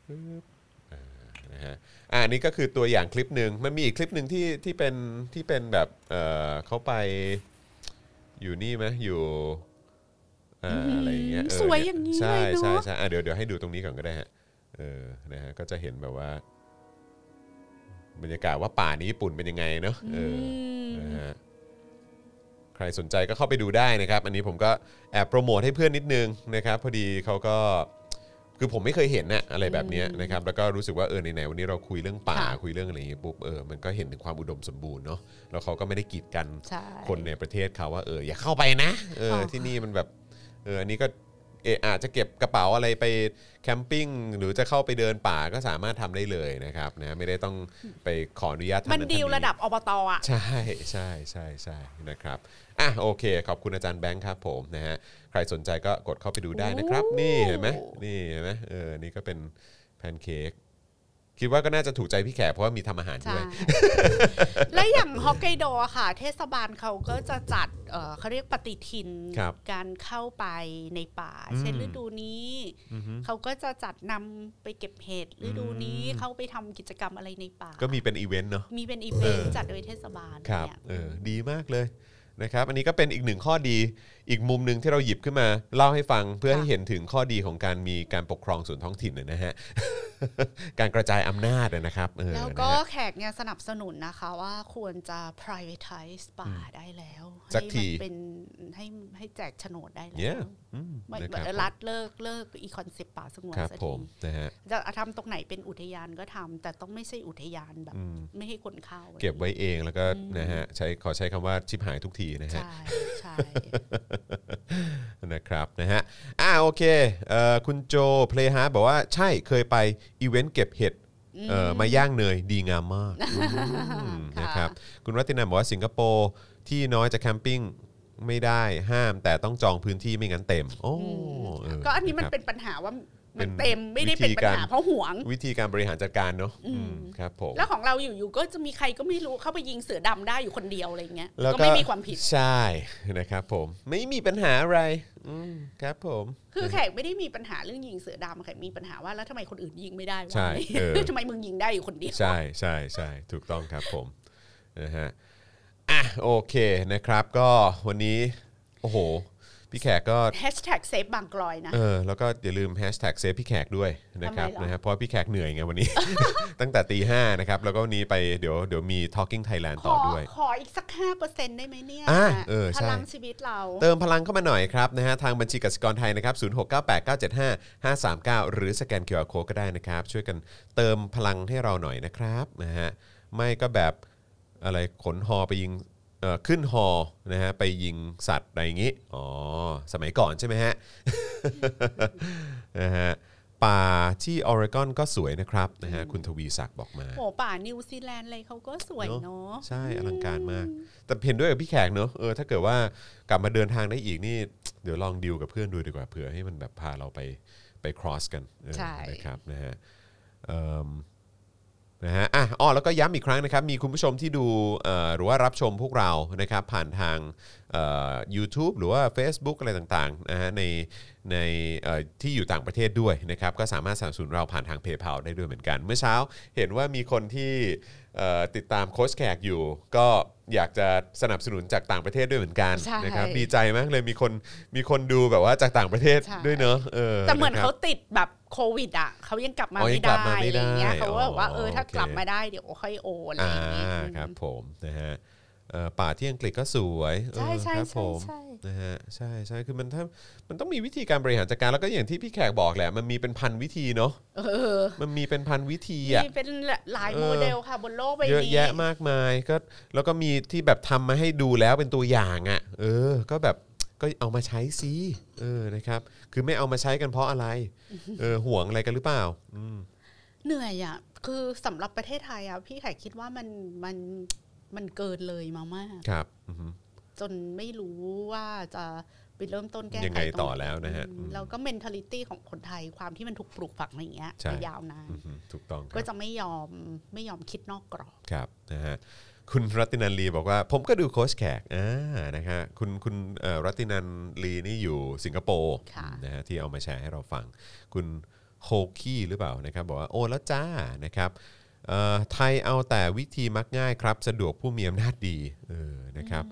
Speaker 2: ปึ๊บอ่านะฮะอ่ะอันนี้ก็คือตัวอย่างคลิปหนึ่งมันมีอีกคลิปหนึ่งที่ที่เป็นที่เป็นแบบเออเขาไปอยู่นี่ไหมอยู่อ่าอะไรอย่างเงี้ยเ
Speaker 3: สวยอย่างนี้
Speaker 2: ใช่
Speaker 3: เลย
Speaker 2: ใช่
Speaker 3: เนาะ
Speaker 2: ใช่อ่ะเดี๋ยวเดี๋ยวให้ดูตรงนี้ก่อนก็ได้ฮะเออนะฮะก็จะเห็นแบบว่า บรรยากาศว่าป่านี้ญี่ปุ่นเป็นยังไงเนาะเออ
Speaker 3: ม
Speaker 2: นะฮะใครสนใจก็เข้าไปดูได้นะครับ อันนี้ผมก็แอบโปรโมทให้เพื่อนนิดนึงนะครับ พอดีเขาก็คือผมไม่เคยเห็นนะอะไรแบบเนี้ยนะครับ แล้วก็รู้สึกว่าเออไหนๆวันนี้เราคุยเรื่องป่าคุยเรื่องอะไรอย่างงี้ปุ๊บเออมันก็เห็นถึงความอุดมสมบูรณ์เนาะแล้วเขาก็ไม่ได้กีดกัน
Speaker 3: ใช่
Speaker 2: คนในประเทศเขาว่าเอออย่าเข้าไปนะเออ
Speaker 3: ค่ะ
Speaker 2: ที่นี่มันแบบเอออันนี้ก็เอออาจจะเก็บกระเป๋าอะไรไปแคมปิ้งหรือจะเข้าไปเดินป่าก็สามารถทำได้เลยนะครับนะไม่ได้ต้องไปขออนุญาตทาง
Speaker 3: มัน
Speaker 2: ทาง
Speaker 3: ดีลระดับอบตอ่ะ
Speaker 2: ใช่ใช่ใช่ใช่นะครับอ่ะโอเค ขอบคุณอาจารย์แบงค์ครับผมนะฮะใครสนใจก็กดเข้าไปดูได้นะครับ
Speaker 3: โอ้
Speaker 2: นี่เห็นไหมนี่เห็นไหมเออนี่ก็เป็นแพนเค้ก คิดว่าก็น่าจะถูกใจพี่แขกเพราะว่ามีทำอาหารด้
Speaker 3: ใช่
Speaker 2: วย
Speaker 3: และอย่างฮอกไกโดอะค่ะ เทศบาลเขาก็จะจัดเอ่อเขาเรียกปฏิทิน
Speaker 2: ครับ
Speaker 3: การเข้าไปในป่า
Speaker 2: อืม
Speaker 3: เช่นฤดูนี้ เขาก็จะจัดนำไปเก็บเห็ดฤดูนี้
Speaker 2: อืม
Speaker 3: เข้าไปทำกิจกรรมอะไรในป่า
Speaker 2: ก็มีเป็นอีเวนต์เนาะ
Speaker 3: มีเป็นอีเวนต์จัดโดยเทศบาล
Speaker 2: ครับ
Speaker 3: เนี่ย
Speaker 2: เออดีมากเลยนะครับ อันนี้ก็เป็นอีกหนึ่งข้อดี อีกมุมหนึ่งที่เราหยิบขึ้นมา เล่าให้ฟังเพื่อ
Speaker 3: ค่ะ
Speaker 2: ให้เห็นถึงข้อดีของการมีการปกครองส่วนท้องถิ่นนะฮ ะ การกระจายอำนาจนะครับเออ
Speaker 3: แล้วก็
Speaker 2: นะฮะ
Speaker 3: แขกเนี่ยสนับสนุนนะคะว่าควรจะ privatize ป่าได้แล้ว
Speaker 2: สักที
Speaker 3: ให้มันเป็นให้ให้แจกโฉนดได้แล้
Speaker 2: เนี่ยว อืม
Speaker 3: ไม่
Speaker 2: นะครับ
Speaker 3: รัฐเลิกเลิกอีคอนเซปต์ป่าสงวน
Speaker 2: ครับ
Speaker 3: สัก
Speaker 2: ผ
Speaker 3: ที
Speaker 2: มนะฮะ
Speaker 3: จะทำตรงไหนเป็นอุทยานก็ทำแต่ต้องไม่ใช่อุทยานแบบ
Speaker 2: อืม
Speaker 3: ไม่ให้คนเข้าอะไร
Speaker 2: เก็บไว้เองแล้วก็นะฮะใช้ขอใช้คำว่าชิบหายทุกทีนะฮะ
Speaker 3: ใช่ใช่
Speaker 2: นะครับนะฮะอ่าโอเคเอ่อคุณโจเพลฮาร์บอกว่าใช่เคยไปอีเวนต์เก็บเห็ดเอ่อมาย่างเนยดีงามมากอืม
Speaker 3: ค่ะ
Speaker 2: นะครับคุณรัตินันบอกว่าสิงคโปร์ที่น้อยจะแคมปิ้งไม่ได้ห้าม แต่ต้องจองพื้นที่ไม่งั้นเต็ม โอ้ เ
Speaker 3: ก็อันนี้มั
Speaker 2: ค
Speaker 3: น
Speaker 2: รับ
Speaker 3: เป็นปัญหาว่า
Speaker 2: เป็
Speaker 3: มัน นเต็มไม่ได้เป็
Speaker 2: วิ
Speaker 3: น
Speaker 2: ธี
Speaker 3: ปัญ
Speaker 2: การ
Speaker 3: หาเพราะห่วง
Speaker 2: วิธีการบริหารจัดการเนาะ
Speaker 3: อืม
Speaker 2: อืมครับผม
Speaker 3: แล้วของเราอยู่ๆก็จะมีใครก็ไม่รู้เข้าไปยิงเสือดำได้อยู่คนเดียวอะไรเงี้ย
Speaker 2: แล้ว
Speaker 3: ก็ไม่มีความผิด
Speaker 2: ใช่นะครับผมไม่มีปัญหาอะไรอืมครับผม
Speaker 3: คือ
Speaker 2: นะ
Speaker 3: แข
Speaker 2: ฮะ
Speaker 3: กไม่ได้มีปัญหาเรื่องยิงเสือดำแขกมีปัญหาว่าแล้วทำไมคนอื่นยิงไม่ได้วะ
Speaker 2: ใช่เออ
Speaker 3: ทำไมมึงยิงได้อยู่คนเดียว
Speaker 2: ใช่ใช่ใช่ถูกต้องครับผมนะฮะอ่ะโอเคนะครับ ก็วันนี้ โอ้โห พี่แขกก็
Speaker 3: Hashtag เซฟบางกลอยนะ
Speaker 2: เออแล้วก็อย่าลืมแฮชแท็กเซฟพี่แขกด้วยนะครับ
Speaker 3: ทำไมเหรอ
Speaker 2: นะฮะเพราะพี่แขกเหนื่อยไงวันนี้ ตั้งแต่ตีห้านะครับ แล้วก็วันนี้ไปเดี๋ยวเดี๋ยวมี Talking Thailand
Speaker 3: ข
Speaker 2: ต่อ
Speaker 3: อ
Speaker 2: ด้วย
Speaker 3: ขออีกสัก 5%ได้ไหมเนี่ย
Speaker 2: อ่ะเออใช่
Speaker 3: พลังชีวิตเรา
Speaker 2: เติมพลังเข้ามาหน่อยครับนะฮะทางบัญชีกสิกรไทยนะครับ0698975539 หรือสแกน QR Code ก็ได้นะครับ ช่วยกันเติมพลังให้เราหน่อยนะครับนะฮะไม่ก็แบบอะไรขนฮอไปยิงเอ่อขึ้นฮอนะฮะไปยิงสัตว์อะไรอย่างงี้อ๋อสมัยก่อนใช่ไหมฮะ นะฮะป่าที่ออริกอนก็สวยนะครับนะฮะคุณทวีศักดิ์บอกมา
Speaker 3: โหป่านิวซีแลนด์อะไรเขาก็สวยเนาะ
Speaker 2: ใช่อลังการมาก แต่เห็นด้วยกับพี่แขกเนอะเออถ้าเกิดว่ากลับมาเดินทางได้อีกนี่ เดี๋ยวลองดิวกับเพื่อนดูดีกว่าเผื่อให้มันแบบพาเราไปไป cross กันเออ
Speaker 3: ใช่
Speaker 2: นะครับนะฮะเอิ่มนะฮะอ่ะอ๋อแล้วก็ย้ำอีกครั้งนะครับ มีคุณผู้ชมที่ดูเอ่อหรือว่ารับชมพวกเรานะครับ ผ่านทางเอ่อ YouTube หรือว่า Facebook อะไรต่างๆนะฮะในในเอ่อที่อยู่ต่างประเทศด้วยนะครับ ก็สามารถสนับสนุนเราผ่านทาง PayPal ได้ด้วยเหมือนกัน เมื่อเช้าเห็นว่ามีคนที่เอ่อติดตามโค้ชแขกอยู่ ก็อยากจะสนับสนุนจากต่างประเทศด้วยเหมือนกัน
Speaker 3: ใช่
Speaker 2: นะครับดีใจมากเลยมีคนมีคนดูแบบว่าจากต่างประเทศด้วยเนอะเออ
Speaker 3: แต่เหมือนะครับ เขาติดแบบโควิดอ่ะเขายังกลับมา
Speaker 2: อ๋อยั
Speaker 3: ไม่
Speaker 2: งกลั
Speaker 3: ได้
Speaker 2: บมาไม่
Speaker 3: อะ
Speaker 2: ได้
Speaker 3: ไรเงี้ยเขาก็แบบว่า
Speaker 2: อ๋อ
Speaker 3: เออถ้า
Speaker 2: โอเค
Speaker 3: กลับมาได้เดี๋ยวค่อยโอนอะไรอย่างเงี้ย
Speaker 2: อ่าครับผมนะฮะเอ่อป่าที่อังกฤษก็สวยเออ
Speaker 3: ใช่ใช่
Speaker 2: ครับผม
Speaker 3: ใช่
Speaker 2: นะฮะใช่ใช่คือมันถ้ามันต้องมีวิธีการบริหารจัดการแล้วก็อย่างที่พี่แขกบอกแหละ มันมีเป็นพันวิธีเนาะ
Speaker 3: เออ
Speaker 2: มันมีเป็นพันวิธีอ่ะ
Speaker 3: มีเป็นหลาย
Speaker 2: เออ
Speaker 3: โมเดลค่ะบนโลกใบนี้
Speaker 2: เยอะแยะมากมายก็แล้วก็มีที่แบบทำมาให้ดูแล้วเป็นตัวอย่างอ่ะ เออ ก็แบบก็เอามาใช้สิเออนะครับ คือไม่เอามาใช้กันเพราะอะไร เออห่วงอะไรกันหรือเปล่าอืม
Speaker 3: เหนื่อยอ่ะ คือสำหรับประเทศไทยอ่ะ พี่ไข่คิดว่ามันมันมันเกินเลยมามาก
Speaker 2: ครับอือฮึ
Speaker 3: จนไม่รู้ว่าจะไปเริ่มต้นแก้
Speaker 2: ยังไง
Speaker 3: ขร
Speaker 2: ต่อแล้วนะฮะ
Speaker 3: อืมแล้วก็ mentality ของคนไทยความที่มันถูกปลูกฝังมาอย่างเงี้ย
Speaker 2: ใช่
Speaker 3: มายาวนาน
Speaker 2: อือฮึถูกต้องครับ
Speaker 3: ก็จะไม่ยอมไม่ยอมคิดนอกกรอบ
Speaker 2: ครับนะฮะคุณรัตินันลีบอกว่า ผมก็ดูโค้ชแขกอ่านะฮะคุณคุณเอ่อรัตินันลีนี่อยู่สิงคโปร์
Speaker 3: ค่ะ
Speaker 2: นะฮะที่เอามาแชร์ให้เราฟัง คุณโฮกี้หรือเปล่านะครับ บอกว่าโอนแล้วจ้านะครับเอ่อไทยเอาแต่วิธีมักง่ายครับ สะดวกผู้มีอำนาจดีเออนะครับ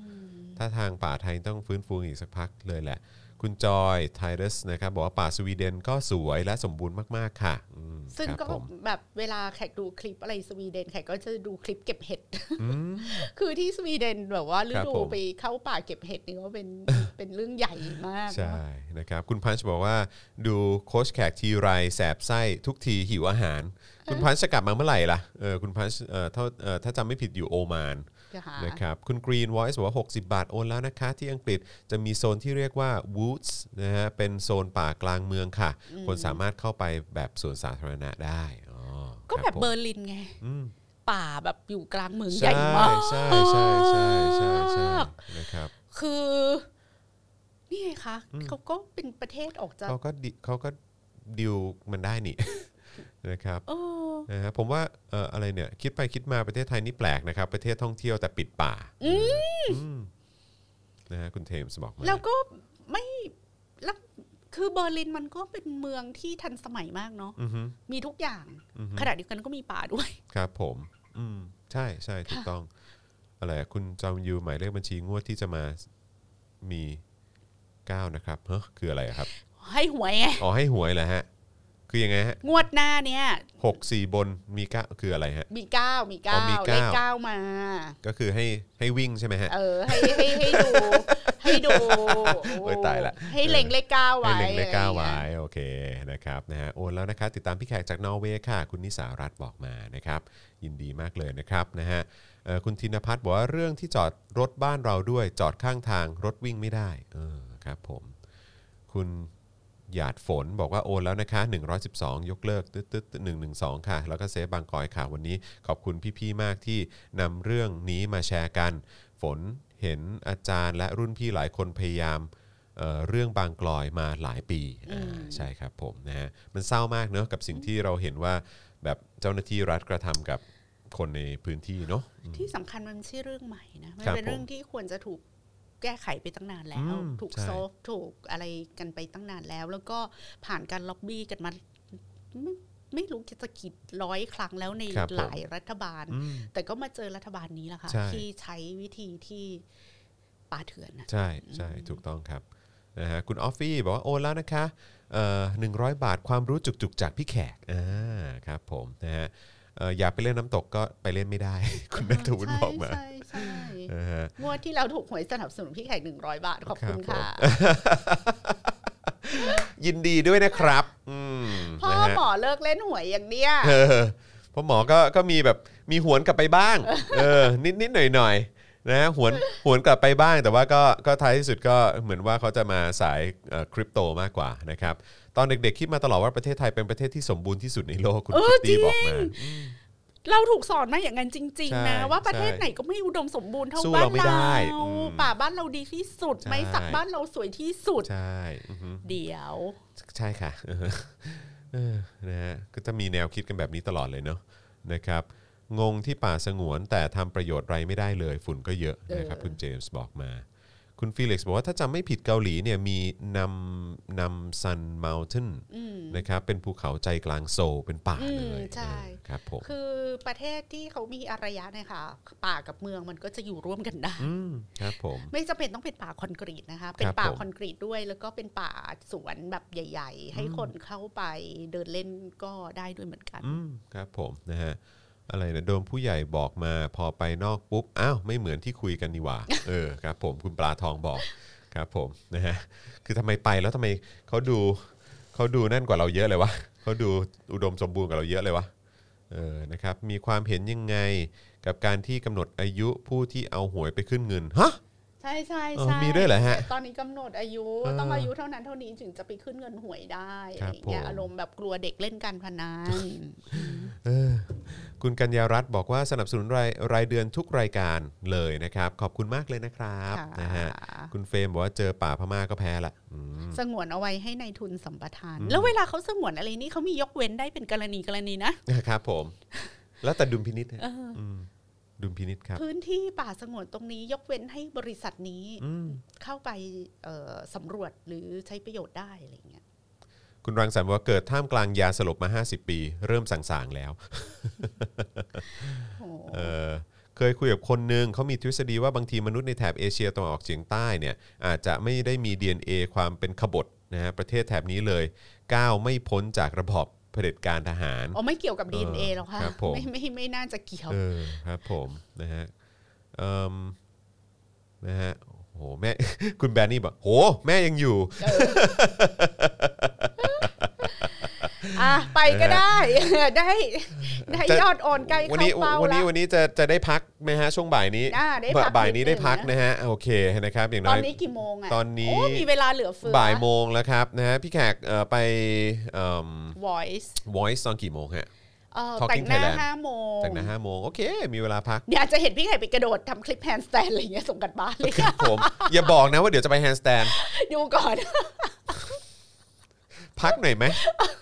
Speaker 2: ถ้าทางป่าไทยต้องฟื้นฟูอีกสักพักเลยแหละ คุณจอยไทรัสนะครับบอกว่าป่าสวีเดนก็สวยและสมบูรณ์มากๆค่ะอืม
Speaker 3: ซึ่ง
Speaker 2: ครับ
Speaker 3: ก็
Speaker 2: ผม
Speaker 3: แบบเวลาแขกดูคลิปอะไรสวีเดนแขกก็จะดูคลิปเก็บเห็ด
Speaker 2: อืม
Speaker 3: คือที่สวีเดนแบบว่าฤ
Speaker 2: ครับ
Speaker 3: ดู
Speaker 2: ผม
Speaker 3: ไปเข้าป่าเก็บเห็ดนี่ก็เป็นเป็นเรื่องใหญ่มาก
Speaker 2: ใช่นะครับคุณพันช์บอกว่าดูโค้ชแขกทีไรแสบไส้ทุกทีหิวอาหาร คุณพันช์จะกลับมาเมื่อไหร่ล่ะเออคุณพันช์เอ่อถ้าเอ่อถ้าจำไม่ผิดอยู่โอมาน
Speaker 3: ค่ะ
Speaker 2: นะครับคุณกรีนวอยซ์บอกว่า 60 บาทโอนแล้วนะคะ ที่อังกฤษจะมีโซนที่เรียกว่า Woods นะฮะเป็นโซนป่ากลางเมืองค่ะ คนสามารถเข้าไปแบบสวนสาธารณะได้อ๋อ
Speaker 3: ก็
Speaker 2: ค
Speaker 3: แบบ
Speaker 2: ผม
Speaker 3: เบอร์ลินไง
Speaker 2: อืม
Speaker 3: ป่าแบบอยู่กลางเมืองให
Speaker 2: ใช่
Speaker 3: ญ่มาก
Speaker 2: ใช่ใช่ใช่ใช่ใช่นะครับ
Speaker 3: คือ นี่ไงคะเขาก็เป็นประเทศออกจาก
Speaker 2: เขาก็ดิเขาก็ดิวมันได้นี่ นะครับ
Speaker 3: โอ้
Speaker 2: นะฮะผมว่าเอ่ออะไรเนี่ยคิดไปคิดมาประเทศไทยนี่แปลกนะครับ ประเทศท่องเที่ยวแต่ปิดป่าอืมนะฮะคุณเทมส์บอกมา
Speaker 3: แล้วก็ไม่แล้วคือเบอร์ลินมันก็เป็นเมืองที่ทันสมัยมากเนาะ
Speaker 2: อือฮึ
Speaker 3: มีทุกอย่าง
Speaker 2: อือฮึ
Speaker 3: ขณะเดียวกันก็มีป่าด้วย
Speaker 2: ครับผม อืมใช่ใช่ถูกต้อง อะไรอะคุณจอมยูหมายเลขบัญชีงวดที่จะมามีเก้านะครับเฮ้อคืออะไรอะครับ
Speaker 3: ให้หวยไง
Speaker 2: อ๋อให้หวยเหรอฮะ คือยังไงฮะ
Speaker 3: งวดหน้าเนี่ย
Speaker 2: หกสี่บนมีเก้าคืออะไรฮะ
Speaker 3: มีเก้ามี
Speaker 2: อ๋
Speaker 3: เก้า
Speaker 2: อมี
Speaker 3: เล
Speaker 2: เก้า
Speaker 3: ขเก้ามา
Speaker 2: ก็คือให้ให้วิ่งใช่ไหมฮะ
Speaker 3: เออให้ให้ให้ดู ให้ดู
Speaker 2: โอ้ยตายละ
Speaker 3: ให้เล็งเลขเก้า
Speaker 2: ให้
Speaker 3: ไว้
Speaker 2: เล็งเลขเก้าไว้
Speaker 3: อะไรอย่งเงี้ย
Speaker 2: โอเคนะครับนะฮะโอนแล้วนะครับติดตามพี่แขกจากนอร์เวย์ค่ะ คุณนิสารัตน์บอกมานะครับยินดีมากเลยนะครับนะฮะเอ่อคุณธินพัฒน์บอกว่าเรื่องที่จอดรถบ้านเราด้วยจอดข้างทางรถวิ่งไม่ได้เออครับผม คุณหยาดฝนบอกว่าโอนแล้วนะคะ 112 ยกเลิกตึ๊ดตึ๊ดตึ๊ด112 ค่ะ แล้วก็เซฟบางกอยค่ะ วันนี้ขอบคุณพี่ๆมากที่นำเรื่องนี้มาแชร์กัน ฝนเห็นอาจารย์และรุ่นพี่หลายคนพยายามเอ่อเรื่องบางกลอยมาหลายปีอ่าใช่ครับผมนะฮะมันเศร้ามากเนอะกับสิ่งที่เราเห็นว่าแบบเจ้าหน้าที่รัฐกระทำกับคนในพื้นที่เนอะ
Speaker 3: ที่สำคัญมันไม่ใช่เรื่องใหม่นะมัน
Speaker 2: ครับ
Speaker 3: เป็นเรื่องที่ควรจะถูกแก้ไขไปตั้งนานแล้ว
Speaker 2: อืม
Speaker 3: ถูก
Speaker 2: ใช่
Speaker 3: โซฟถูกอะไรกันไปตั้งนานแล้ว แล้วก็ผ่านการล็อบบี้กันมาไม่ไม่รู้จะกี่ร้อยครั้งแล้วใน
Speaker 2: ครับผม
Speaker 3: หลายรัฐบาล
Speaker 2: อืม
Speaker 3: แต่ก็มาเจอรัฐบาลนี้แหละค่ะ
Speaker 2: ใช่
Speaker 3: ที่ใช้วิธีที่ป่าเถื่อนน่ะ
Speaker 2: ใช่ใช่ถูกต้องครับนะฮะคุณออฟฟี่บอกว่าโอนแล้วนะคะเอ่อหนึ่งร้อยบาทความรู้จุกๆ จากพี่แขกอ่าครับผมนะฮะเอ่ออยากไปเล่นน้ำตกก็ไปเล่นไม่ได้ คุณนัทวุฒิบอกมา
Speaker 3: ใช่ใช่ใช่
Speaker 2: นะฮะ
Speaker 3: งวดที่เราถูกหวยสนับสนุนพี่แขกหนึ่งร้อยบาท ขอบคุณ
Speaker 2: ครับ
Speaker 3: ค่ะ
Speaker 2: ยินดีด้วยนะครับอืม
Speaker 3: พ่อ
Speaker 2: นะฮะ
Speaker 3: หมอเลิกเล่นหวยอย่างเนี้ย
Speaker 2: เออเพราะหมอก็ก็มีแบบมีหวนกลับไปบ้างเออนิดนิดหน่อยหน่อยๆนะฮะหวนหวนกลับไปบ้าง แต่ว่าก็ก็ท้ายที่สุดก็เหมือนว่าเขาจะมาสายคริปโตมากกว่านะครับ ตอนเด็กๆคิดมาตลอดว่าประเทศไทยเป็นประเทศที่สมบูรณ์ที่สุดในโลกคุณคิตตี้บอกมา
Speaker 3: เราถูกสอนมาอย่างนั้นจริง ๆ นะ
Speaker 2: ใช่
Speaker 3: ว่าประเทศไหนก็ไม่อุดมสมบูรณ์เท่า
Speaker 2: สู้
Speaker 3: บ้า
Speaker 2: เรา
Speaker 3: น
Speaker 2: ไม่
Speaker 3: เร
Speaker 2: ได้
Speaker 3: า
Speaker 2: อืม
Speaker 3: ป่าบ้านเราดีที่สุด
Speaker 2: ใช่
Speaker 3: ไม้สักบ้านเราสวยที่สุด
Speaker 2: ใช่อือฮึ
Speaker 3: เดี๋ยว
Speaker 2: ใช่ค่ะ เออเออนะฮะก็จะมีแนวคิดกันแบบนี้ตลอดเลยเนาะนะครับ งงที่ป่าสงวนแต่ทำประโยชน์ไรไม่ได้เลย ฝุ่นก็เยอะนะครับคุณเจมส์บอกมา คุณฟีลิกซ์บอกว่าถ้าจำไม่ผิดเกาหลีเนี่ยมีนำนำซันมัลเทน
Speaker 3: อืม
Speaker 2: นะครับเป็นภูเขาใจกลางโซลเป็นป่าเลย
Speaker 3: อืมใช่
Speaker 2: เออครับผม
Speaker 3: คือประเทศที่เขามีอารยะเนะคะป่ากับเมืองมันก็จะอยู่ร่วมกันได้
Speaker 2: อืมครับผม
Speaker 3: ไม่จำเป็นต้องเป็นป่าคอนกรีตนะคะ เป็นป่า
Speaker 2: ผม
Speaker 3: คอนกรีตด้วย แล้วก็เป็นป่าสวนแบบใหญ่ ๆ ให้คนเข้าไปเดินเล่นก็ได้ด้วยเหมือนกัน
Speaker 2: อืมครับผมนะฮะอะไรนะโดมผู้ใหญ่บอกมาพอไปนอกปุ๊บอ้าวไม่เหมือนที่คุยกันนี่หว่า เออครับผมคุณปลาทองบอกครับผมนะฮะคือทำไมไปแล้วทำไมเขาดูเขาดูนั่นกว่าเราเยอะเลยวะเขาดูอุดมสมบูรณ์กว่าเราเยอะเลยวะเออนะครับมีความเห็นยังไงกับการที่กำหนดอายุผู้ที่เอาหวยไปขึ้นเงินฮะ
Speaker 3: ใช่ใช่
Speaker 2: เออ
Speaker 3: ใช่
Speaker 2: มีด้วยเหรอฮะ
Speaker 3: ตอนนี้กำหนดอายุ
Speaker 2: เออ
Speaker 3: ต้องอายุเท่านั้นเท่านี้ถึงจะไปขึ้นเงินหวยได้อะ
Speaker 2: ครั
Speaker 3: ไร
Speaker 2: บ
Speaker 3: อย่างเงี้
Speaker 2: ผ
Speaker 3: ย
Speaker 2: ม
Speaker 3: อารมณ์แบบกลัวเด็กเล่นการพนัน
Speaker 2: เออคุณกัญญารัตน์บอกว่าสนับสนุนรายรายเดือนทุกรายการเลยนะครับ ขอบคุณมากเลยนะครับ
Speaker 3: ค่ะ
Speaker 2: นะฮะ คุณเฟรมบอกว่าเจอป่าพม่าก็แพ้ละอืม
Speaker 3: สงวนเอาไว้ให้ในายทุนสัมปทาน
Speaker 2: อืม
Speaker 3: แล้วเวลาเขาสงวนอะไรนี่เขามียกเว้นได้เป็นกรณีกรณีนะครับ
Speaker 2: ผม แล้วแต่ดุมพินิษ
Speaker 3: เออ
Speaker 2: ดุมพินิษครับ
Speaker 3: พื้นที่ป่าสงวนตรงนี้ยกเว้นให้บริษัทนี้
Speaker 2: อืม
Speaker 3: เข้าไปเอ่อสำรวจหรือใช้ประโยชน์ได้อะไรอย่างเงี้ย
Speaker 2: คุณรังสรรค์บอกว่าเกิดท่ามกลางยาสลบมา 50 ปี เริ่มสังสางแล้ว
Speaker 3: โอ้
Speaker 2: เออเคยคุยกับคนหนึ่งเขามีทฤษฎีว่าบางทีมนุษย์ในแถบเอเชียตะวันออกเฉียงใต้เนี่ยอาจจะไม่ได้มี DNA ความเป็นขบฏนะฮะประเทศแถบนี้เลย ก้าวไม่พ้นจากระบอบเผด็จการทหาร
Speaker 3: อ๋อไม่เกี่ยวกับ DNA หรอกค่ะ
Speaker 2: ครับผม
Speaker 3: ไม่ไม่ไม่น่าจะเกี่ยว
Speaker 2: เออครับผมนะฮะเอิ่มนะฮะโหแม่ คุณแบนนี่บอกโห แม่ยังอยู่
Speaker 3: อ่ะไปก็ได้ ได้ได้
Speaker 2: จะ
Speaker 3: ยอดโอนใกล้
Speaker 2: วัน
Speaker 3: เข้า
Speaker 2: นี้
Speaker 3: เป้า
Speaker 2: วัน
Speaker 3: แล้
Speaker 2: นี้
Speaker 3: ว
Speaker 2: วันนี้จะจะได้พักไหมฮะช่วงบ่ายนี้
Speaker 3: อ่าได้พัก
Speaker 2: บ่ายนี้
Speaker 3: นิดนึ
Speaker 2: ได้
Speaker 3: ง
Speaker 2: พักนะฮะโอเคนะครับ อย่าง
Speaker 3: ต
Speaker 2: น้
Speaker 3: อ
Speaker 2: อน ย
Speaker 3: นี้กี่โมงอ่ะ
Speaker 2: ตอนนี้
Speaker 3: โมีเวลาเหลือเฟือ
Speaker 2: บ่ายโมงแล้วครับนะฮะพี่แขกเอ่อไปเอิ่ม
Speaker 3: voice
Speaker 2: voice ตอนกี่โมงฮะ
Speaker 3: เอ่อ
Speaker 2: Talking
Speaker 3: แต่งหน้า
Speaker 2: Thailand
Speaker 3: ห้าโมง
Speaker 2: แต่งหน้าห้าโมงโอเค มีเวลาพัก
Speaker 3: เดี๋ยวอาจจะเห็นพี่ไข่ไปกระโดดทำคลิปแฮนด์สแตนอะไรอย่างเงี้ยส่งกันบ้าน เลย
Speaker 2: ครับผม อย่าบอกนะว่าเดี๋ยวจะไปแฮนด์สแตน
Speaker 3: ดูก่อน
Speaker 2: พักหน่อยไหม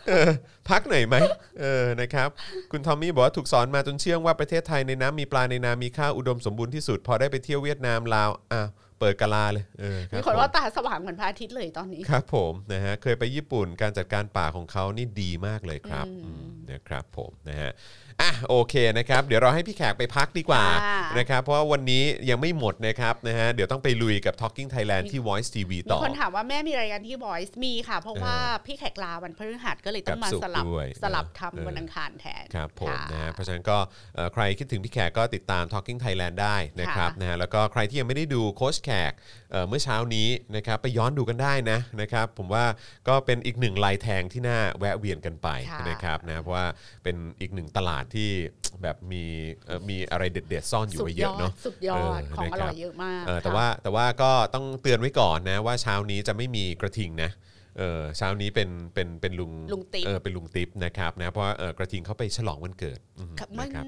Speaker 2: เออพักหน่อยไหมเออนะครับ คุณทอมมี่บอกว่าถูกสอนมาจนเชื่องว่าประเทศไทยในน้ำมีปลาในนามีข้าวอุดมสมบูรณ์ที่สุด พอได้ไปเที่ยวเวียดนามลาวอ่ะเปิดกะลาเลยเออรับ
Speaker 3: มีคนว่า
Speaker 2: ผม
Speaker 3: ตาสว่างเหมือนพระอาทิตย์เลยตอนนี้
Speaker 2: ครับผมนะฮะเคยไปญี่ปุ่นการจัดการป่าของเขานี่ดีมากเลยครับ
Speaker 3: อืม
Speaker 2: อืมนะครับผมนะฮะอ่ะโอเคนะครับ เดี๋ยวเราให้พี่แขกไปพักดีกว่า
Speaker 3: ค่ะ
Speaker 2: นะครับ เพราะว่าวันนี้ยังไม่หมดนะครับนะฮะเดี๋ยวต้องไปลุยกับ Talking Thailand ที่ Voice TV
Speaker 3: มี
Speaker 2: ต่อ
Speaker 3: คนถามว่าแม่มีรายการที่ Voice มีค่ะ เพราะว่า
Speaker 2: เออ
Speaker 3: พี่แขกลาวันพฤหัสก็เลยต้องมา
Speaker 2: กับศุกร์
Speaker 3: สลับ
Speaker 2: ด้วย
Speaker 3: สลับ
Speaker 2: เออ
Speaker 3: ทำวัน
Speaker 2: เอออั
Speaker 3: อังคารแทน
Speaker 2: ครับผม
Speaker 3: ค่ะ
Speaker 2: นะฮะเพราะฉะนั้นก็เอ่อใครคิดถึงพี่แขกก็ติดตาม Talking Thailand ได้นะครับ
Speaker 3: ค่ะ
Speaker 2: นะฮะแล้วก็ใครที่ยังไม่ได้ดูโค้ชแขกเอ่อเมื่อเช้านี้นะครับไปย้อนดูกันได้นะนะครับผมว่าก็เป็นอีกหนึ่งลายแทงที่น่าแวะเวียนกันไป
Speaker 3: ค่ะ
Speaker 2: นะครับนะเพราะว่าเป็นอีกหนึ่งตลาดที่แบบมีเอ่อมีอะไรเด็ด ๆ ซ่อนอยู่
Speaker 3: สุด
Speaker 2: ไว้เย
Speaker 3: ย
Speaker 2: อะ
Speaker 3: อด
Speaker 2: เนาะ
Speaker 3: สุดยอด
Speaker 2: เออ
Speaker 3: ของอร่
Speaker 2: นะครั
Speaker 3: อย
Speaker 2: บ
Speaker 3: เยอะมาก
Speaker 2: เออแต่
Speaker 3: ค่ะ
Speaker 2: ว่าแต่ว่าก็ต้องเตือนไว้ก่อนนะว่าเช้านี้จะไม่มีกระทิงนะเออเช้านี้เป็นเป็นเป็นลุง
Speaker 3: ลุงติ๊บ
Speaker 2: เออเป็นลุงติ๊บนะครับนะเพราะว่าเออกระทิงเขาไปฉลองวันเกิดอืม
Speaker 3: ครับมัน
Speaker 2: นะครับ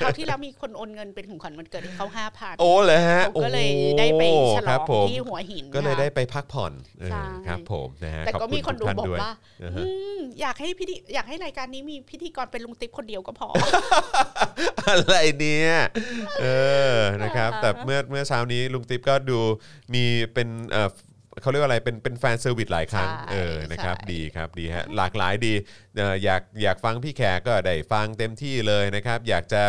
Speaker 3: คราวที่แล้วมีคนโอนเงินเป็นของขวัญวันเกิดให้เขาห้าพัน
Speaker 2: โอ้เลยฮะ
Speaker 3: เขาก็เลยได้ไป
Speaker 2: โอ้
Speaker 3: ฉล
Speaker 2: ค
Speaker 3: อ
Speaker 2: รับ
Speaker 3: ง
Speaker 2: ผม
Speaker 3: ที่หัวหิน
Speaker 2: ก็เลย
Speaker 3: ค่ะ
Speaker 2: ได้ไปพักผ่อนเออ
Speaker 3: ใช่
Speaker 2: ครับผมนะฮะ
Speaker 3: แต่
Speaker 2: ขอบ
Speaker 3: ก็
Speaker 2: คุณ
Speaker 3: มีคนดู
Speaker 2: ทุท่
Speaker 3: บอก
Speaker 2: ด้วย
Speaker 3: ว่า
Speaker 2: นะ
Speaker 3: อื
Speaker 2: ฮะ
Speaker 3: มอยากให้พิธีอยากให้รายการนี้มีพิธีกรเป็นลุงติ๊บคนเดียวก็พอ
Speaker 2: อะไรเนี่ยเออนะครับ
Speaker 3: อ่า
Speaker 2: แต่เมื่อเมื่อเช้านี้ลุงติ๊บก็ดูมีเป็นเออเขาเรียกว่าอะไรเป็นเป็นแฟนเซอร์วิสหลายครั้งเออนะครับ ดีครับดีฮะหลากหลายดีเอ่ออยากอยากฟังพี่แขกก็ได้ฟังเต็มที่เลยนะครับ อยากจะ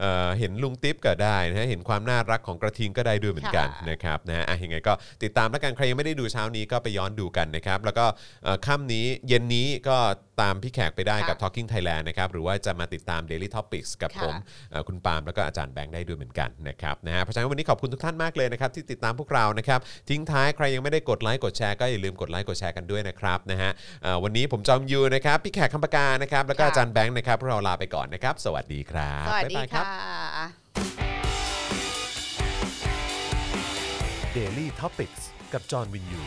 Speaker 2: เอ่อเห็นลุงติ๊บก็ได้นะฮะเห็นความน่ารักของกระทิงก็ได้ด้วยเหมือนกัน
Speaker 3: ค่ะ
Speaker 2: นะครับนะฮะอ่ะยังไงก็ติดตามแล้วกันใครยังไม่ได้ดูเช้านี้ก็ไปย้อนดูกันนะครับ แล้วก็เอ่อค่ำนี้เย็นนี้ก็ตามพี่แขกไปได้
Speaker 3: ค่ะ
Speaker 2: กับ Talking Thailand นะครับ หรือว่าจะมาติดตาม Daily Topics กับ
Speaker 3: ค่ะ
Speaker 2: ผมเอ่อคุณปาล์มแล้วก็อาจารย์แบงค์ได้ด้วยเหมือนกันนะครับนะฮะเพราะฉะนั้นวันนี้ขอบคุณทุกท่านมากเลยนะครับ ที่ติดตามพวกเรานะครับ ทิ้งท้ายใครยังไม่ได้กดไลค์กดแชร์ก็อย่าลืมกดไลค์กดแชร์กันด้วยนะครับนะฮะเอ่อวันนี้ผมจอมยูนะครับพี่แขกคำปากานะครับแล้วก็อาจารย์แบงค์นะครับพวกเราลาไปก่อนนะครับ สวัสดีครับ
Speaker 3: สวัสดี
Speaker 2: บ๊ายบายรับ
Speaker 3: ค่ะ
Speaker 1: Daily t o p i c กกับจอห์นวินยู